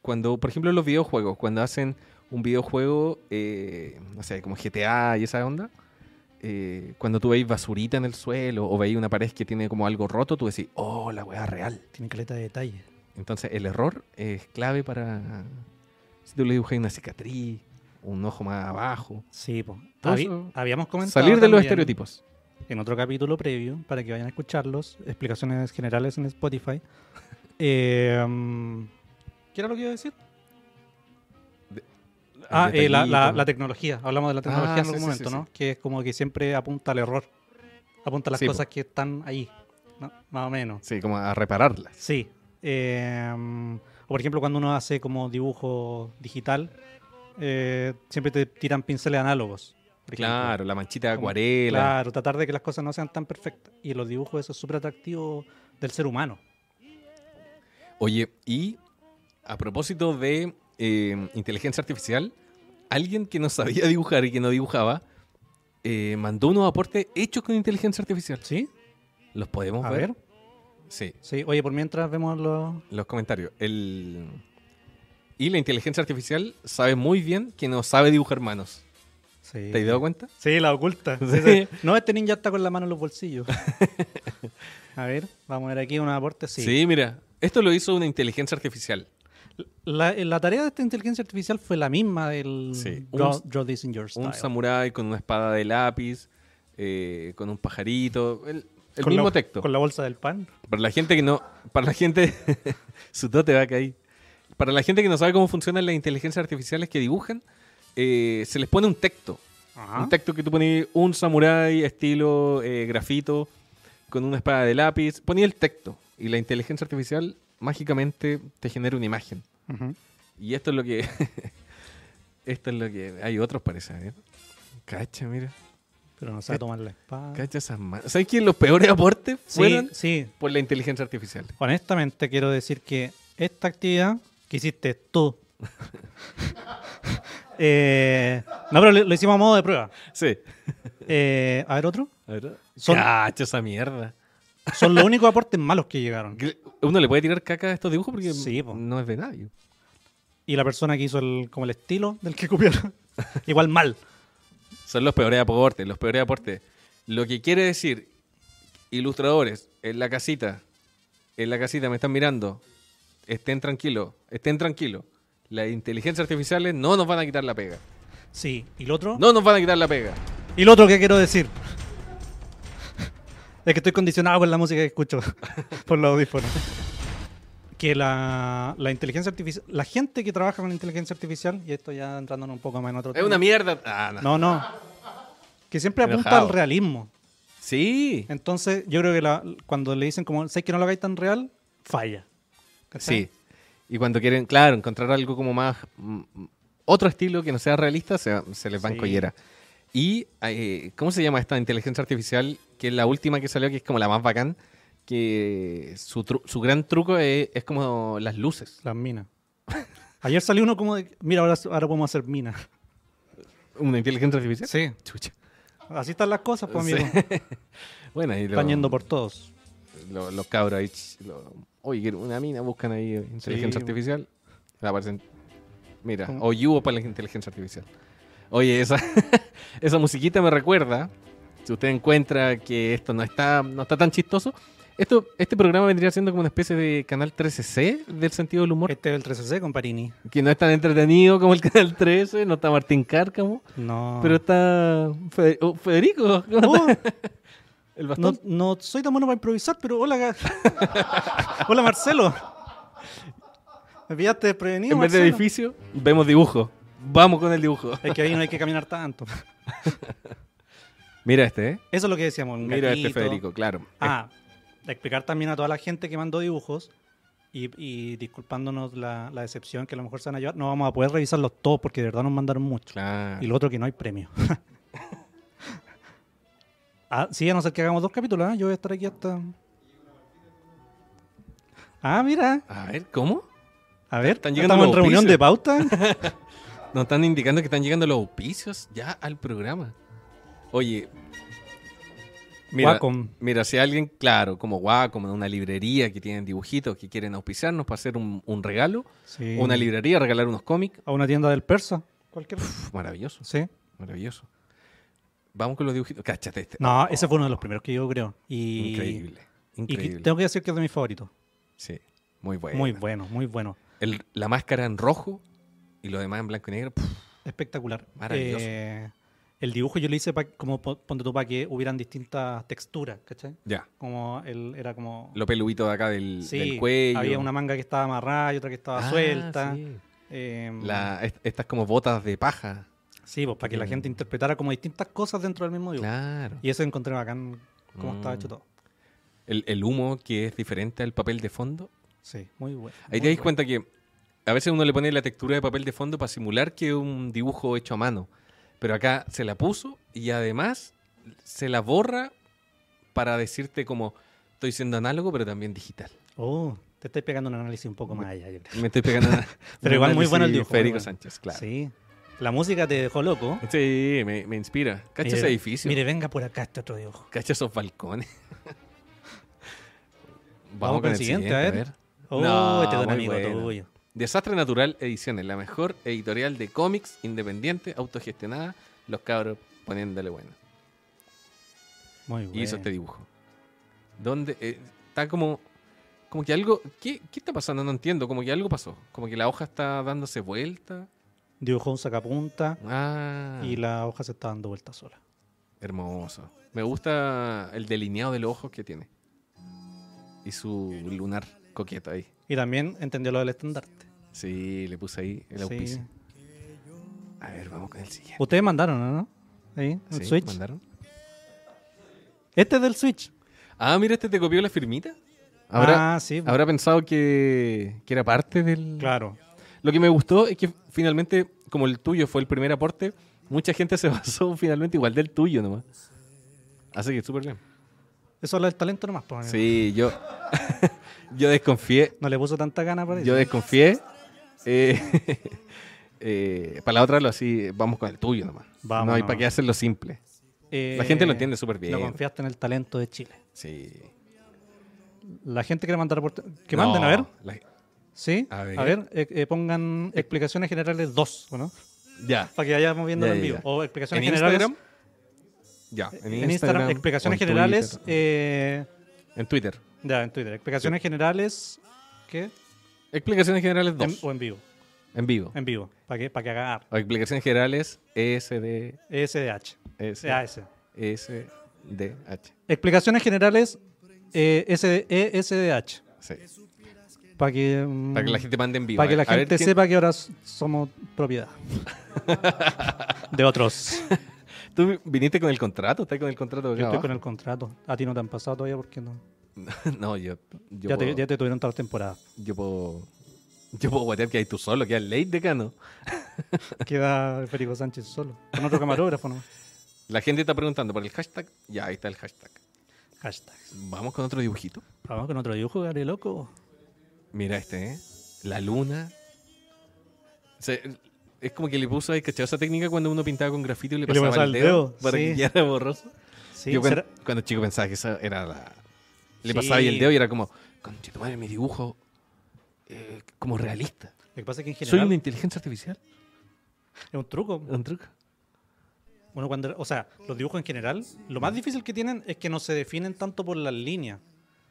[SPEAKER 1] cuando, por ejemplo, en los videojuegos, cuando hacen un videojuego, eh, no sé, como GTA y esa onda, eh, cuando tú veis basurita en el suelo o veis una pared que tiene como algo roto, tú decís, oh, la weá real.
[SPEAKER 2] Tiene caleta de detalle.
[SPEAKER 1] Entonces el error es clave para... Si tú le dibujas una cicatriz, un ojo más abajo.
[SPEAKER 2] Sí, pues.
[SPEAKER 1] Todo eso-
[SPEAKER 2] habíamos comentado.
[SPEAKER 1] Salir de los
[SPEAKER 2] también
[SPEAKER 1] estereotipos.
[SPEAKER 2] En otro capítulo previo, para que vayan a escucharlos, explicaciones generales en Spotify. Eh, mm, ¿Qué era lo que iba a decir? Ah, eh, la, la- la tecnología. Hablamos de la tecnología
[SPEAKER 1] Ah,
[SPEAKER 2] en
[SPEAKER 1] sí,
[SPEAKER 2] algún
[SPEAKER 1] sí,
[SPEAKER 2] momento,
[SPEAKER 1] sí,
[SPEAKER 2] ¿no? Que es como que siempre apunta al error. Apunta a las
[SPEAKER 1] Sí, po.
[SPEAKER 2] cosas que están ahí. ¿no? Más o menos.
[SPEAKER 1] Sí, como a repararlas.
[SPEAKER 2] Sí. Eh, o por ejemplo, cuando uno hace como dibujo digital, eh, siempre te tiran pinceles análogos. por ejemplo.
[SPEAKER 1] Claro, la manchita de
[SPEAKER 2] Como-
[SPEAKER 1] acuarela.
[SPEAKER 2] Claro, tratar de que las cosas no sean tan perfectas. Y los dibujos, eso es súper atractivo del ser humano.
[SPEAKER 1] Oye, y a propósito de eh, inteligencia artificial, alguien que no sabía dibujar y que no dibujaba, eh, mandó unos aportes hechos con inteligencia artificial.
[SPEAKER 2] ¿Sí?
[SPEAKER 1] ¿Los podemos
[SPEAKER 2] A
[SPEAKER 1] ver?
[SPEAKER 2] ver.
[SPEAKER 1] Sí,
[SPEAKER 2] Sí. Oye, por mientras vemos los...
[SPEAKER 1] los comentarios. El... Y la inteligencia artificial sabe muy bien que no sabe dibujar manos.
[SPEAKER 2] Sí.
[SPEAKER 1] ¿Te has dado cuenta?
[SPEAKER 3] Sí, la oculta.
[SPEAKER 1] Sí.
[SPEAKER 2] Sí, sí. No, este ninja está con la mano en los bolsillos. A ver, vamos a ver aquí un aporte. Sí.
[SPEAKER 1] Sí. mira. Esto lo hizo una inteligencia artificial.
[SPEAKER 2] La, la tarea de esta inteligencia artificial fue la misma del
[SPEAKER 1] Sí, un-
[SPEAKER 2] draw, Draw This in Your Style.
[SPEAKER 1] Un samurái con una espada de lápiz, eh, con un pajarito, el, el
[SPEAKER 2] Con la-
[SPEAKER 1] mismo texto.
[SPEAKER 2] Con la bolsa del pan.
[SPEAKER 1] Para la gente que no. Para la gente. su dote va a caer. Para la gente que no sabe cómo funcionan las inteligencias artificiales que dibujan, eh, se les pone un texto. Un texto que tú pones un samurái estilo eh, grafito con una espada de lápiz. Ponía el texto y la inteligencia artificial mágicamente te genera una imagen.
[SPEAKER 2] Ujú.
[SPEAKER 1] Y esto es lo que. esto es lo que. Hay otros, parece. a ver. Cacha, mira.
[SPEAKER 2] Pero no
[SPEAKER 1] Eh,
[SPEAKER 2] sabe tomar la espada.
[SPEAKER 1] Cacha esas manos. ¿Sabes que los peores aportes
[SPEAKER 2] Sí,
[SPEAKER 1] fueron
[SPEAKER 2] sí.
[SPEAKER 1] por la inteligencia artificial?
[SPEAKER 2] Honestamente quiero decir que esta actividad que hiciste tú... Eh, no, pero lo, lo hicimos a modo de prueba.
[SPEAKER 1] Sí.
[SPEAKER 2] Eh, a ver, otro.
[SPEAKER 1] A ver.
[SPEAKER 2] Son-
[SPEAKER 1] Cacha esa mierda.
[SPEAKER 2] Son los únicos aportes malos que llegaron.
[SPEAKER 1] Que Uno le puede tirar caca a estos dibujos porque
[SPEAKER 2] Sí, po.
[SPEAKER 1] no es de nadie.
[SPEAKER 2] Y la persona que hizo el, como el estilo del que copiaron. Igual mal.
[SPEAKER 1] Son los peores aportes, los peores aportes. Lo que quiere decir, ilustradores, en la casita, en la casita me están mirando, estén tranquilos, estén tranquilos. Las inteligencias artificiales no nos van a quitar la pega.
[SPEAKER 2] Sí. ¿Y el otro?
[SPEAKER 1] No nos van a quitar la pega.
[SPEAKER 2] Y lo otro que quiero decir es que estoy condicionado con la música que escucho por los audífonos. Que la, la inteligencia artificial, la gente que trabaja con inteligencia artificial, y esto ya entrándonos un poco más en otro
[SPEAKER 1] Es una mierda. Ah, no.
[SPEAKER 2] No, no. Que siempre apunta
[SPEAKER 1] Enojado.
[SPEAKER 2] al realismo.
[SPEAKER 1] Sí.
[SPEAKER 2] Entonces, yo creo que la- cuando le dicen como, sé que no lo hagáis tan real, falla. ¿Cachai?
[SPEAKER 1] Sí. Y cuando quieren, claro, encontrar algo como más. mm, otro estilo que no sea realista, se, se les va en
[SPEAKER 2] Sí.
[SPEAKER 1] collera. Y, eh, ¿cómo se llama esta inteligencia artificial? Que es la última que salió, que es como la más bacán. Que su, tru- su gran truco es, es como las luces.
[SPEAKER 2] Las minas. Ayer salió uno como de, mira, ahora, ahora podemos hacer minas.
[SPEAKER 1] Una inteligencia artificial.
[SPEAKER 2] Sí.
[SPEAKER 1] Chucha.
[SPEAKER 2] Así están las cosas, pues,
[SPEAKER 1] Sí.
[SPEAKER 2] amigo.
[SPEAKER 1] Bueno, ahí lo-
[SPEAKER 2] Están yendo por todos.
[SPEAKER 1] lo- los cabros ahí. ch- lo- Oye, quiero una mina, buscan ahí eh, inteligencia
[SPEAKER 2] Sí.
[SPEAKER 1] artificial. Le aparecen. Mira,
[SPEAKER 2] ¿Cómo?
[SPEAKER 1] o yugo para la inteligencia artificial. Oye, esa, esa musiquita me recuerda. Si usted encuentra que esto no está, no está tan chistoso, esto, este programa vendría siendo como una especie de canal 13C del sentido del humor.
[SPEAKER 2] Este es el 13C con Parini.
[SPEAKER 1] Que no es tan entretenido como el canal 13, no está Martín Cárcamo,
[SPEAKER 2] No.
[SPEAKER 1] pero está Fede- oh, Federico, ¿cómo está?
[SPEAKER 2] Oh,
[SPEAKER 1] el
[SPEAKER 2] no,
[SPEAKER 1] bastón.
[SPEAKER 2] no soy tan bueno para improvisar, pero hola. ga- hola, Marcelo. Me pillaste desprevenido,
[SPEAKER 1] en vez de
[SPEAKER 2] Marcelo.
[SPEAKER 1] edificio, vemos dibujo. Vamos con el dibujo.
[SPEAKER 2] Es que ahí no hay que caminar tanto.
[SPEAKER 1] Mira este, ¿eh?
[SPEAKER 2] Eso es lo que decíamos. un
[SPEAKER 1] Mira este
[SPEAKER 2] gatito.
[SPEAKER 1] Federico, claro.
[SPEAKER 2] Ah, de explicar también a toda la gente que mandó dibujos y, y disculpándonos la, la decepción que a lo mejor se van a llevar. No vamos a poder revisarlos todos porque de verdad nos mandaron mucho.
[SPEAKER 1] Claro.
[SPEAKER 2] Y lo otro que no hay premio. ah, sí, a no ser que hagamos dos capítulos, ¿ah? yo voy a estar aquí hasta... Ah, mira.
[SPEAKER 1] A ver, ¿cómo?
[SPEAKER 2] A ver,
[SPEAKER 1] Están llegando
[SPEAKER 2] estamos en
[SPEAKER 1] los
[SPEAKER 2] reunión
[SPEAKER 1] auspicios.
[SPEAKER 2] de pauta.
[SPEAKER 1] Nos están indicando que están llegando los auspicios ya al programa. Oye. Mira,
[SPEAKER 2] Wacom.
[SPEAKER 1] mira, si alguien, claro, como Wacom, una librería que tienen dibujitos, que quieren auspiciarnos para hacer un, un regalo,
[SPEAKER 2] Sí.
[SPEAKER 1] una librería, regalar unos cómics,
[SPEAKER 2] A una tienda del persa. Cualquier.
[SPEAKER 1] Uf, maravilloso,
[SPEAKER 2] Sí.
[SPEAKER 1] maravilloso. Vamos con los dibujitos. Cáchate este.
[SPEAKER 2] No, ese fue uno de los primeros que yo creo. Y,
[SPEAKER 1] Increíble.
[SPEAKER 2] y que-
[SPEAKER 1] Increíble.
[SPEAKER 2] tengo que decir que es de mis favoritos.
[SPEAKER 1] Sí, muy bueno.
[SPEAKER 2] Muy bueno, muy bueno.
[SPEAKER 1] El- la máscara en rojo y lo demás en blanco y negro. Puf,
[SPEAKER 2] Espectacular.
[SPEAKER 1] Maravilloso.
[SPEAKER 2] Eh, el dibujo yo lo hice pa- como po- ponte tú para que hubieran distintas texturas, ¿cachai?
[SPEAKER 1] ya.
[SPEAKER 2] Como el, era como.
[SPEAKER 1] Lo peludito de acá del,
[SPEAKER 2] Sí,
[SPEAKER 1] del cuello.
[SPEAKER 2] había una manga que estaba amarrada y otra que estaba
[SPEAKER 1] Ah,
[SPEAKER 2] suelta.
[SPEAKER 1] sí.
[SPEAKER 2] Em,
[SPEAKER 1] La- est- estas como botas de paja.
[SPEAKER 2] Sí, pues para que la
[SPEAKER 1] Mm.
[SPEAKER 2] gente interpretara como distintas cosas dentro del mismo dibujo.
[SPEAKER 1] Claro.
[SPEAKER 2] Y eso encontré bacán cómo estaba
[SPEAKER 1] Mm.
[SPEAKER 2] hecho todo.
[SPEAKER 1] El, el humo que es diferente al papel de fondo.
[SPEAKER 2] Sí, muy bueno.
[SPEAKER 1] Ahí te das
[SPEAKER 2] muy bueno.
[SPEAKER 1] cuenta que a veces uno le pone la textura de papel de fondo para simular que es un dibujo hecho a mano. Pero acá se la puso y además se la borra para decirte como estoy siendo análogo pero también digital.
[SPEAKER 2] Oh, te estoy pegando un análisis un poco más allá, yo creo.
[SPEAKER 1] Me estoy pegando. una-
[SPEAKER 2] Pero igual muy bueno el
[SPEAKER 1] análisis
[SPEAKER 2] dibujo, muy
[SPEAKER 1] Federico
[SPEAKER 2] bueno.
[SPEAKER 1] Sánchez, claro. Sí,
[SPEAKER 2] Sí. La música te dejó loco.
[SPEAKER 1] me, me inspira. Cacha
[SPEAKER 2] Mire,
[SPEAKER 1] ese edificio.
[SPEAKER 2] Mire, venga por acá este otro dibujo.
[SPEAKER 1] Cacha esos balcones. Vamos,
[SPEAKER 2] con el siguiente, a ver. Oh,
[SPEAKER 1] No,
[SPEAKER 2] este es un
[SPEAKER 1] muy
[SPEAKER 2] amigo
[SPEAKER 1] bueno.
[SPEAKER 2] tuyo.
[SPEAKER 1] Desastre Natural Ediciones, la mejor editorial de cómics independiente, autogestionada. Los cabros poniéndole bueno.
[SPEAKER 2] Muy
[SPEAKER 1] Y
[SPEAKER 2] bueno.
[SPEAKER 1] hizo este dibujo. Donde eh, está como. Como que algo. ¿qué, ¿Qué está pasando? No entiendo. Como que algo pasó. Como que la hoja está dándose vuelta.
[SPEAKER 2] Dibujó un sacapunta
[SPEAKER 1] Ah.
[SPEAKER 2] y la hoja se está dando vuelta sola.
[SPEAKER 1] Hermoso. Me gusta el delineado de los ojos que tiene. Y su lunar coqueto ahí.
[SPEAKER 2] Y también entendió lo del estandarte.
[SPEAKER 1] Sí, le puse ahí el
[SPEAKER 2] Sí.
[SPEAKER 1] auspicio. A ver, vamos con el siguiente.
[SPEAKER 2] Ustedes mandaron, ¿no? Ahí, el
[SPEAKER 1] Sí,
[SPEAKER 2] Switch.
[SPEAKER 1] ¿mandaron?
[SPEAKER 2] Este es del Switch.
[SPEAKER 1] Ah, mira, este te copió la firmita. Habrá,
[SPEAKER 2] ah, sí.
[SPEAKER 1] habrá pensado que, que era parte del...
[SPEAKER 2] Claro.
[SPEAKER 1] Lo que me gustó es que finalmente, como el tuyo fue el primer aporte, mucha gente se basó finalmente igual del tuyo nomás. Así que súper bien.
[SPEAKER 2] Eso es lo del talento nomás. pues, amigo.
[SPEAKER 1] Sí, yo, yo desconfié
[SPEAKER 2] No le puso tanta gana para eso.
[SPEAKER 1] Yo desconfié. Eh, eh, para la otra, lo así, vamos con el tuyo nomás.
[SPEAKER 2] Vamos
[SPEAKER 1] no hay
[SPEAKER 2] nomás.
[SPEAKER 1] para qué hacerlo simple.
[SPEAKER 2] Eh,
[SPEAKER 1] La gente lo entiende súper
[SPEAKER 2] No
[SPEAKER 1] bien.
[SPEAKER 2] confiaste en el talento de Chile.
[SPEAKER 1] Sí.
[SPEAKER 2] La gente quiere mandar reporte- Que
[SPEAKER 1] No,
[SPEAKER 2] manden, a ver.
[SPEAKER 1] la-
[SPEAKER 2] Sí.
[SPEAKER 1] A
[SPEAKER 2] A
[SPEAKER 1] ver.
[SPEAKER 2] ver, eh, eh, pongan explicaciones generales 2, ¿o no?
[SPEAKER 1] ya.
[SPEAKER 2] Para que vayamos viendo
[SPEAKER 1] Ya,
[SPEAKER 2] en
[SPEAKER 1] ya,
[SPEAKER 2] vivo.
[SPEAKER 1] ya.
[SPEAKER 2] O explicaciones
[SPEAKER 1] ¿En
[SPEAKER 2] generales.
[SPEAKER 1] Instagram? Ya.
[SPEAKER 2] En Instagram, explicaciones
[SPEAKER 1] o en
[SPEAKER 2] generales.
[SPEAKER 1] Twitter.
[SPEAKER 2] eh,
[SPEAKER 1] en Twitter.
[SPEAKER 2] ya, en Twitter. Explicaciones generales. ¿Qué?
[SPEAKER 1] Explicaciones generales
[SPEAKER 2] En-
[SPEAKER 1] 2. En,
[SPEAKER 2] o en vivo.
[SPEAKER 1] vivo.
[SPEAKER 2] En vivo. Para que, para que haga ar-
[SPEAKER 1] O explicaciones generales SD.
[SPEAKER 2] SDH.
[SPEAKER 1] S,
[SPEAKER 2] SAS.
[SPEAKER 1] SDH.
[SPEAKER 2] Explicaciones generales eh, SD, ESDH.
[SPEAKER 1] Sí.
[SPEAKER 2] Para que,
[SPEAKER 1] Para que la
[SPEAKER 2] mm,
[SPEAKER 1] gente mande en vivo.
[SPEAKER 2] Para que
[SPEAKER 1] A
[SPEAKER 2] la
[SPEAKER 1] ver
[SPEAKER 2] gente
[SPEAKER 1] quién-
[SPEAKER 2] sepa que ahora s- somos propiedad de otros.
[SPEAKER 1] Tú viniste con el contrato, estás con el contrato. acá
[SPEAKER 2] Yo estoy con el
[SPEAKER 1] abajo?
[SPEAKER 2] contrato. A ti no te han pasado todavía porque no.
[SPEAKER 1] No, yo. yo
[SPEAKER 2] Ya te,
[SPEAKER 1] puedo-
[SPEAKER 2] ya te tuvieron toda la temporada.
[SPEAKER 1] Yo puedo. Yo puedo guatear que hay tú solo, que hay ley de cano.
[SPEAKER 2] Queda Federico Sánchez solo. Con otro camarógrafo, ¿no?
[SPEAKER 1] La gente está preguntando por el hashtag. Ya, ahí está el hashtag.
[SPEAKER 2] Hashtag.
[SPEAKER 1] Vamos con otro dibujito.
[SPEAKER 2] Vamos con otro dibujo, Gary Loco.
[SPEAKER 1] Mira este, ¿eh? La luna. Se- es como que le puso ahí, ¿cachai? Esa técnica cuando uno pintaba con grafito y le
[SPEAKER 2] Y le
[SPEAKER 1] pasaba,
[SPEAKER 2] pasaba
[SPEAKER 1] el
[SPEAKER 2] el
[SPEAKER 1] dedo,
[SPEAKER 2] dedo,
[SPEAKER 1] para
[SPEAKER 2] sí.
[SPEAKER 1] que quedara borroso.
[SPEAKER 2] Sí,
[SPEAKER 1] Yo cuando,
[SPEAKER 2] será-
[SPEAKER 1] cuando chico pensaba que esa era la. Le
[SPEAKER 2] Sí.
[SPEAKER 1] pasaba ahí el dedo y era como, conche tu madre, mi dibujo. eh, como realista.
[SPEAKER 2] Lo que pasa es que en
[SPEAKER 1] Soy
[SPEAKER 2] general
[SPEAKER 1] una inteligencia artificial.
[SPEAKER 2] es un truco.
[SPEAKER 1] Un truco.
[SPEAKER 2] Uno cuando, o sea, los dibujos en general, lo más difícil que tienen es que no se definen tanto por las líneas,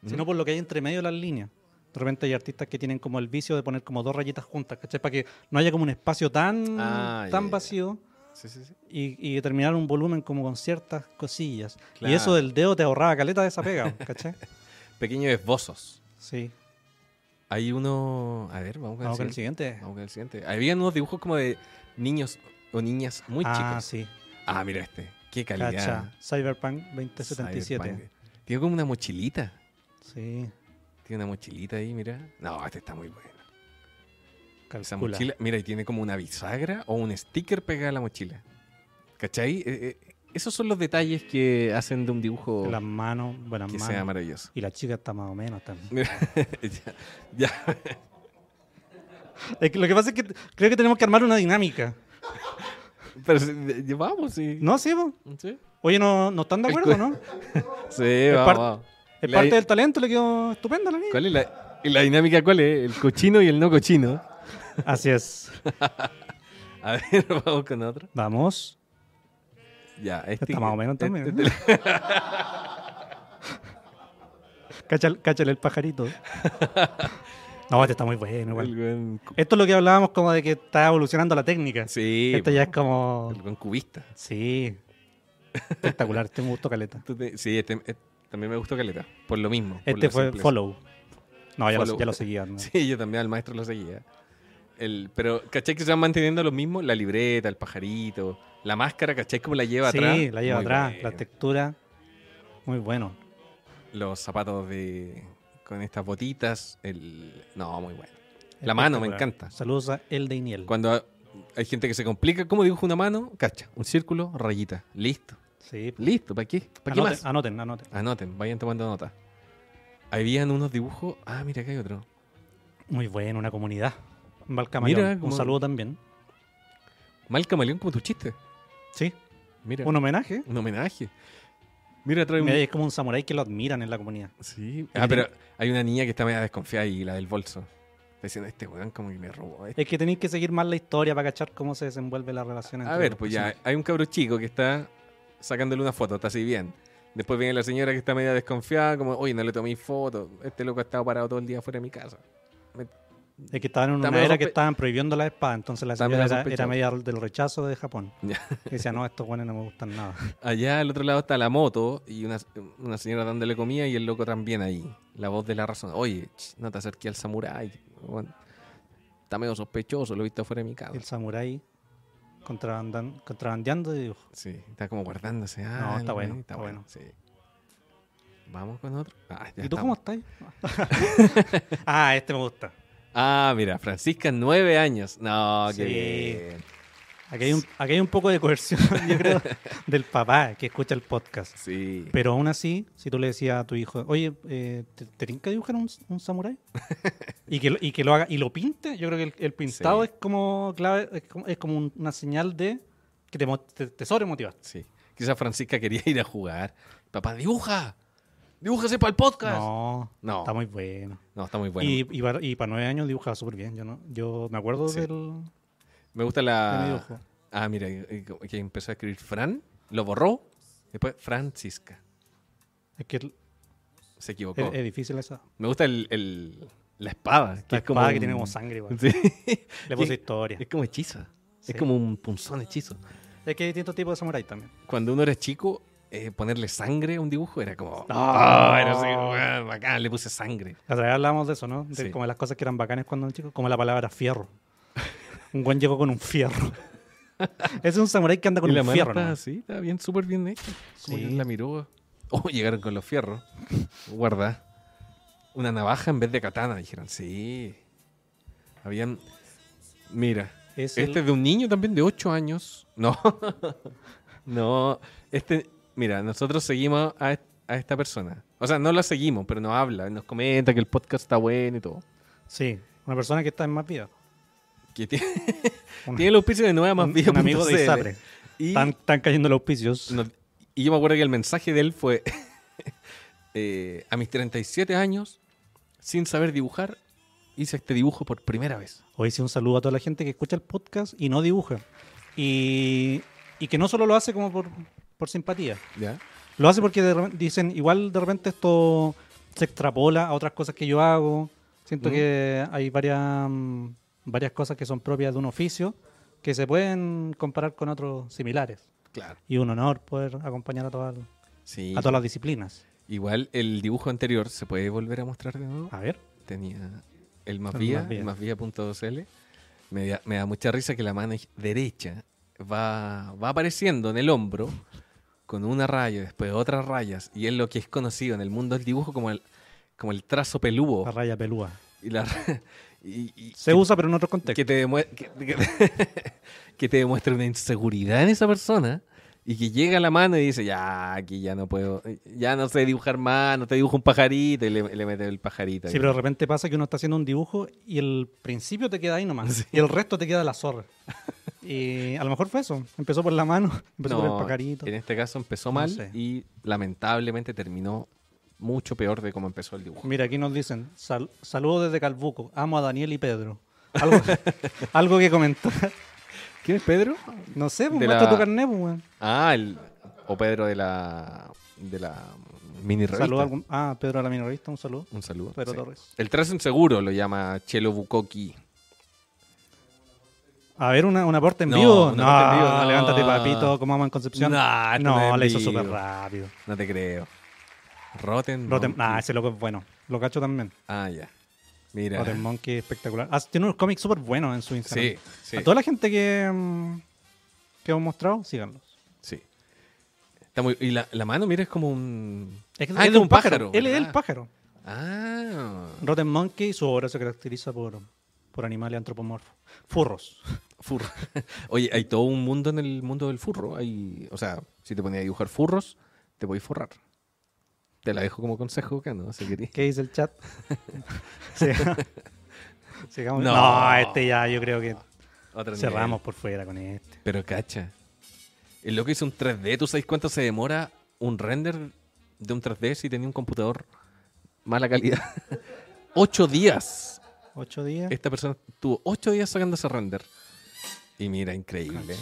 [SPEAKER 2] sino por lo que hay entre medio de las líneas. De repente hay artistas que tienen como el vicio de poner como dos rayitas juntas, ¿cachai? Para que no haya como un espacio tan,
[SPEAKER 1] Ah, ya, ya,
[SPEAKER 2] tan
[SPEAKER 1] ya.
[SPEAKER 2] vacío
[SPEAKER 1] Sí, sí, sí.
[SPEAKER 2] y, y terminar un volumen como con ciertas cosillas. Y
[SPEAKER 1] Claro.
[SPEAKER 2] eso del dedo te ahorraba caleta de esa pega, ¿cachai?
[SPEAKER 1] Pequeños esbozos.
[SPEAKER 2] Sí.
[SPEAKER 1] Hay uno. A ver, vamos con,
[SPEAKER 2] Vamos con
[SPEAKER 1] el,
[SPEAKER 2] el
[SPEAKER 1] siguiente.
[SPEAKER 2] siguiente.
[SPEAKER 1] Vamos con el siguiente. Habían unos dibujos como de niños o niñas muy
[SPEAKER 2] ah,
[SPEAKER 1] chicos.
[SPEAKER 2] sí.
[SPEAKER 1] Ah, mira este. Qué calidad.
[SPEAKER 2] Cacha. Cyberpunk 2077.
[SPEAKER 1] Cyberpunk. Tiene como una mochilita.
[SPEAKER 2] Sí.
[SPEAKER 1] Tiene una mochilita ahí, mira. No, este está muy bueno. Esa
[SPEAKER 2] calcula.
[SPEAKER 1] mochila, mira, y tiene como una bisagra o un sticker pegada a la mochila. ¿Cachai? Eh, eh, esos son los detalles que hacen de un dibujo
[SPEAKER 2] Las manos, buenas
[SPEAKER 1] oh. que
[SPEAKER 2] manos.
[SPEAKER 1] sea maravilloso.
[SPEAKER 2] Y la chica está más o menos también.
[SPEAKER 1] ya, ya.
[SPEAKER 2] Es que Eh, lo que pasa es que t- creo que tenemos que armar una dinámica.
[SPEAKER 1] Pero sí, vamos, sí.
[SPEAKER 2] ¿No, sí? po?
[SPEAKER 1] Sí,
[SPEAKER 2] Oye, ¿no, no están de
[SPEAKER 1] El
[SPEAKER 2] acuerdo,
[SPEAKER 1] cu-
[SPEAKER 2] no?
[SPEAKER 1] sí vamos,
[SPEAKER 2] par-
[SPEAKER 1] vamos.
[SPEAKER 2] Es
[SPEAKER 1] La-
[SPEAKER 2] parte del talento, le quedó estupenda la niña.
[SPEAKER 1] ¿Cuál es la, y la dinámica? ¿Cuál es? El cochino y el no cochino.
[SPEAKER 2] Así es.
[SPEAKER 1] A ver, vamos con otro.
[SPEAKER 3] Vamos.
[SPEAKER 1] Ya, este.
[SPEAKER 3] Está más o menos
[SPEAKER 1] este-
[SPEAKER 3] también,
[SPEAKER 1] este-
[SPEAKER 3] Cáchale, cáchale el pajarito. No, este está muy bueno igual.
[SPEAKER 1] el buen cu-
[SPEAKER 2] Esto es lo que hablábamos como de que está evolucionando la técnica.
[SPEAKER 1] Sí.
[SPEAKER 3] Este
[SPEAKER 2] Esto ya es como...
[SPEAKER 1] El buen cubista.
[SPEAKER 2] Sí. Espectacular, este me gustó caleta.
[SPEAKER 1] Tú te- Sí, este, este también me gustó Caleta. Por lo mismo. por
[SPEAKER 2] Este
[SPEAKER 1] la
[SPEAKER 2] fue
[SPEAKER 1] simpleza.
[SPEAKER 2] Follow. No, ya,
[SPEAKER 1] Follow.
[SPEAKER 2] Lo, ya lo seguían. ¿no?
[SPEAKER 1] Sí, yo también al maestro lo seguía. El, pero, ¿cachai que se van manteniendo los mismos? La libreta, el pajarito, la máscara, ¿cachai como la lleva
[SPEAKER 2] Sí,
[SPEAKER 1] atrás?
[SPEAKER 2] la lleva
[SPEAKER 1] Muy
[SPEAKER 2] atrás,
[SPEAKER 1] bueno.
[SPEAKER 2] la textura. Muy bueno.
[SPEAKER 1] Los zapatos de con estas botitas. El... No, muy bueno. La mano, me
[SPEAKER 2] Espectacular.
[SPEAKER 1] encanta.
[SPEAKER 2] Saludos a El de Iniel.
[SPEAKER 1] Cuando ha- hay gente que se complica, ¿cómo dibujo una mano? Cacha, un círculo, rayita. Listo.
[SPEAKER 2] Sí. pues.
[SPEAKER 1] Listo, ¿para qué? ¿Para qué
[SPEAKER 2] Anoten, ah.
[SPEAKER 1] más?
[SPEAKER 2] anoten, anoten.
[SPEAKER 1] Anoten, vayan tomando nota. Habían unos dibujos. Ah, mira, acá hay otro.
[SPEAKER 2] Muy bueno, una comunidad. Valcamayón.
[SPEAKER 1] Mira,
[SPEAKER 2] Un
[SPEAKER 1] como-
[SPEAKER 2] saludo también.
[SPEAKER 1] Mal camaleón como tu chiste.
[SPEAKER 2] Sí.
[SPEAKER 1] Mira.
[SPEAKER 2] Un homenaje.
[SPEAKER 1] Un homenaje. Mira, trae un.
[SPEAKER 2] Mira, Es como un samurái que lo admiran en la comunidad.
[SPEAKER 1] Sí. Ah, pero hay una niña que está media desconfiada y la del bolso. Está diciendo, este weón como que me robó. esto".
[SPEAKER 2] Es que tenéis que seguir más la historia para cachar cómo se desenvuelve la relación entre
[SPEAKER 1] A ver,
[SPEAKER 2] los
[SPEAKER 1] pues ya,
[SPEAKER 2] personajes.
[SPEAKER 1] hay un cabro chico que está sacándole una foto, está así bien. Después viene la señora que está media desconfiada, como, oye, no le tomé foto. Este loco ha estado parado todo el día fuera de mi casa.
[SPEAKER 2] Es que estaban en
[SPEAKER 1] Está
[SPEAKER 2] una
[SPEAKER 1] medio
[SPEAKER 2] era que
[SPEAKER 1] sospe-
[SPEAKER 2] estaban prohibiendo la espada, entonces la
[SPEAKER 1] Está
[SPEAKER 2] señora
[SPEAKER 1] medio
[SPEAKER 2] era,
[SPEAKER 1] sospechoso.
[SPEAKER 2] era media del rechazo de Japón.
[SPEAKER 1] Ya.
[SPEAKER 2] Que decía, no, estos buenos no me gustan nada.
[SPEAKER 1] Allá al otro lado está la moto y una, una señora dándole comida y el loco también ahí. La voz de la razón. Oye, ch, no te acerqué al samurái. weón. Está medio sospechoso, lo he visto fuera de mi casa.
[SPEAKER 2] El samurái contrabandan- contrabandeando de dibujo.
[SPEAKER 1] Sí, está como guardándose. Ah,
[SPEAKER 2] No, está
[SPEAKER 1] el-
[SPEAKER 2] bueno,
[SPEAKER 1] Está
[SPEAKER 2] está
[SPEAKER 1] bueno,
[SPEAKER 2] bueno.
[SPEAKER 1] sí. Vamos con otro. Ah, ya
[SPEAKER 2] ¿Y tú
[SPEAKER 1] estamos.
[SPEAKER 2] cómo estás? ah, este me gusta.
[SPEAKER 1] Ah, mira, Francisca, nueve años. No, qué
[SPEAKER 2] Sí.
[SPEAKER 1] bien.
[SPEAKER 2] Aquí hay, un, aquí hay un poco de coerción, yo creo, del papá que escucha el podcast.
[SPEAKER 1] Sí.
[SPEAKER 2] Pero aún así, si tú le decías a tu hijo, oye, eh, ¿te, te tinca dibujar un, un samurái? y, que, lo- y que lo haga y lo pinte, yo creo que el, el pintado
[SPEAKER 1] Sí.
[SPEAKER 2] es como clave, es como, es como un- una señal de que te, mo- te, te sobremotivaste.
[SPEAKER 1] sí. Quizás Francisca quería ir a jugar. Papá, dibuja. Dibújase para el podcast. No,
[SPEAKER 2] No,
[SPEAKER 1] No.
[SPEAKER 2] está muy bueno.
[SPEAKER 1] está muy bueno.
[SPEAKER 2] Y, y para, y para nueve años dibujaba súper bien. Yo, no, yo me acuerdo
[SPEAKER 1] Sí.
[SPEAKER 2] del, de
[SPEAKER 1] Me gusta
[SPEAKER 2] mi
[SPEAKER 1] la.
[SPEAKER 2] dibujo.
[SPEAKER 1] Ah, mira, y- y como que empezó a escribir Fran, lo borró. Después Francisca.
[SPEAKER 2] Es que es,
[SPEAKER 1] Se equivocó.
[SPEAKER 2] es difícil esa.
[SPEAKER 1] Me gusta el, el- la espada. que
[SPEAKER 2] La
[SPEAKER 1] es como
[SPEAKER 2] espada
[SPEAKER 1] un-
[SPEAKER 2] que tiene como sangre. igual.
[SPEAKER 1] Sí.
[SPEAKER 2] Le puse
[SPEAKER 1] Y-
[SPEAKER 2] historia.
[SPEAKER 1] Es como hechizo.
[SPEAKER 2] Sí.
[SPEAKER 1] Es como un punzón hechizo.
[SPEAKER 2] Es que hay distintos tipos de samurái también.
[SPEAKER 1] Cuando uno era chico, eh, ponerle sangre a un dibujo era como.
[SPEAKER 2] Ah.
[SPEAKER 1] "Oh, era así, weón, bacán, le puse sangre.
[SPEAKER 2] La otra vez hablábamos de eso, ¿no? De
[SPEAKER 1] Sí.
[SPEAKER 2] como las cosas que eran bacanes cuando eran chicos, como la palabra fierro. Un buen llegó con un fierro. Ese es un samurái que anda con
[SPEAKER 1] y la
[SPEAKER 2] un
[SPEAKER 1] mano
[SPEAKER 2] fierro.
[SPEAKER 1] está
[SPEAKER 2] ¿no?
[SPEAKER 1] así, está bien, súper bien hecha. Como
[SPEAKER 2] Sí.
[SPEAKER 1] que la miró. Oh, llegaron con los fierros. Guarda. Una navaja en vez de katana, dijeron. Sí. Habían. Mira.
[SPEAKER 2] Es
[SPEAKER 1] este es
[SPEAKER 2] el-
[SPEAKER 1] de un niño también de 8 años. No. no. Este. Mira, nosotros seguimos a, est- a esta persona. O sea, no la seguimos, pero nos habla, nos comenta que el podcast está bueno y todo.
[SPEAKER 2] Sí, una persona que está en más vida.
[SPEAKER 1] Que tiene,
[SPEAKER 2] Un,
[SPEAKER 1] tiene el auspicio de nueva más
[SPEAKER 2] un-
[SPEAKER 1] Vida
[SPEAKER 2] un amigo
[SPEAKER 1] punto CL.
[SPEAKER 2] de Isapre.
[SPEAKER 1] Y
[SPEAKER 2] Están, están cayendo los auspicios.
[SPEAKER 1] No- y yo me acuerdo que el mensaje de él fue, eh, a mis 37 años, sin saber dibujar, hice este dibujo por primera vez.
[SPEAKER 2] Hoy sí, un saludo a toda la gente que escucha el podcast y no dibuja. Y, y que no solo lo hace como por, por simpatía.
[SPEAKER 1] ¿Ya?
[SPEAKER 2] Lo hace porque de repen- dicen, igual de repente esto se extrapola a otras cosas que yo hago. Siento
[SPEAKER 1] Mm.
[SPEAKER 2] que hay varias, mm, varias cosas que son propias de un oficio que se pueden comparar con otros similares.
[SPEAKER 1] Claro.
[SPEAKER 2] Y un honor poder acompañar a, todas
[SPEAKER 1] Sí.
[SPEAKER 2] a todas las disciplinas.
[SPEAKER 1] Igual el dibujo anterior se puede volver a mostrar de nuevo.
[SPEAKER 2] A ver,
[SPEAKER 1] Tenía el más
[SPEAKER 2] Ah. El
[SPEAKER 1] vía,
[SPEAKER 2] Más Vía.
[SPEAKER 1] el más vía punto CL. Me, da- me da mucha risa que la mano derecha va, va apareciendo en el hombro con una raya, después otras rayas. Y es lo que es conocido en el mundo del dibujo como el, como el trazo peludo.
[SPEAKER 2] la raya pelúa.
[SPEAKER 1] Y la- y- Oh. y-
[SPEAKER 2] Se
[SPEAKER 1] que,
[SPEAKER 2] usa, pero en otros
[SPEAKER 1] que
[SPEAKER 2] contextos.
[SPEAKER 1] te demue- que- que- que te demuestra una inseguridad en esa persona y que llega a la mano y dice, ya, aquí ya no puedo, ya no sé dibujar más, no te dibujo un pajarito y le, le mete el pajarito. ahí.
[SPEAKER 2] Sí, pero de repente pasa que uno está haciendo un dibujo y el principio te queda ahí nomás. Y el resto te queda la zorra. y a lo mejor fue eso. Empezó por la mano, empezó por
[SPEAKER 1] No,
[SPEAKER 2] el pajarito.
[SPEAKER 1] En este caso empezó
[SPEAKER 2] No
[SPEAKER 1] mal
[SPEAKER 2] sé.
[SPEAKER 1] y lamentablemente terminó mucho peor de cómo empezó el dibujo.
[SPEAKER 2] Mira, aquí nos dicen, "Sal- saludos desde Calbuco, amo a Daniel y Pedro. Algo, algo que comentar ¿Quién es Pedro? No sé, pues
[SPEAKER 1] De
[SPEAKER 2] muestra
[SPEAKER 1] la-
[SPEAKER 2] tu carnet, pues, weón.
[SPEAKER 1] Ah, el. O Pedro de la. De la mini revista.
[SPEAKER 2] Saluda
[SPEAKER 4] algún- Ah, Pedro a la minorista, un saludo.
[SPEAKER 1] Un saludo.
[SPEAKER 4] Pedro
[SPEAKER 1] sí.
[SPEAKER 4] Torres.
[SPEAKER 1] El trazo inseguro lo llama Chelo Bukoki.
[SPEAKER 2] A ver, una, un aporte en
[SPEAKER 1] No,
[SPEAKER 2] vivo.
[SPEAKER 1] un
[SPEAKER 2] No,
[SPEAKER 1] aporte en vivo, no.
[SPEAKER 2] levántate, papito, como ama en Concepción.
[SPEAKER 1] Nah, esto no
[SPEAKER 2] no,
[SPEAKER 1] es en
[SPEAKER 2] le hizo
[SPEAKER 1] vivo.
[SPEAKER 2] súper rápido.
[SPEAKER 1] No te creo. Rotten.
[SPEAKER 2] Rotten-
[SPEAKER 1] Monkey.
[SPEAKER 2] ah, ese loco es bueno. Lo cacho también.
[SPEAKER 1] Ah, ya. Mira.
[SPEAKER 2] Rotten Monkey espectacular. Ah, tiene unos cómics súper buenos en su Instagram.
[SPEAKER 1] Sí, sí,
[SPEAKER 2] A toda la gente que, mm, que hemos mostrado, síganlos.
[SPEAKER 1] sí. Está muy- y la, la mano, mira, es como un.
[SPEAKER 2] Es que
[SPEAKER 1] Ah,
[SPEAKER 2] él
[SPEAKER 1] es
[SPEAKER 2] es
[SPEAKER 1] de
[SPEAKER 2] un pájaro.
[SPEAKER 1] pájaro,
[SPEAKER 2] Él es el
[SPEAKER 1] ¿verdad?
[SPEAKER 2] pájaro.
[SPEAKER 1] Ah.
[SPEAKER 2] Rotten Monkey, su obra se caracteriza por, por animales antropomorfos. Furros.
[SPEAKER 1] Furro. Oye, hay todo un mundo en el mundo del furro. Hay, o sea, si te ponías a dibujar furros, te podías forrar. Te la dejo como consejo, que no si querés.
[SPEAKER 2] ¿Qué dice el chat? Siga- Sigamos.
[SPEAKER 1] No.
[SPEAKER 2] No. este ya yo creo que
[SPEAKER 1] Otro
[SPEAKER 2] cerramos por fuera con este.
[SPEAKER 1] nivel. Pero cacha. El loco hizo un 3D. ¿Tú sabes cuánto se demora un render de un 3D si tenía un computador mala calidad? Ocho días.
[SPEAKER 2] Ocho días.
[SPEAKER 1] Esta persona tuvo ocho días sacando ese render. Y mira, increíble.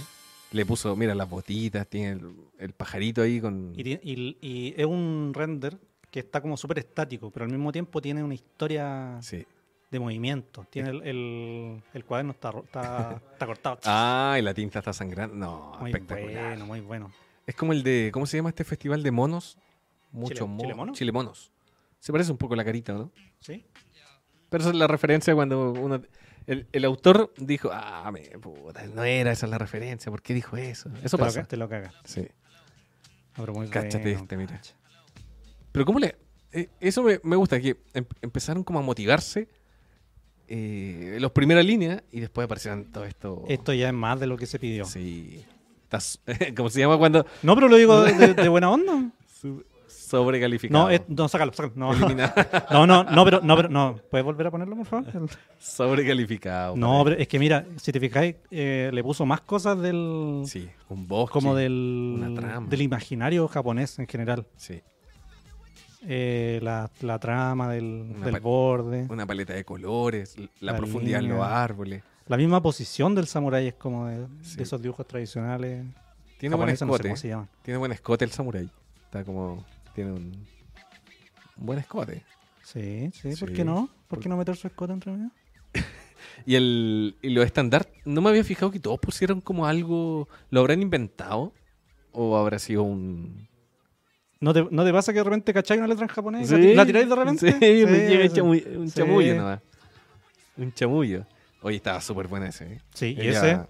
[SPEAKER 1] Le puso, mira, las botitas, tiene el, el pajarito ahí con...
[SPEAKER 4] Y
[SPEAKER 1] Sí,
[SPEAKER 4] ti-
[SPEAKER 1] sí,
[SPEAKER 4] y-
[SPEAKER 2] Y es un render que está como súper estático, pero al mismo tiempo tiene una historia
[SPEAKER 1] sí.
[SPEAKER 2] de movimiento. Tiene el, el- el cuaderno está, ro- está, está cortado.
[SPEAKER 1] Ah, y la tinta está sangrando. No,
[SPEAKER 2] muy
[SPEAKER 1] espectacular.
[SPEAKER 2] bueno, muy bueno.
[SPEAKER 1] Es como el de, ¿cómo se llama este festival de monos? Muchos monos.
[SPEAKER 2] Chile mono?
[SPEAKER 1] Chilemonos. Se parece un poco la carita, ¿no?
[SPEAKER 2] ¿Sí?
[SPEAKER 1] Pero esa es la referencia cuando uno... El, el autor dijo, ah, me, puta, no era esa la referencia, ¿por qué dijo eso? Eso
[SPEAKER 2] Te lo,
[SPEAKER 1] pasa.
[SPEAKER 2] ca- te lo caga.
[SPEAKER 1] Sí.
[SPEAKER 2] No, pero muy
[SPEAKER 1] Cáchate
[SPEAKER 2] bueno.
[SPEAKER 1] este, mira. Pero cómo le... eh, Eso me, me gusta, que em- empezaron como a motivarse eh, los primeras líneas y después aparecieron todo esto...
[SPEAKER 2] Esto ya es más de lo que se pidió.
[SPEAKER 1] Sí. Estás, ¿Cómo se llama cuando...?
[SPEAKER 2] No, pero lo digo de, de buena onda.
[SPEAKER 1] Su- Sobrecalificado.
[SPEAKER 2] No, es- no, sácalo, sácalo. No,
[SPEAKER 1] Eliminado.
[SPEAKER 2] no, no, no, pero, no, pero, no. ¿Puedes volver a ponerlo, por favor? El-
[SPEAKER 1] Sobrecalificado. parece.
[SPEAKER 2] No, pero es que mira, si te fijáis, eh, le puso más cosas del.
[SPEAKER 1] Sí, un bosque.
[SPEAKER 2] como del.
[SPEAKER 1] una trama.
[SPEAKER 2] Del imaginario japonés en general.
[SPEAKER 1] Sí,
[SPEAKER 2] Eh, la, la trama del,
[SPEAKER 1] Una
[SPEAKER 2] del
[SPEAKER 1] pa-
[SPEAKER 2] borde.
[SPEAKER 1] una paleta de colores, l- la,
[SPEAKER 2] La
[SPEAKER 1] profundidad en los
[SPEAKER 2] línea.
[SPEAKER 1] árboles.
[SPEAKER 2] La misma posición del samurái es como de, de
[SPEAKER 1] Sí.
[SPEAKER 2] esos dibujos tradicionales.
[SPEAKER 1] Tiene buen
[SPEAKER 2] japoneses, no sé
[SPEAKER 1] escote.
[SPEAKER 2] cómo se llaman.
[SPEAKER 1] Tiene buen escote el samurái. Está como... Tiene un... un buen escote.
[SPEAKER 2] Sí, sí, ¿por
[SPEAKER 1] Sí.
[SPEAKER 2] qué no? ¿Por
[SPEAKER 1] Por-
[SPEAKER 2] qué no meter su escote entre medio?
[SPEAKER 1] Y, el, y los estandar, no me había fijado que todos pusieron como algo... ¿Lo habrán inventado? ¿O habrá sido un...?
[SPEAKER 2] ¿No te, ¿No te pasa que de repente cacháis una letra en japonés? y la ti- ¿La tiráis de repente?
[SPEAKER 1] Sí, me llega
[SPEAKER 2] sí.
[SPEAKER 1] chamu- un
[SPEAKER 2] Sí.
[SPEAKER 1] chamullo nomás. Un chamullo. Oye, estaba súper bueno ese. ¿eh?
[SPEAKER 2] Sí, y
[SPEAKER 1] Ella-
[SPEAKER 2] ese.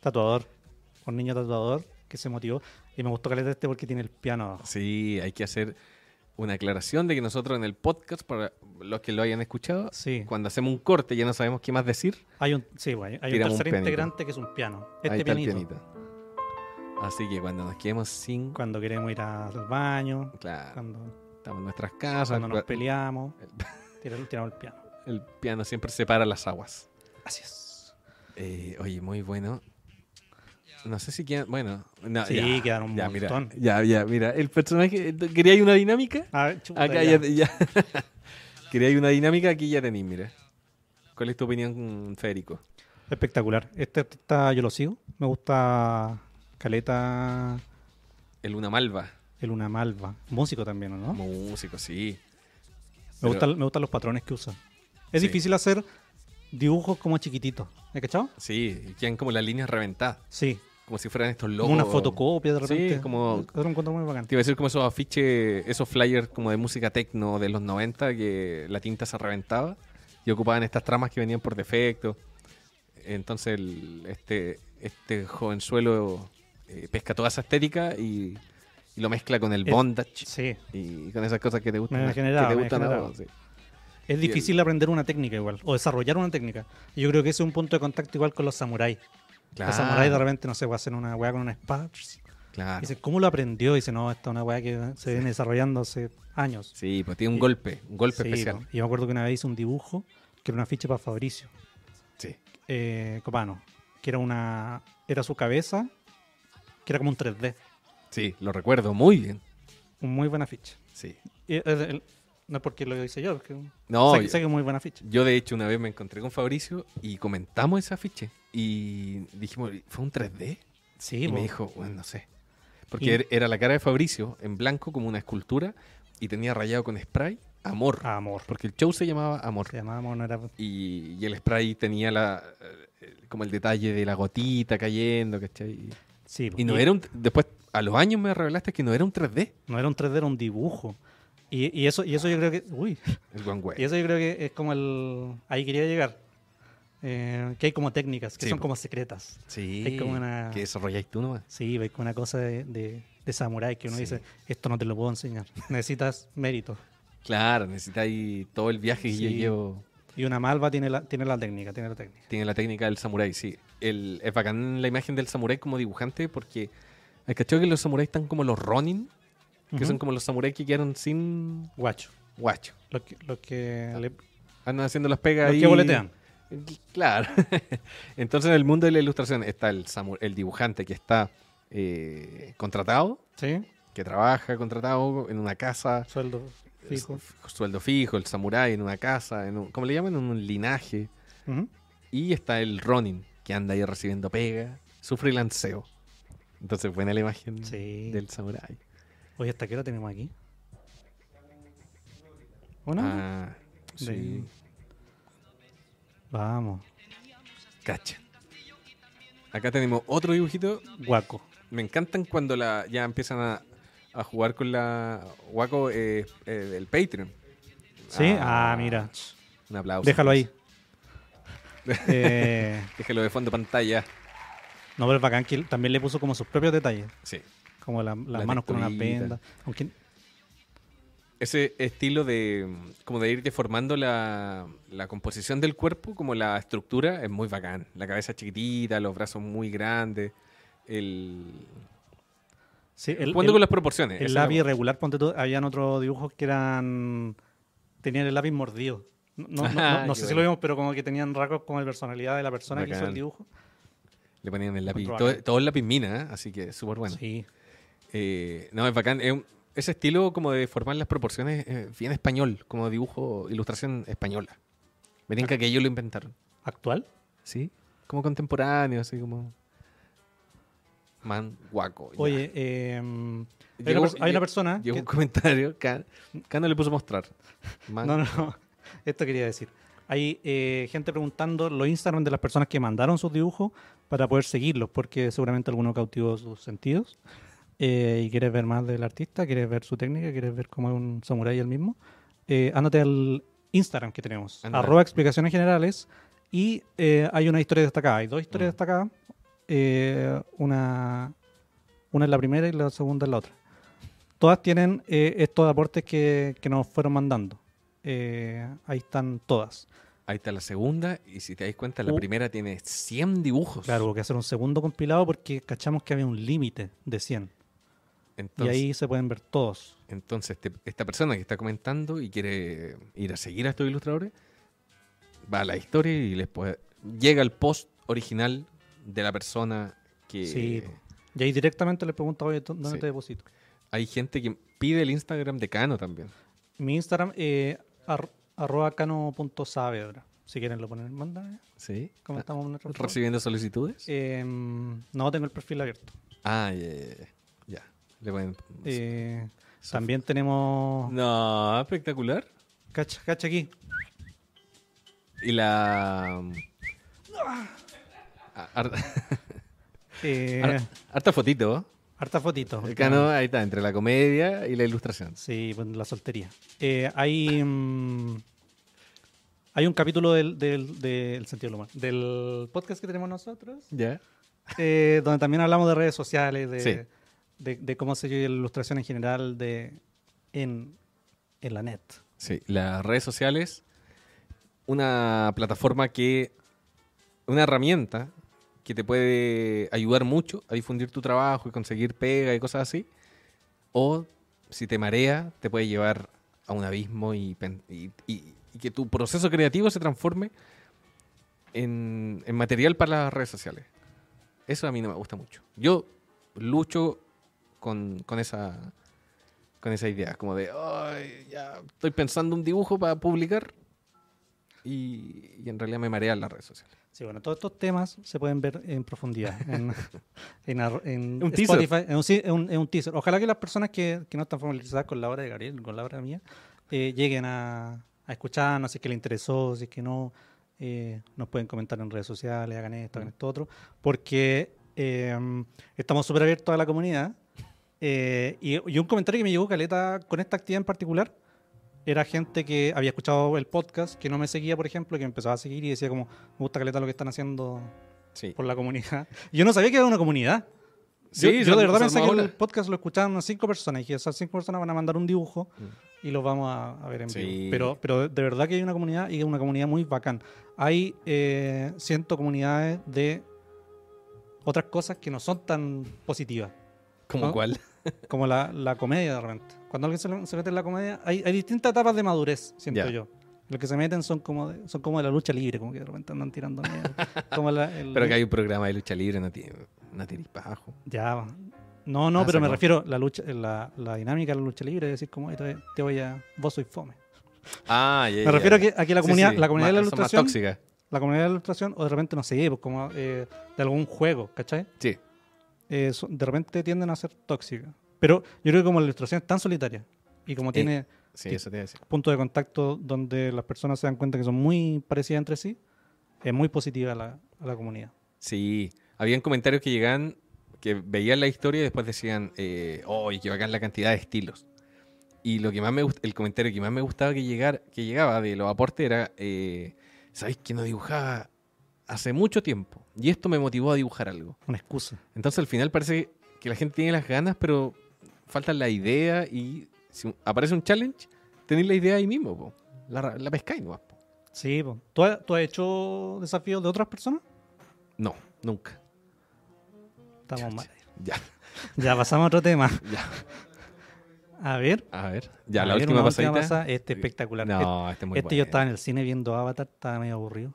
[SPEAKER 2] tatuador, un niño tatuador que se motivó. Y me gustó que le este porque tiene el piano abajo.
[SPEAKER 1] Sí, hay que hacer una aclaración de que nosotros en el podcast, para los que lo hayan escuchado,
[SPEAKER 2] Sí,
[SPEAKER 1] cuando hacemos un corte ya no sabemos qué más decir.
[SPEAKER 2] hay un, sí, güey, hay un
[SPEAKER 1] Tiramos un
[SPEAKER 2] tercer
[SPEAKER 1] pianito.
[SPEAKER 2] integrante que es un piano. Este
[SPEAKER 1] ahí está
[SPEAKER 2] pianito.
[SPEAKER 1] el pianito. Así que cuando nos quedemos sin...
[SPEAKER 2] Cuando queremos ir al baño,
[SPEAKER 1] Claro,
[SPEAKER 2] cuando,
[SPEAKER 1] estamos en nuestras casas.
[SPEAKER 2] cuando nos
[SPEAKER 1] cua-
[SPEAKER 2] peleamos, tiramos, tiramos el piano.
[SPEAKER 1] El piano siempre separa las aguas.
[SPEAKER 2] Así es.
[SPEAKER 1] Eh, oye, muy bueno. No sé si quedan... Bueno, no,
[SPEAKER 2] Sí,
[SPEAKER 1] ya,
[SPEAKER 2] quedaron un
[SPEAKER 1] ya, mira,
[SPEAKER 2] montón.
[SPEAKER 1] ya, ya, mira. El personaje... ¿Quería una dinámica?
[SPEAKER 2] A ver, Ah, chuta,
[SPEAKER 1] Acá
[SPEAKER 2] ya.
[SPEAKER 1] ya, ya. Quería una dinámica, aquí ya tenéis, mira. ¿Cuál es tu opinión, Federico?
[SPEAKER 2] Espectacular. Este artista yo lo sigo. Me gusta Caleta,
[SPEAKER 1] El Una Malva,
[SPEAKER 2] el Una Malva. Músico también, ¿o ¿no?
[SPEAKER 1] músico, sí.
[SPEAKER 2] Me,
[SPEAKER 1] Pero-
[SPEAKER 2] gustan, me gustan los patrones que usa. Es
[SPEAKER 1] Sí.
[SPEAKER 2] difícil hacer dibujos como chiquititos. ¿Me cachado?
[SPEAKER 1] Sí, y quedan como las líneas reventadas,
[SPEAKER 2] Sí,
[SPEAKER 1] como si fueran estos logos.
[SPEAKER 2] como una fotocopia de
[SPEAKER 1] Sí,
[SPEAKER 2] repente.
[SPEAKER 1] como-
[SPEAKER 2] Yo lo encuentro muy bacán.
[SPEAKER 1] Te iba a decir como esos afiches, esos flyers como de música techno de los 90 que la tinta se reventaba y ocupaban estas tramas que venían por defecto. Entonces el- este, este jovenzuelo eh, pesca toda esa estética y, y lo mezcla con el
[SPEAKER 2] Es-
[SPEAKER 1] bondage.
[SPEAKER 2] Sí.
[SPEAKER 1] y con esas cosas que te gustan
[SPEAKER 2] Me
[SPEAKER 1] a-
[SPEAKER 2] generaba,
[SPEAKER 1] que te
[SPEAKER 2] me
[SPEAKER 1] gustan a
[SPEAKER 2] generaba.
[SPEAKER 1] vos, sí.
[SPEAKER 2] Es difícil aprender una técnica igual, o desarrollar una técnica. Y Yo creo que ese es un punto de contacto igual con los samuráis.
[SPEAKER 1] claro,
[SPEAKER 2] Los samuráis de repente, no sé, pues, hacen una weá con una espada.
[SPEAKER 1] claro.
[SPEAKER 2] Dicen, ¿cómo lo aprendió? Dice, no, esta es una weá que se viene desarrollando hace años.
[SPEAKER 1] sí pues tiene un golpe un golpe
[SPEAKER 2] Sí,
[SPEAKER 1] especial
[SPEAKER 2] po. Y yo me acuerdo que una vez hice un dibujo que era una ficha para Fabricio
[SPEAKER 1] sí
[SPEAKER 2] eh, Copano, que era una era su cabeza, que era como un 3D.
[SPEAKER 1] sí lo recuerdo muy bien
[SPEAKER 2] Muy buena ficha.
[SPEAKER 1] sí
[SPEAKER 2] Y el- el- No es porque lo hice yo, es que
[SPEAKER 1] No,
[SPEAKER 2] sé, que-
[SPEAKER 1] yo-
[SPEAKER 2] sé que es muy buena ficha.
[SPEAKER 1] Yo de hecho una vez me encontré con Fabricio y comentamos ese afiche y dijimos, ¿fue un 3D?
[SPEAKER 2] Sí,
[SPEAKER 1] Y
[SPEAKER 2] po.
[SPEAKER 1] me dijo, bueno, no sé. Porque
[SPEAKER 2] Y-
[SPEAKER 1] er- era la cara de Fabricio en blanco como una escultura y tenía rayado con spray amor.
[SPEAKER 2] Amor.
[SPEAKER 1] Porque el show se llamaba Amor.
[SPEAKER 2] Se llamaba Amor, no era...
[SPEAKER 1] Y, y el spray tenía la eh, como el detalle de la gotita cayendo, ¿cachai?
[SPEAKER 2] Sí, po.
[SPEAKER 1] Y no
[SPEAKER 2] Y-
[SPEAKER 1] era un... Después, a los años me revelaste que no era un 3D.
[SPEAKER 2] No era un 3D, era un dibujo. Y, y eso, y eso yo creo que. Uy,
[SPEAKER 1] El One
[SPEAKER 2] y eso yo creo que es como el. Ahí quería llegar. Eh, que hay como técnicas que
[SPEAKER 1] Sí,
[SPEAKER 2] son
[SPEAKER 1] po.
[SPEAKER 2] como secretas.
[SPEAKER 1] Sí.
[SPEAKER 2] es como una-
[SPEAKER 1] Que desarrolláis tú nomás.
[SPEAKER 2] Sí, hay como una cosa de, de, de samurái que uno
[SPEAKER 1] Sí.
[SPEAKER 2] dice: esto no te lo puedo enseñar. Necesitas mérito.
[SPEAKER 1] Claro, necesitáis todo el viaje que yo
[SPEAKER 2] Sí.
[SPEAKER 1] llevo.
[SPEAKER 2] Y una malva tiene la, tiene la técnica, tiene la técnica.
[SPEAKER 1] Tiene la técnica del samurái, sí. El, es bacán la imagen del samurái como dibujante porque el cachado que los samuráis están como los Ronin, que
[SPEAKER 2] Ujú.
[SPEAKER 1] son como los samuráis que quedaron sin
[SPEAKER 2] guacho.
[SPEAKER 1] guacho.
[SPEAKER 2] Los que, los que, le-
[SPEAKER 1] Andan haciendo las pegas
[SPEAKER 2] los
[SPEAKER 1] ahí.
[SPEAKER 2] que boletean.
[SPEAKER 1] Claro. Entonces, en el mundo de la ilustración está el, samu- el dibujante que está eh, contratado,
[SPEAKER 2] Sí,
[SPEAKER 1] que trabaja contratado en una casa,
[SPEAKER 2] sueldo fijo.
[SPEAKER 1] su- sueldo fijo, el samurái en una casa, en un- ¿cómo le llaman? En un linaje.
[SPEAKER 2] Ujú.
[SPEAKER 1] Y está el Ronin, que anda ahí recibiendo pega, su freelanceo. Entonces, buena la imagen
[SPEAKER 2] Sí.
[SPEAKER 1] del samurái.
[SPEAKER 2] Oye, ¿hasta qué hora tenemos aquí? ¿Una?
[SPEAKER 1] Ah, sí.
[SPEAKER 2] De- Vamos.
[SPEAKER 1] Cacha. Acá tenemos otro dibujito.
[SPEAKER 2] Guaco.
[SPEAKER 1] Me encantan cuando la, ya empiezan a, a jugar con la Waco eh, eh, del Patreon.
[SPEAKER 2] ¿Sí? Ah, mira.
[SPEAKER 1] Un aplauso.
[SPEAKER 2] Déjalo ahí. Eh,
[SPEAKER 1] Déjalo de fondo pantalla.
[SPEAKER 2] no, pero es bacán que él también le puso como sus propios detalles.
[SPEAKER 1] Sí.
[SPEAKER 2] Como la- las
[SPEAKER 1] La
[SPEAKER 2] manos con las
[SPEAKER 1] texturita.
[SPEAKER 2] vendas. Aunque
[SPEAKER 1] Ese estilo de mm, como de ir deformando la, la composición del cuerpo, como la estructura, es muy bacán. La cabeza chiquitita, los brazos muy grandes, el...
[SPEAKER 2] sí, el,
[SPEAKER 1] Jugando con
[SPEAKER 2] el,
[SPEAKER 1] las proporciones. esa
[SPEAKER 2] el
[SPEAKER 1] es la
[SPEAKER 2] lápiz
[SPEAKER 1] cosa.
[SPEAKER 2] irregular, ponte tú, habían otros dibujos que eran. tenían el lápiz mordido. No, no- no- no-
[SPEAKER 1] Ah,
[SPEAKER 2] no
[SPEAKER 1] qué
[SPEAKER 2] sé si
[SPEAKER 1] bueno.
[SPEAKER 2] lo vimos, pero como que tenían rasgos como de personalidad de la persona que hizo
[SPEAKER 1] Bacán.
[SPEAKER 2] el dibujo.
[SPEAKER 1] Le ponían el lápiz.
[SPEAKER 2] Control.
[SPEAKER 1] Todo, todo el lápiz mina, ¿eh? así que súper bueno.
[SPEAKER 2] Sí.
[SPEAKER 1] Eh, no, es bacán. Es un- ese estilo como de formar las proporciones eh, bien español, como dibujo, ilustración española. Me tinca que ellos lo inventaron.
[SPEAKER 2] ¿Actual?
[SPEAKER 1] ¿Sí? Como contemporáneo, así como... Man guaco. ya.
[SPEAKER 2] Oye, eh, hay,
[SPEAKER 1] Llegó-
[SPEAKER 2] una, pers- hay una
[SPEAKER 1] lle-
[SPEAKER 2] persona.
[SPEAKER 1] Llegó
[SPEAKER 2] que-
[SPEAKER 1] un comentario. Cano le puso mostrar. Man-
[SPEAKER 2] No, no, no. Esto quería decir. Hay eh, gente preguntando los Instagram de las personas que mandaron sus dibujos para poder seguirlos, porque seguramente alguno cautivó sus sentidos. Eh, y quieres ver más del artista, quieres ver su técnica, quieres ver cómo es un samurái el mismo. Eh, ándate al Instagram que tenemos,
[SPEAKER 1] Ándale.
[SPEAKER 2] arroba explicaciones generales. Y eh, hay una historia destacada, hay dos historias
[SPEAKER 1] Mm.
[SPEAKER 2] destacadas. Eh, una, una es la primera y la segunda es la otra. Todas tienen eh, estos aportes que, que nos fueron mandando. Eh, ahí están todas.
[SPEAKER 1] Ahí está la segunda. Y si te das cuenta, la
[SPEAKER 2] Uh.
[SPEAKER 1] primera tiene 100 dibujos.
[SPEAKER 2] Claro, hubo que hacer un segundo compilado porque cachamos que había un límite de 100.
[SPEAKER 1] Entonces,
[SPEAKER 2] y ahí se pueden ver todos.
[SPEAKER 1] entonces te- esta persona que está comentando y quiere ir a seguir a estos ilustradores, va a la historia y les puede- llega el post original de la persona que...
[SPEAKER 2] Sí. Y ahí directamente les pregunto, oye, ¿dó- ¿dónde
[SPEAKER 1] Sí.
[SPEAKER 2] te deposito?
[SPEAKER 1] Hay gente que pide el Instagram de Cano también.
[SPEAKER 2] Mi Instagram, eh, ar- arroba cano.saavedra. Si quieren lo ponen, mandan.
[SPEAKER 1] Sí.
[SPEAKER 2] Comentamos en nuestro
[SPEAKER 1] Ah,
[SPEAKER 2] foro.
[SPEAKER 1] ¿Recibiendo solicitudes?
[SPEAKER 2] Em, no tengo el perfil abierto.
[SPEAKER 1] Ah, ya, ya, ya, ya. Le pueden-
[SPEAKER 2] Eh,
[SPEAKER 1] Sof-
[SPEAKER 2] también tenemos.
[SPEAKER 1] No, espectacular.
[SPEAKER 2] Cacha, cacha aquí.
[SPEAKER 1] Y la. mm, Ah, har-
[SPEAKER 2] Eh,
[SPEAKER 1] har- Harta fotito. ¿eh?
[SPEAKER 2] harta fotito.
[SPEAKER 1] El cano ahí está, entre la comedia y la ilustración.
[SPEAKER 2] Sí, bueno, la soltería. Eh, hay. mm, hay un capítulo del, del, del sentido del humor, del podcast que tenemos nosotros,
[SPEAKER 1] ¿Ya?
[SPEAKER 2] eh, donde también hablamos de redes sociales, de,
[SPEAKER 1] Sí.
[SPEAKER 2] de, de cómo se lleva la ilustración en general de, en, en la net.
[SPEAKER 1] Sí, las redes sociales. Una plataforma que. Una herramienta que te puede ayudar mucho a difundir tu trabajo y conseguir pega y cosas así. O si te marea, te puede llevar a un abismo y, pen- y- y- y que tu proceso creativo se transforme en, en material para las redes sociales. Eso a mí no me gusta mucho. Yo lucho con, con esa, con esa idea, como de, "Ay, ya estoy pensando un dibujo para publicar y, y en realidad me marean las redes sociales.
[SPEAKER 2] Sí, bueno, todos estos temas se pueden ver en profundidad en, en ar- en
[SPEAKER 1] Un teaser.
[SPEAKER 2] Spotify. En un, sí, en un- en un teaser. Ojalá que las personas que, que no están familiarizadas con la obra de Gabriel, con la obra mía, eh, lleguen a, a escucharnos, si es que les interesó, si es que no. eh, nos pueden comentar en redes sociales, hagan esto,
[SPEAKER 1] Mm.
[SPEAKER 2] hagan esto otro, porque eh, estamos súper abiertos a la comunidad. Eh, y, y un comentario que me llegó Caleta con esta actividad en particular era gente que había escuchado el podcast, que no me seguía, por ejemplo, y que me empezaba a seguir y decía como, me gusta Caleta lo que están haciendo
[SPEAKER 1] Sí.
[SPEAKER 2] por la comunidad. Yo no sabía que era una comunidad. Yo,
[SPEAKER 1] Sí,
[SPEAKER 2] yo
[SPEAKER 1] se-
[SPEAKER 2] de verdad
[SPEAKER 1] se
[SPEAKER 2] pensé que
[SPEAKER 1] armó
[SPEAKER 2] el
[SPEAKER 1] la-
[SPEAKER 2] podcast lo escuchaban unas cinco personas y que esas cinco personas van a mandar un dibujo y los vamos a, a ver en
[SPEAKER 1] Mm. Sí.
[SPEAKER 2] vivo. Pero, pero de verdad que hay una comunidad y es una comunidad muy bacán. Hay eh, ciento comunidades de otras cosas que no son tan positivas
[SPEAKER 1] ¿Como
[SPEAKER 2] ¿No?
[SPEAKER 1] cuál?
[SPEAKER 2] como la, la comedia de repente. Cuando alguien se, le- se mete en la comedia, hay, hay distintas etapas de madurez, siento
[SPEAKER 1] Ya.
[SPEAKER 2] yo. Los que se meten son como de, son como de la lucha libre, como que de repente andan tirando mierda. como la- el-
[SPEAKER 1] Pero que hay un programa de lucha libre, no tiene, no tiene bajo.
[SPEAKER 2] Ya. va. No, no,
[SPEAKER 1] Ah,
[SPEAKER 2] pero
[SPEAKER 1] se
[SPEAKER 2] me
[SPEAKER 1] acabó.
[SPEAKER 2] refiero la lucha la, la dinámica de la lucha libre, es decir, como "Ay, te, te voy a vos soy fome.
[SPEAKER 1] Ah, ya,
[SPEAKER 2] Me
[SPEAKER 1] ya,
[SPEAKER 2] refiero a
[SPEAKER 1] ya.
[SPEAKER 2] que aquí la
[SPEAKER 1] Sí,
[SPEAKER 2] comunidad,
[SPEAKER 1] sí,
[SPEAKER 2] la comunidad de la
[SPEAKER 1] más- son más
[SPEAKER 2] ilustración,
[SPEAKER 1] tóxicas.
[SPEAKER 2] la comunidad de la ilustración o de repente no sé, pues como eh, de algún juego, ¿cachai?
[SPEAKER 1] Sí.
[SPEAKER 2] eh, son- de repente tienden a ser tóxicas. Pero yo creo que como la ilustración es tan solitaria y como
[SPEAKER 1] Eh,
[SPEAKER 2] tiene
[SPEAKER 1] Sí,
[SPEAKER 2] Sí.
[SPEAKER 1] eso te iba a decir.
[SPEAKER 2] punto de contacto donde las personas se dan cuenta que son muy parecidas entre sí, es muy positiva la, a la comunidad.
[SPEAKER 1] Sí, habían comentarios que llegaban, que veían la historia y después decían, eh, ¡oye, qué bacán la cantidad de estilos! Y lo que más me gust- el comentario que más me gustaba que, llegar, que llegaba de los aportes era, eh, ¿sabéis que no dibujaba hace mucho tiempo? Y esto me motivó a dibujar algo.
[SPEAKER 2] Una excusa.
[SPEAKER 1] Entonces al final parece que la gente tiene las ganas, pero falta la idea y si aparece un challenge, tenéis la idea ahí mismo, po. La, ra- la pescáis nomás, po.
[SPEAKER 2] Sí, po. ¿Tú, has, tú has hecho desafíos de otras personas?
[SPEAKER 1] No, nunca.
[SPEAKER 2] Estamos mal.
[SPEAKER 1] Ya,
[SPEAKER 2] Ya pasamos a otro tema.
[SPEAKER 1] ya.
[SPEAKER 2] A ver.
[SPEAKER 1] A ver, ya,
[SPEAKER 2] a
[SPEAKER 1] la
[SPEAKER 2] ver,
[SPEAKER 1] última
[SPEAKER 2] una última
[SPEAKER 1] pasadita.
[SPEAKER 2] pasada. Este espectacular. Este-
[SPEAKER 1] No, este es muy
[SPEAKER 2] este yo estaba en el cine viendo Avatar, estaba medio aburrido.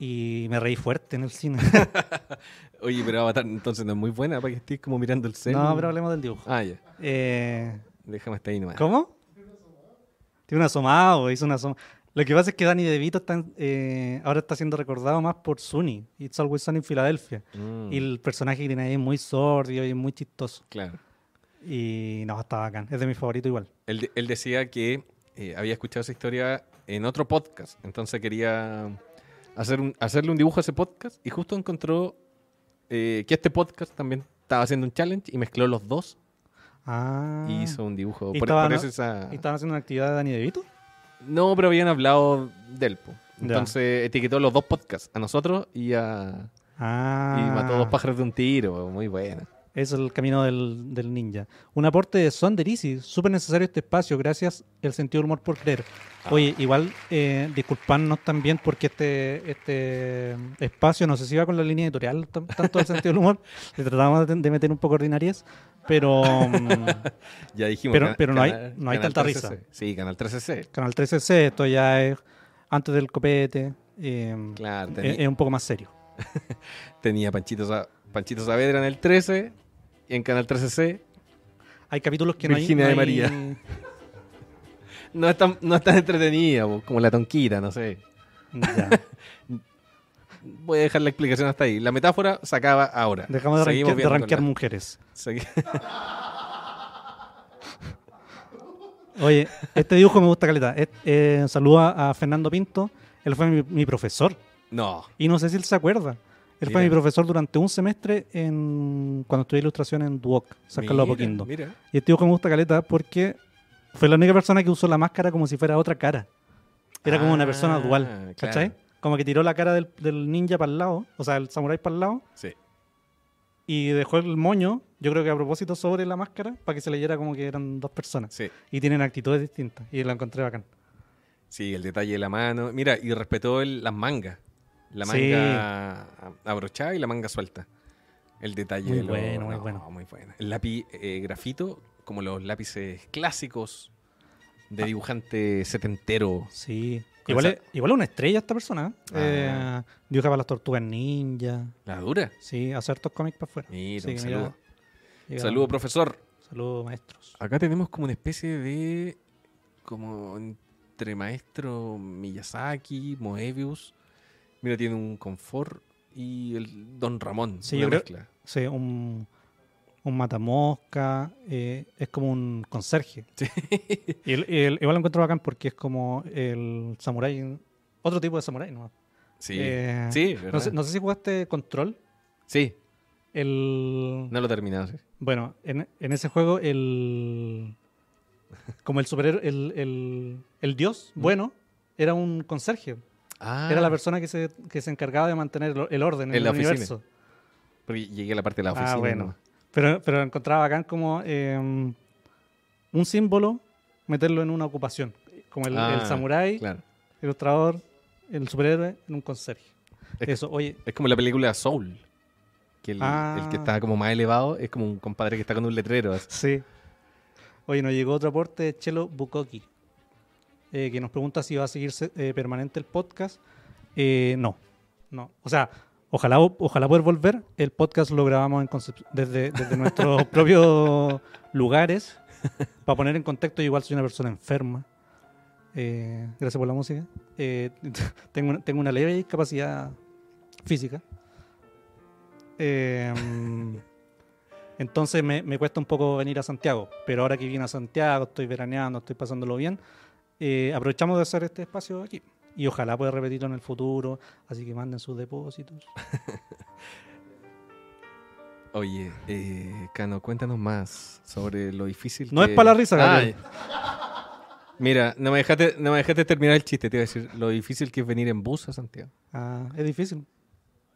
[SPEAKER 2] Y me reí fuerte en el cine.
[SPEAKER 1] Oye, pero Avatar entonces no es muy buena para que estés como mirando el cel.
[SPEAKER 2] no, pero hablemos del dibujo.
[SPEAKER 1] Ah, ya.
[SPEAKER 2] Eh,
[SPEAKER 1] Déjame hasta ahí nomás.
[SPEAKER 2] ¿Cómo? Tiene un asomado, hizo un asomado. Lo que pasa es que Danny DeVito está, en- eh, ahora está siendo recordado más por Sunny, It's Always Sunny en Filadelfia.
[SPEAKER 1] Mm,
[SPEAKER 2] Y el personaje que tiene ahí es muy sordio y es muy chistoso.
[SPEAKER 1] Claro.
[SPEAKER 2] Y no, está bacán. Es de mis favoritos igual.
[SPEAKER 1] Él, de- él decía que eh, había escuchado esa historia en otro podcast. Entonces quería hacer un- hacerle un dibujo a ese podcast y justo encontró eh, que este podcast también estaba haciendo un challenge y mezcló los dos
[SPEAKER 2] Ah.
[SPEAKER 1] y hizo un dibujo.
[SPEAKER 2] Y
[SPEAKER 1] Por,
[SPEAKER 2] estaba,
[SPEAKER 1] por
[SPEAKER 2] ¿no?
[SPEAKER 1] eso esa...
[SPEAKER 2] ¿Y estaban haciendo una actividad de Danny DeVito?
[SPEAKER 1] No, pero habían hablado del po.
[SPEAKER 2] Ya.
[SPEAKER 1] Entonces etiquetó los dos podcasts, a nosotros y a...
[SPEAKER 2] Ah.
[SPEAKER 1] Y mató dos pájaros de un tiro, muy buena.
[SPEAKER 2] Es el camino del, del ninja. Un aporte de Sonderisi, súper necesario este espacio, gracias el sentido del humor por creer.
[SPEAKER 1] Ah.
[SPEAKER 2] Oye, igual eh, disculparnos también porque este, este espacio, no sé si va con la línea editorial, tan- tanto del sentido del humor, le tratamos de, de meter un poco ordinariez, pero mm,
[SPEAKER 1] Ya dijimos.
[SPEAKER 2] Pero-
[SPEAKER 1] cana-
[SPEAKER 2] pero no hay-
[SPEAKER 1] canal-
[SPEAKER 2] no hay
[SPEAKER 1] canal
[SPEAKER 2] tanta
[SPEAKER 1] 13C.
[SPEAKER 2] risa.
[SPEAKER 1] Sí, Canal 13C.
[SPEAKER 2] Canal 13C, esto ya es antes del copete, eh,
[SPEAKER 1] Claro, teni-
[SPEAKER 2] es, es un poco más serio.
[SPEAKER 1] tenía Panchito, Sa- Panchito Saavedra en el 13, y en Canal 13C.
[SPEAKER 2] Hay capítulos que no hay-
[SPEAKER 1] Virginia de
[SPEAKER 2] no hay...
[SPEAKER 1] María. No es tan, no es tan entretenida, po, como la tonquita, no sé.
[SPEAKER 2] Ya.
[SPEAKER 1] Voy a dejar la explicación hasta ahí. La metáfora se acaba ahora.
[SPEAKER 2] Dejamos de
[SPEAKER 1] Seguimos
[SPEAKER 2] ranquear, de
[SPEAKER 1] viéndola.
[SPEAKER 2] ranquear mujeres.
[SPEAKER 1] Segui-
[SPEAKER 2] Oye, este dibujo me gusta caleta. Et- eh, saluda a Fernando Pinto. Él fue mi, mi profesor.
[SPEAKER 1] No,
[SPEAKER 2] Y no sé si él se acuerda. Él
[SPEAKER 1] Mira.
[SPEAKER 2] fue mi profesor durante un semestre en, cuando estudié ilustración en Duoc, San Carlos
[SPEAKER 1] Mira,
[SPEAKER 2] de Apoquindo.
[SPEAKER 1] Mira,
[SPEAKER 2] Y este dibujo me gusta caleta porque fue la única persona que usó la máscara como si fuera otra cara. Era como una persona
[SPEAKER 1] Ah,
[SPEAKER 2] dual. ¿Cachai?
[SPEAKER 1] claro.
[SPEAKER 2] Como que tiró la cara del, del ninja para el lado, o sea, el samurái para el lado,
[SPEAKER 1] sí.
[SPEAKER 2] y dejó el moño, yo creo que a propósito, sobre la máscara, para que se leyera como que eran dos personas.
[SPEAKER 1] Sí.
[SPEAKER 2] Y tienen actitudes distintas. Y lo encontré bacán.
[SPEAKER 1] Sí, el detalle de la mano. Mira, y respetó el- las mangas. La
[SPEAKER 2] Sí.
[SPEAKER 1] manga abrochada y la manga suelta. El detalle.
[SPEAKER 2] Muy
[SPEAKER 1] de lo-
[SPEAKER 2] bueno, muy
[SPEAKER 1] no,
[SPEAKER 2] bueno.
[SPEAKER 1] muy bueno. El lápiz eh, grafito, como los lápices clásicos
[SPEAKER 2] Ah.
[SPEAKER 1] de dibujante setentero.
[SPEAKER 2] Sí.
[SPEAKER 1] Con
[SPEAKER 2] Igual es,
[SPEAKER 1] esa-
[SPEAKER 2] igual es una estrella esta persona. ¿eh?
[SPEAKER 1] Ah.
[SPEAKER 2] Eh, dibuja para las tortugas ninja.
[SPEAKER 1] La dura.
[SPEAKER 2] Sí, hace hartos cómics para afuera.
[SPEAKER 1] Mira,
[SPEAKER 2] Sí,
[SPEAKER 1] un
[SPEAKER 2] mira,
[SPEAKER 1] saludo.
[SPEAKER 2] llega-
[SPEAKER 1] Saludo, profesor.
[SPEAKER 2] Saludos, maestros.
[SPEAKER 1] Acá tenemos como una especie de. como entre maestro Miyazaki, Moebius. Mira, tiene un confort y el Don Ramón.
[SPEAKER 2] Sí,
[SPEAKER 1] una
[SPEAKER 2] yo creo-
[SPEAKER 1] mezcla.
[SPEAKER 2] Sí, un, un matamosca, eh, es como un conserje. Y el, y el- igual lo encuentro bacán porque es como el samurái, otro tipo de samurái nomás.
[SPEAKER 1] Sí.
[SPEAKER 2] Eh,
[SPEAKER 1] sí,
[SPEAKER 2] No
[SPEAKER 1] ¿verdad?
[SPEAKER 2] sé, no sé si jugaste Control.
[SPEAKER 1] Sí,
[SPEAKER 2] El,
[SPEAKER 1] no lo he terminado. sí.
[SPEAKER 2] Bueno, en, en ese juego el... Como el superhéroe, el, el- el dios,
[SPEAKER 1] Mm.
[SPEAKER 2] bueno, era un conserje.
[SPEAKER 1] Ah,
[SPEAKER 2] Era la persona que se, que se encargaba de mantener el- el orden en,
[SPEAKER 1] En
[SPEAKER 2] el
[SPEAKER 1] la oficina.
[SPEAKER 2] universo.
[SPEAKER 1] porque llegué a la parte de la
[SPEAKER 2] Ah,
[SPEAKER 1] oficina.
[SPEAKER 2] bueno.
[SPEAKER 1] nomás.
[SPEAKER 2] Pero, pero encontraba bacán como eh, un símbolo, meterlo en una ocupación. Como el,
[SPEAKER 1] Ah,
[SPEAKER 2] el samurái,
[SPEAKER 1] Claro.
[SPEAKER 2] el ilustrador, el superhéroe, en un conserje.
[SPEAKER 1] Es-
[SPEAKER 2] Eso, oye,
[SPEAKER 1] Es como la película Soul. Que el,
[SPEAKER 2] Ah.
[SPEAKER 1] el que está como más elevado es como un compadre que está con un letrero. así.
[SPEAKER 2] sí. Oye, nos llegó otro aporte de Chelo Bukoki, eh, que nos pregunta si va a seguir se- eh, permanente el podcast. Eh, no, no. O sea, ojalá, ojalá poder volver. El podcast lo grabamos en Concep- desde, desde nuestros propios lugares. Para poner en contexto, yo igual soy una persona enferma. Eh, gracias por la música. Eh, tengo, una, tengo una leve discapacidad física. Eh, entonces me, me cuesta un poco venir a Santiago. Pero ahora que vine a Santiago, estoy veraneando, estoy pasándolo bien. eh, aprovechamos de hacer este espacio aquí. Y ojalá pueda repetirlo en el futuro. Así que manden sus depósitos.
[SPEAKER 1] Oye, eh, Cano, cuéntanos más sobre lo difícil
[SPEAKER 2] No
[SPEAKER 1] que-
[SPEAKER 2] es para la risa, Gabriel.
[SPEAKER 1] Ah, Mira, no me, dejaste, no me dejaste terminar el chiste, te iba a decir lo difícil que es venir en bus a Santiago.
[SPEAKER 2] Ah, es difícil.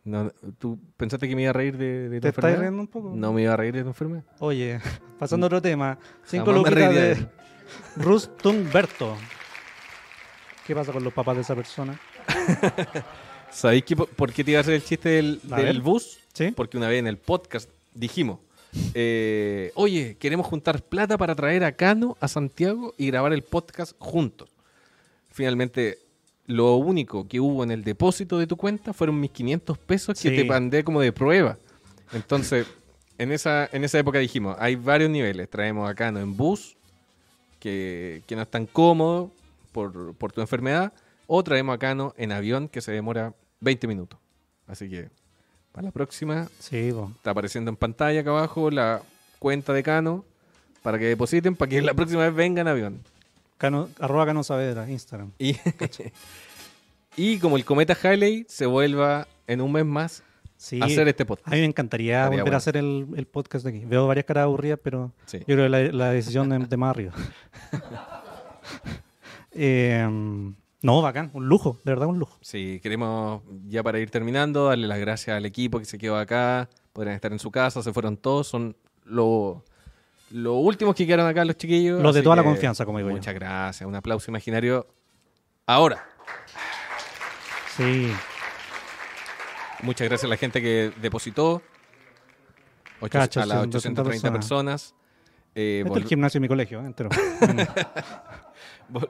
[SPEAKER 1] No, ¿Tú pensaste que me iba a reír de, de tu
[SPEAKER 2] ¿Te estás
[SPEAKER 1] enfermedad?
[SPEAKER 2] riendo un poco?
[SPEAKER 1] No me iba a reír de tu enfermedad.
[SPEAKER 2] Oye, pasando a otro tema. Cinco
[SPEAKER 1] Jamás me
[SPEAKER 2] luquitas
[SPEAKER 1] reiría.
[SPEAKER 2] de Rustumberto. ¿Qué pasa con los papás de esa persona?
[SPEAKER 1] ¿Sabéis que po- por qué te iba a hacer el chiste del,
[SPEAKER 2] A
[SPEAKER 1] del
[SPEAKER 2] ver.
[SPEAKER 1] bus?
[SPEAKER 2] ¿Sí?
[SPEAKER 1] Porque una vez en el podcast dijimos, eh, oye, queremos juntar plata para traer a Cano a Santiago y grabar el podcast juntos. Finalmente, lo único que hubo en el depósito de tu cuenta fueron mis 500 pesos que
[SPEAKER 2] Sí.
[SPEAKER 1] te mandé como de prueba. Entonces, en esa, en esa época dijimos, hay varios niveles. Traemos a Cano en bus, que, que no es tan cómodo por, por tu enfermedad, o traemos a Cano en avión, que se demora 20 minutos. Así que, para la próxima,
[SPEAKER 2] Sí, po.
[SPEAKER 1] Está apareciendo en pantalla acá abajo la cuenta de Cano para que depositen, para que la próxima vez vengan avión.
[SPEAKER 2] Cano, arroba Cano Saavedra, Instagram.
[SPEAKER 1] Y, y como el cometa Halley se vuelva en un mes más
[SPEAKER 2] Sí.
[SPEAKER 1] a hacer este podcast.
[SPEAKER 2] A mí me encantaría
[SPEAKER 1] Estaría
[SPEAKER 2] volver
[SPEAKER 1] bueno.
[SPEAKER 2] a hacer el, el podcast de aquí. Veo varias caras aburridas, pero
[SPEAKER 1] Sí.
[SPEAKER 2] yo creo que la, la decisión de, de más arriba. Eh, no, bacán, un lujo, de verdad un lujo.
[SPEAKER 1] Sí, queremos ya para ir terminando, darle las gracias al equipo que se quedó acá. Podrían estar en su casa, se fueron todos, son los los últimos que quedaron acá los chiquillos.
[SPEAKER 2] Los de
[SPEAKER 1] así
[SPEAKER 2] toda la
[SPEAKER 1] que
[SPEAKER 2] confianza, como digo yo.
[SPEAKER 1] Muchas gracias, un aplauso imaginario ahora.
[SPEAKER 2] Sí,
[SPEAKER 1] Muchas gracias a la gente que depositó. Ocho-
[SPEAKER 2] Cacho,
[SPEAKER 1] a las
[SPEAKER 2] 830
[SPEAKER 1] 830 personas. Eh,
[SPEAKER 2] este es el
[SPEAKER 1] vol-
[SPEAKER 2] gimnasio de mi colegio, ¿eh? entero.
[SPEAKER 1] vol-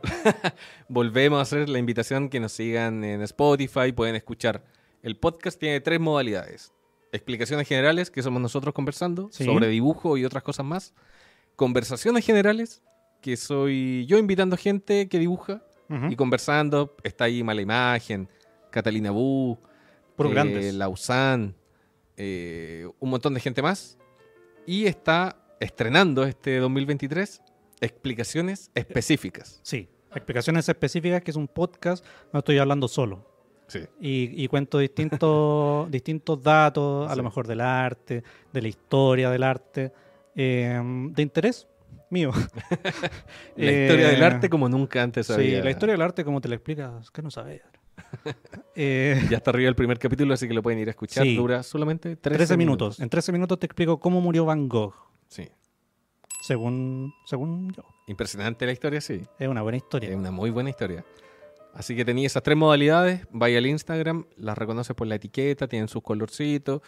[SPEAKER 1] volvemos a hacer la invitación que nos sigan en Spotify. Pueden escuchar. El podcast tiene tres modalidades: explicaciones generales, que somos nosotros conversando
[SPEAKER 2] Sí.
[SPEAKER 1] sobre dibujo y otras cosas más. Conversaciones generales, que soy yo invitando gente que dibuja
[SPEAKER 2] Ujú.
[SPEAKER 1] y conversando. Está ahí Mala Imagen, Catalina Bu,
[SPEAKER 2] Puros
[SPEAKER 1] eh,
[SPEAKER 2] grandes.
[SPEAKER 1] Lausanne, eh, un montón de gente más. Y está estrenando este 2023 explicaciones específicas.
[SPEAKER 2] Sí, explicaciones específicas, que es un podcast, no estoy hablando solo.
[SPEAKER 1] Sí.
[SPEAKER 2] Y, y cuento distintos, distintos datos, a
[SPEAKER 1] Sí.
[SPEAKER 2] lo mejor del arte, de la historia del arte, eh, de interés mío.
[SPEAKER 1] La historia del
[SPEAKER 2] Eh,
[SPEAKER 1] arte como nunca antes había.
[SPEAKER 2] Sí, la historia del arte, como te la explicas, que no sabes. Eh,
[SPEAKER 1] Ya está arriba el primer capítulo, así que lo pueden ir a escuchar.
[SPEAKER 2] Sí.
[SPEAKER 1] Dura solamente 13,
[SPEAKER 2] 13 minutos. En 13 minutos te explico cómo murió Van Gogh,
[SPEAKER 1] Sí.
[SPEAKER 2] según, según yo.
[SPEAKER 1] Impresionante la historia, sí.
[SPEAKER 2] Es una buena
[SPEAKER 1] Es
[SPEAKER 2] historia.
[SPEAKER 1] una muy buena historia. Así que tenía esas tres modalidades. Vaya al Instagram, las reconoce por la etiqueta, tienen sus colorcitos.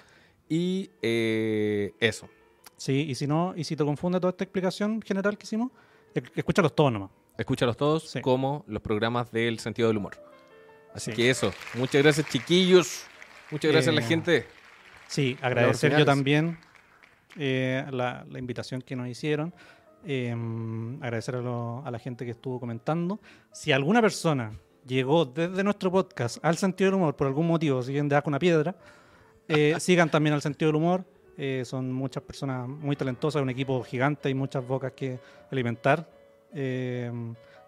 [SPEAKER 1] Y eh, eso.
[SPEAKER 2] Sí, y si no, y si te confunde toda esta explicación general que hicimos, e- escúchalos todos nomás.
[SPEAKER 1] Escúchalos todos
[SPEAKER 2] Sí.
[SPEAKER 1] como los programas del sentido del humor. Así
[SPEAKER 2] Sí.
[SPEAKER 1] que eso. Muchas gracias, chiquillos. Muchas gracias a
[SPEAKER 2] Eh,
[SPEAKER 1] la gente.
[SPEAKER 2] Sí, agradecer yo
[SPEAKER 1] finales.
[SPEAKER 2] también eh, la, la invitación que nos hicieron. eh, agradecer a, lo- a la gente que estuvo comentando. Si alguna persona llegó desde nuestro podcast al sentido del humor por algún motivo, siguen de con una piedra, eh, sigan también al sentido del humor. Eh, son muchas personas muy talentosas, un equipo gigante y muchas bocas que alimentar. Eh,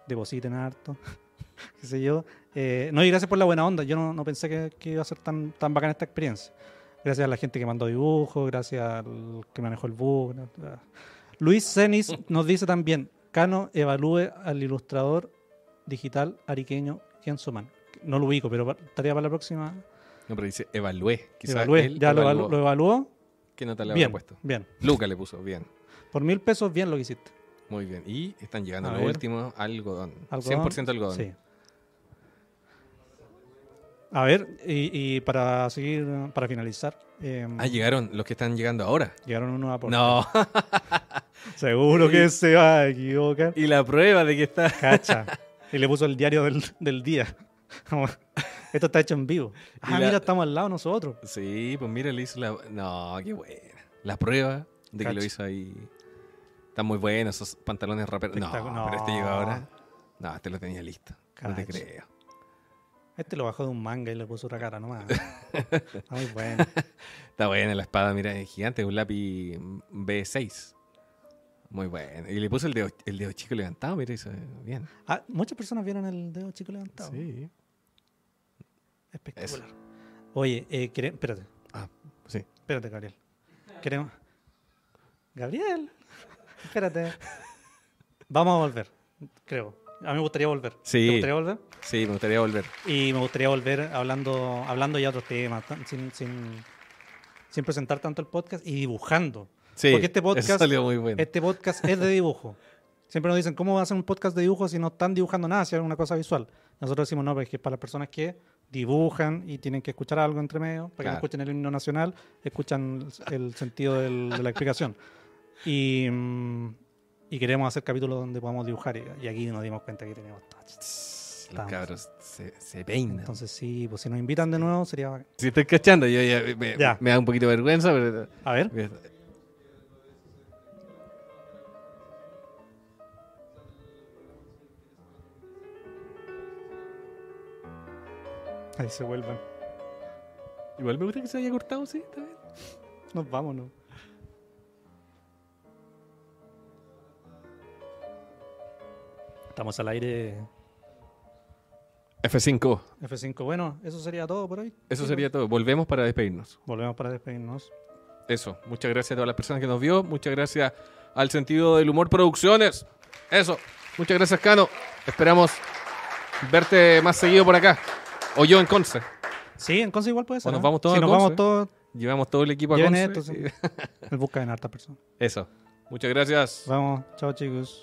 [SPEAKER 2] depositen harto, qué sé yo. Eh, no, y gracias por la buena onda. Yo no, no pensé que, que iba a ser tan, tan bacana esta experiencia. Gracias a la gente que mandó dibujos, gracias al que manejó el bug. ¿no? Ah. Luis Cenis nos dice también, Cano evalúe al ilustrador digital ariqueño Gensuman. No lo ubico, pero pa- tarea para la próxima.
[SPEAKER 1] No, pero dice evalué. Quizá
[SPEAKER 2] Evalué.
[SPEAKER 1] él
[SPEAKER 2] ya lo
[SPEAKER 1] evaluó.
[SPEAKER 2] evalu- lo evaluó.
[SPEAKER 1] ¿Qué nota le
[SPEAKER 2] Bien,
[SPEAKER 1] había puesto?
[SPEAKER 2] bien.
[SPEAKER 1] Luca le puso, bien.
[SPEAKER 2] Por mil pesos, bien lo que hiciste.
[SPEAKER 1] Muy bien. Y están llegando
[SPEAKER 2] A
[SPEAKER 1] los
[SPEAKER 2] ver.
[SPEAKER 1] últimos algodón.
[SPEAKER 2] Algodón.
[SPEAKER 1] 100% algodón.
[SPEAKER 2] Sí. A ver, y, y para seguir, para finalizar, eh,
[SPEAKER 1] Ah, llegaron los que están llegando ahora.
[SPEAKER 2] llegaron unos aportes.
[SPEAKER 1] No.
[SPEAKER 2] Seguro que se va a equivocar.
[SPEAKER 1] y la prueba de que está.
[SPEAKER 2] Cacha. y le puso el diario del, del día. Como, Esto está hecho en vivo. Ah,
[SPEAKER 1] la-
[SPEAKER 2] mira, estamos al lado nosotros.
[SPEAKER 1] Sí, pues mira, le hizo la. No, qué buena. La prueba de que lo
[SPEAKER 2] Cacha.
[SPEAKER 1] hizo ahí. Están muy buenos esos pantalones raperos. No,
[SPEAKER 2] Espectacu- no.
[SPEAKER 1] pero este llegó ahora. No, este lo tenía listo. No te
[SPEAKER 2] Cacha.
[SPEAKER 1] creo.
[SPEAKER 2] Este lo bajó de un manga y le puso otra cara nomás. Está muy bueno.
[SPEAKER 1] Está buena la espada, mira, es gigante, un lápiz B6. Muy bueno. Y le puso el dedo, el dedo chico levantado, mira, eso es bien.
[SPEAKER 2] Ah, muchas personas vieron el dedo chico levantado.
[SPEAKER 1] Sí.
[SPEAKER 2] Espectacular. Oye, eh, quere- espérate,
[SPEAKER 1] Ah, sí.
[SPEAKER 2] espérate, Gabriel. Queremos. Gabriel, espérate. Vamos a volver, creo. A mí me gustaría volver.
[SPEAKER 1] Sí.
[SPEAKER 2] ¿Te gustaría volver?
[SPEAKER 1] Sí, me gustaría volver.
[SPEAKER 2] Y me gustaría volver hablando, hablando ya de otros temas, tan- sin, sin, sin presentar tanto el podcast y dibujando.
[SPEAKER 1] Sí,
[SPEAKER 2] Porque este
[SPEAKER 1] eso
[SPEAKER 2] podcast-
[SPEAKER 1] salió muy bueno.
[SPEAKER 2] Este podcast es de dibujo. Siempre nos dicen, ¿cómo hacen un podcast de dibujo si no están dibujando nada, si es una cosa visual? Nosotros decimos, no, porque es para las personas que dibujan y tienen que escuchar algo entre medio, para que
[SPEAKER 1] Claro.
[SPEAKER 2] no escuchen el himno nacional, escuchan el sentido del- de la explicación. Y, mm, y queremos hacer capítulos donde podamos dibujar y, y aquí nos dimos cuenta que teníamos
[SPEAKER 1] Los
[SPEAKER 2] estamos.
[SPEAKER 1] cabros se, se peinan.
[SPEAKER 2] Entonces sí, pues si nos invitan de nuevo sería... bacán.
[SPEAKER 1] si estoy cachando, yo ya me,
[SPEAKER 2] Ya.
[SPEAKER 1] me da un poquito de vergüenza, pero.
[SPEAKER 2] A ver, ahí se vuelven.
[SPEAKER 1] Igual me gusta que se haya cortado, sí, está bien.
[SPEAKER 2] Nos vamos, ¿no? Estamos al aire
[SPEAKER 1] F5.
[SPEAKER 2] F5. Bueno, eso sería todo por hoy.
[SPEAKER 1] Eso
[SPEAKER 2] chicos.
[SPEAKER 1] sería todo. Volvemos para despedirnos.
[SPEAKER 2] Volvemos para despedirnos.
[SPEAKER 1] Eso. Muchas gracias a todas las personas que nos vio. Muchas gracias al sentido del humor producciones. Eso. Muchas gracias, Cano. Esperamos verte más seguido por acá. O yo en Conce.
[SPEAKER 2] Sí, entonces igual puede ser.
[SPEAKER 1] nos
[SPEAKER 2] ¿eh?
[SPEAKER 1] vamos todos
[SPEAKER 2] Si
[SPEAKER 1] a
[SPEAKER 2] nos
[SPEAKER 1] Conce.
[SPEAKER 2] vamos todos,
[SPEAKER 1] Llevamos todo el equipo a
[SPEAKER 2] Lleven
[SPEAKER 1] Conce.
[SPEAKER 2] esto, sí.
[SPEAKER 1] Sí.
[SPEAKER 2] el busca en harta persona.
[SPEAKER 1] Eso. Muchas gracias.
[SPEAKER 2] Vamos, chao chicos.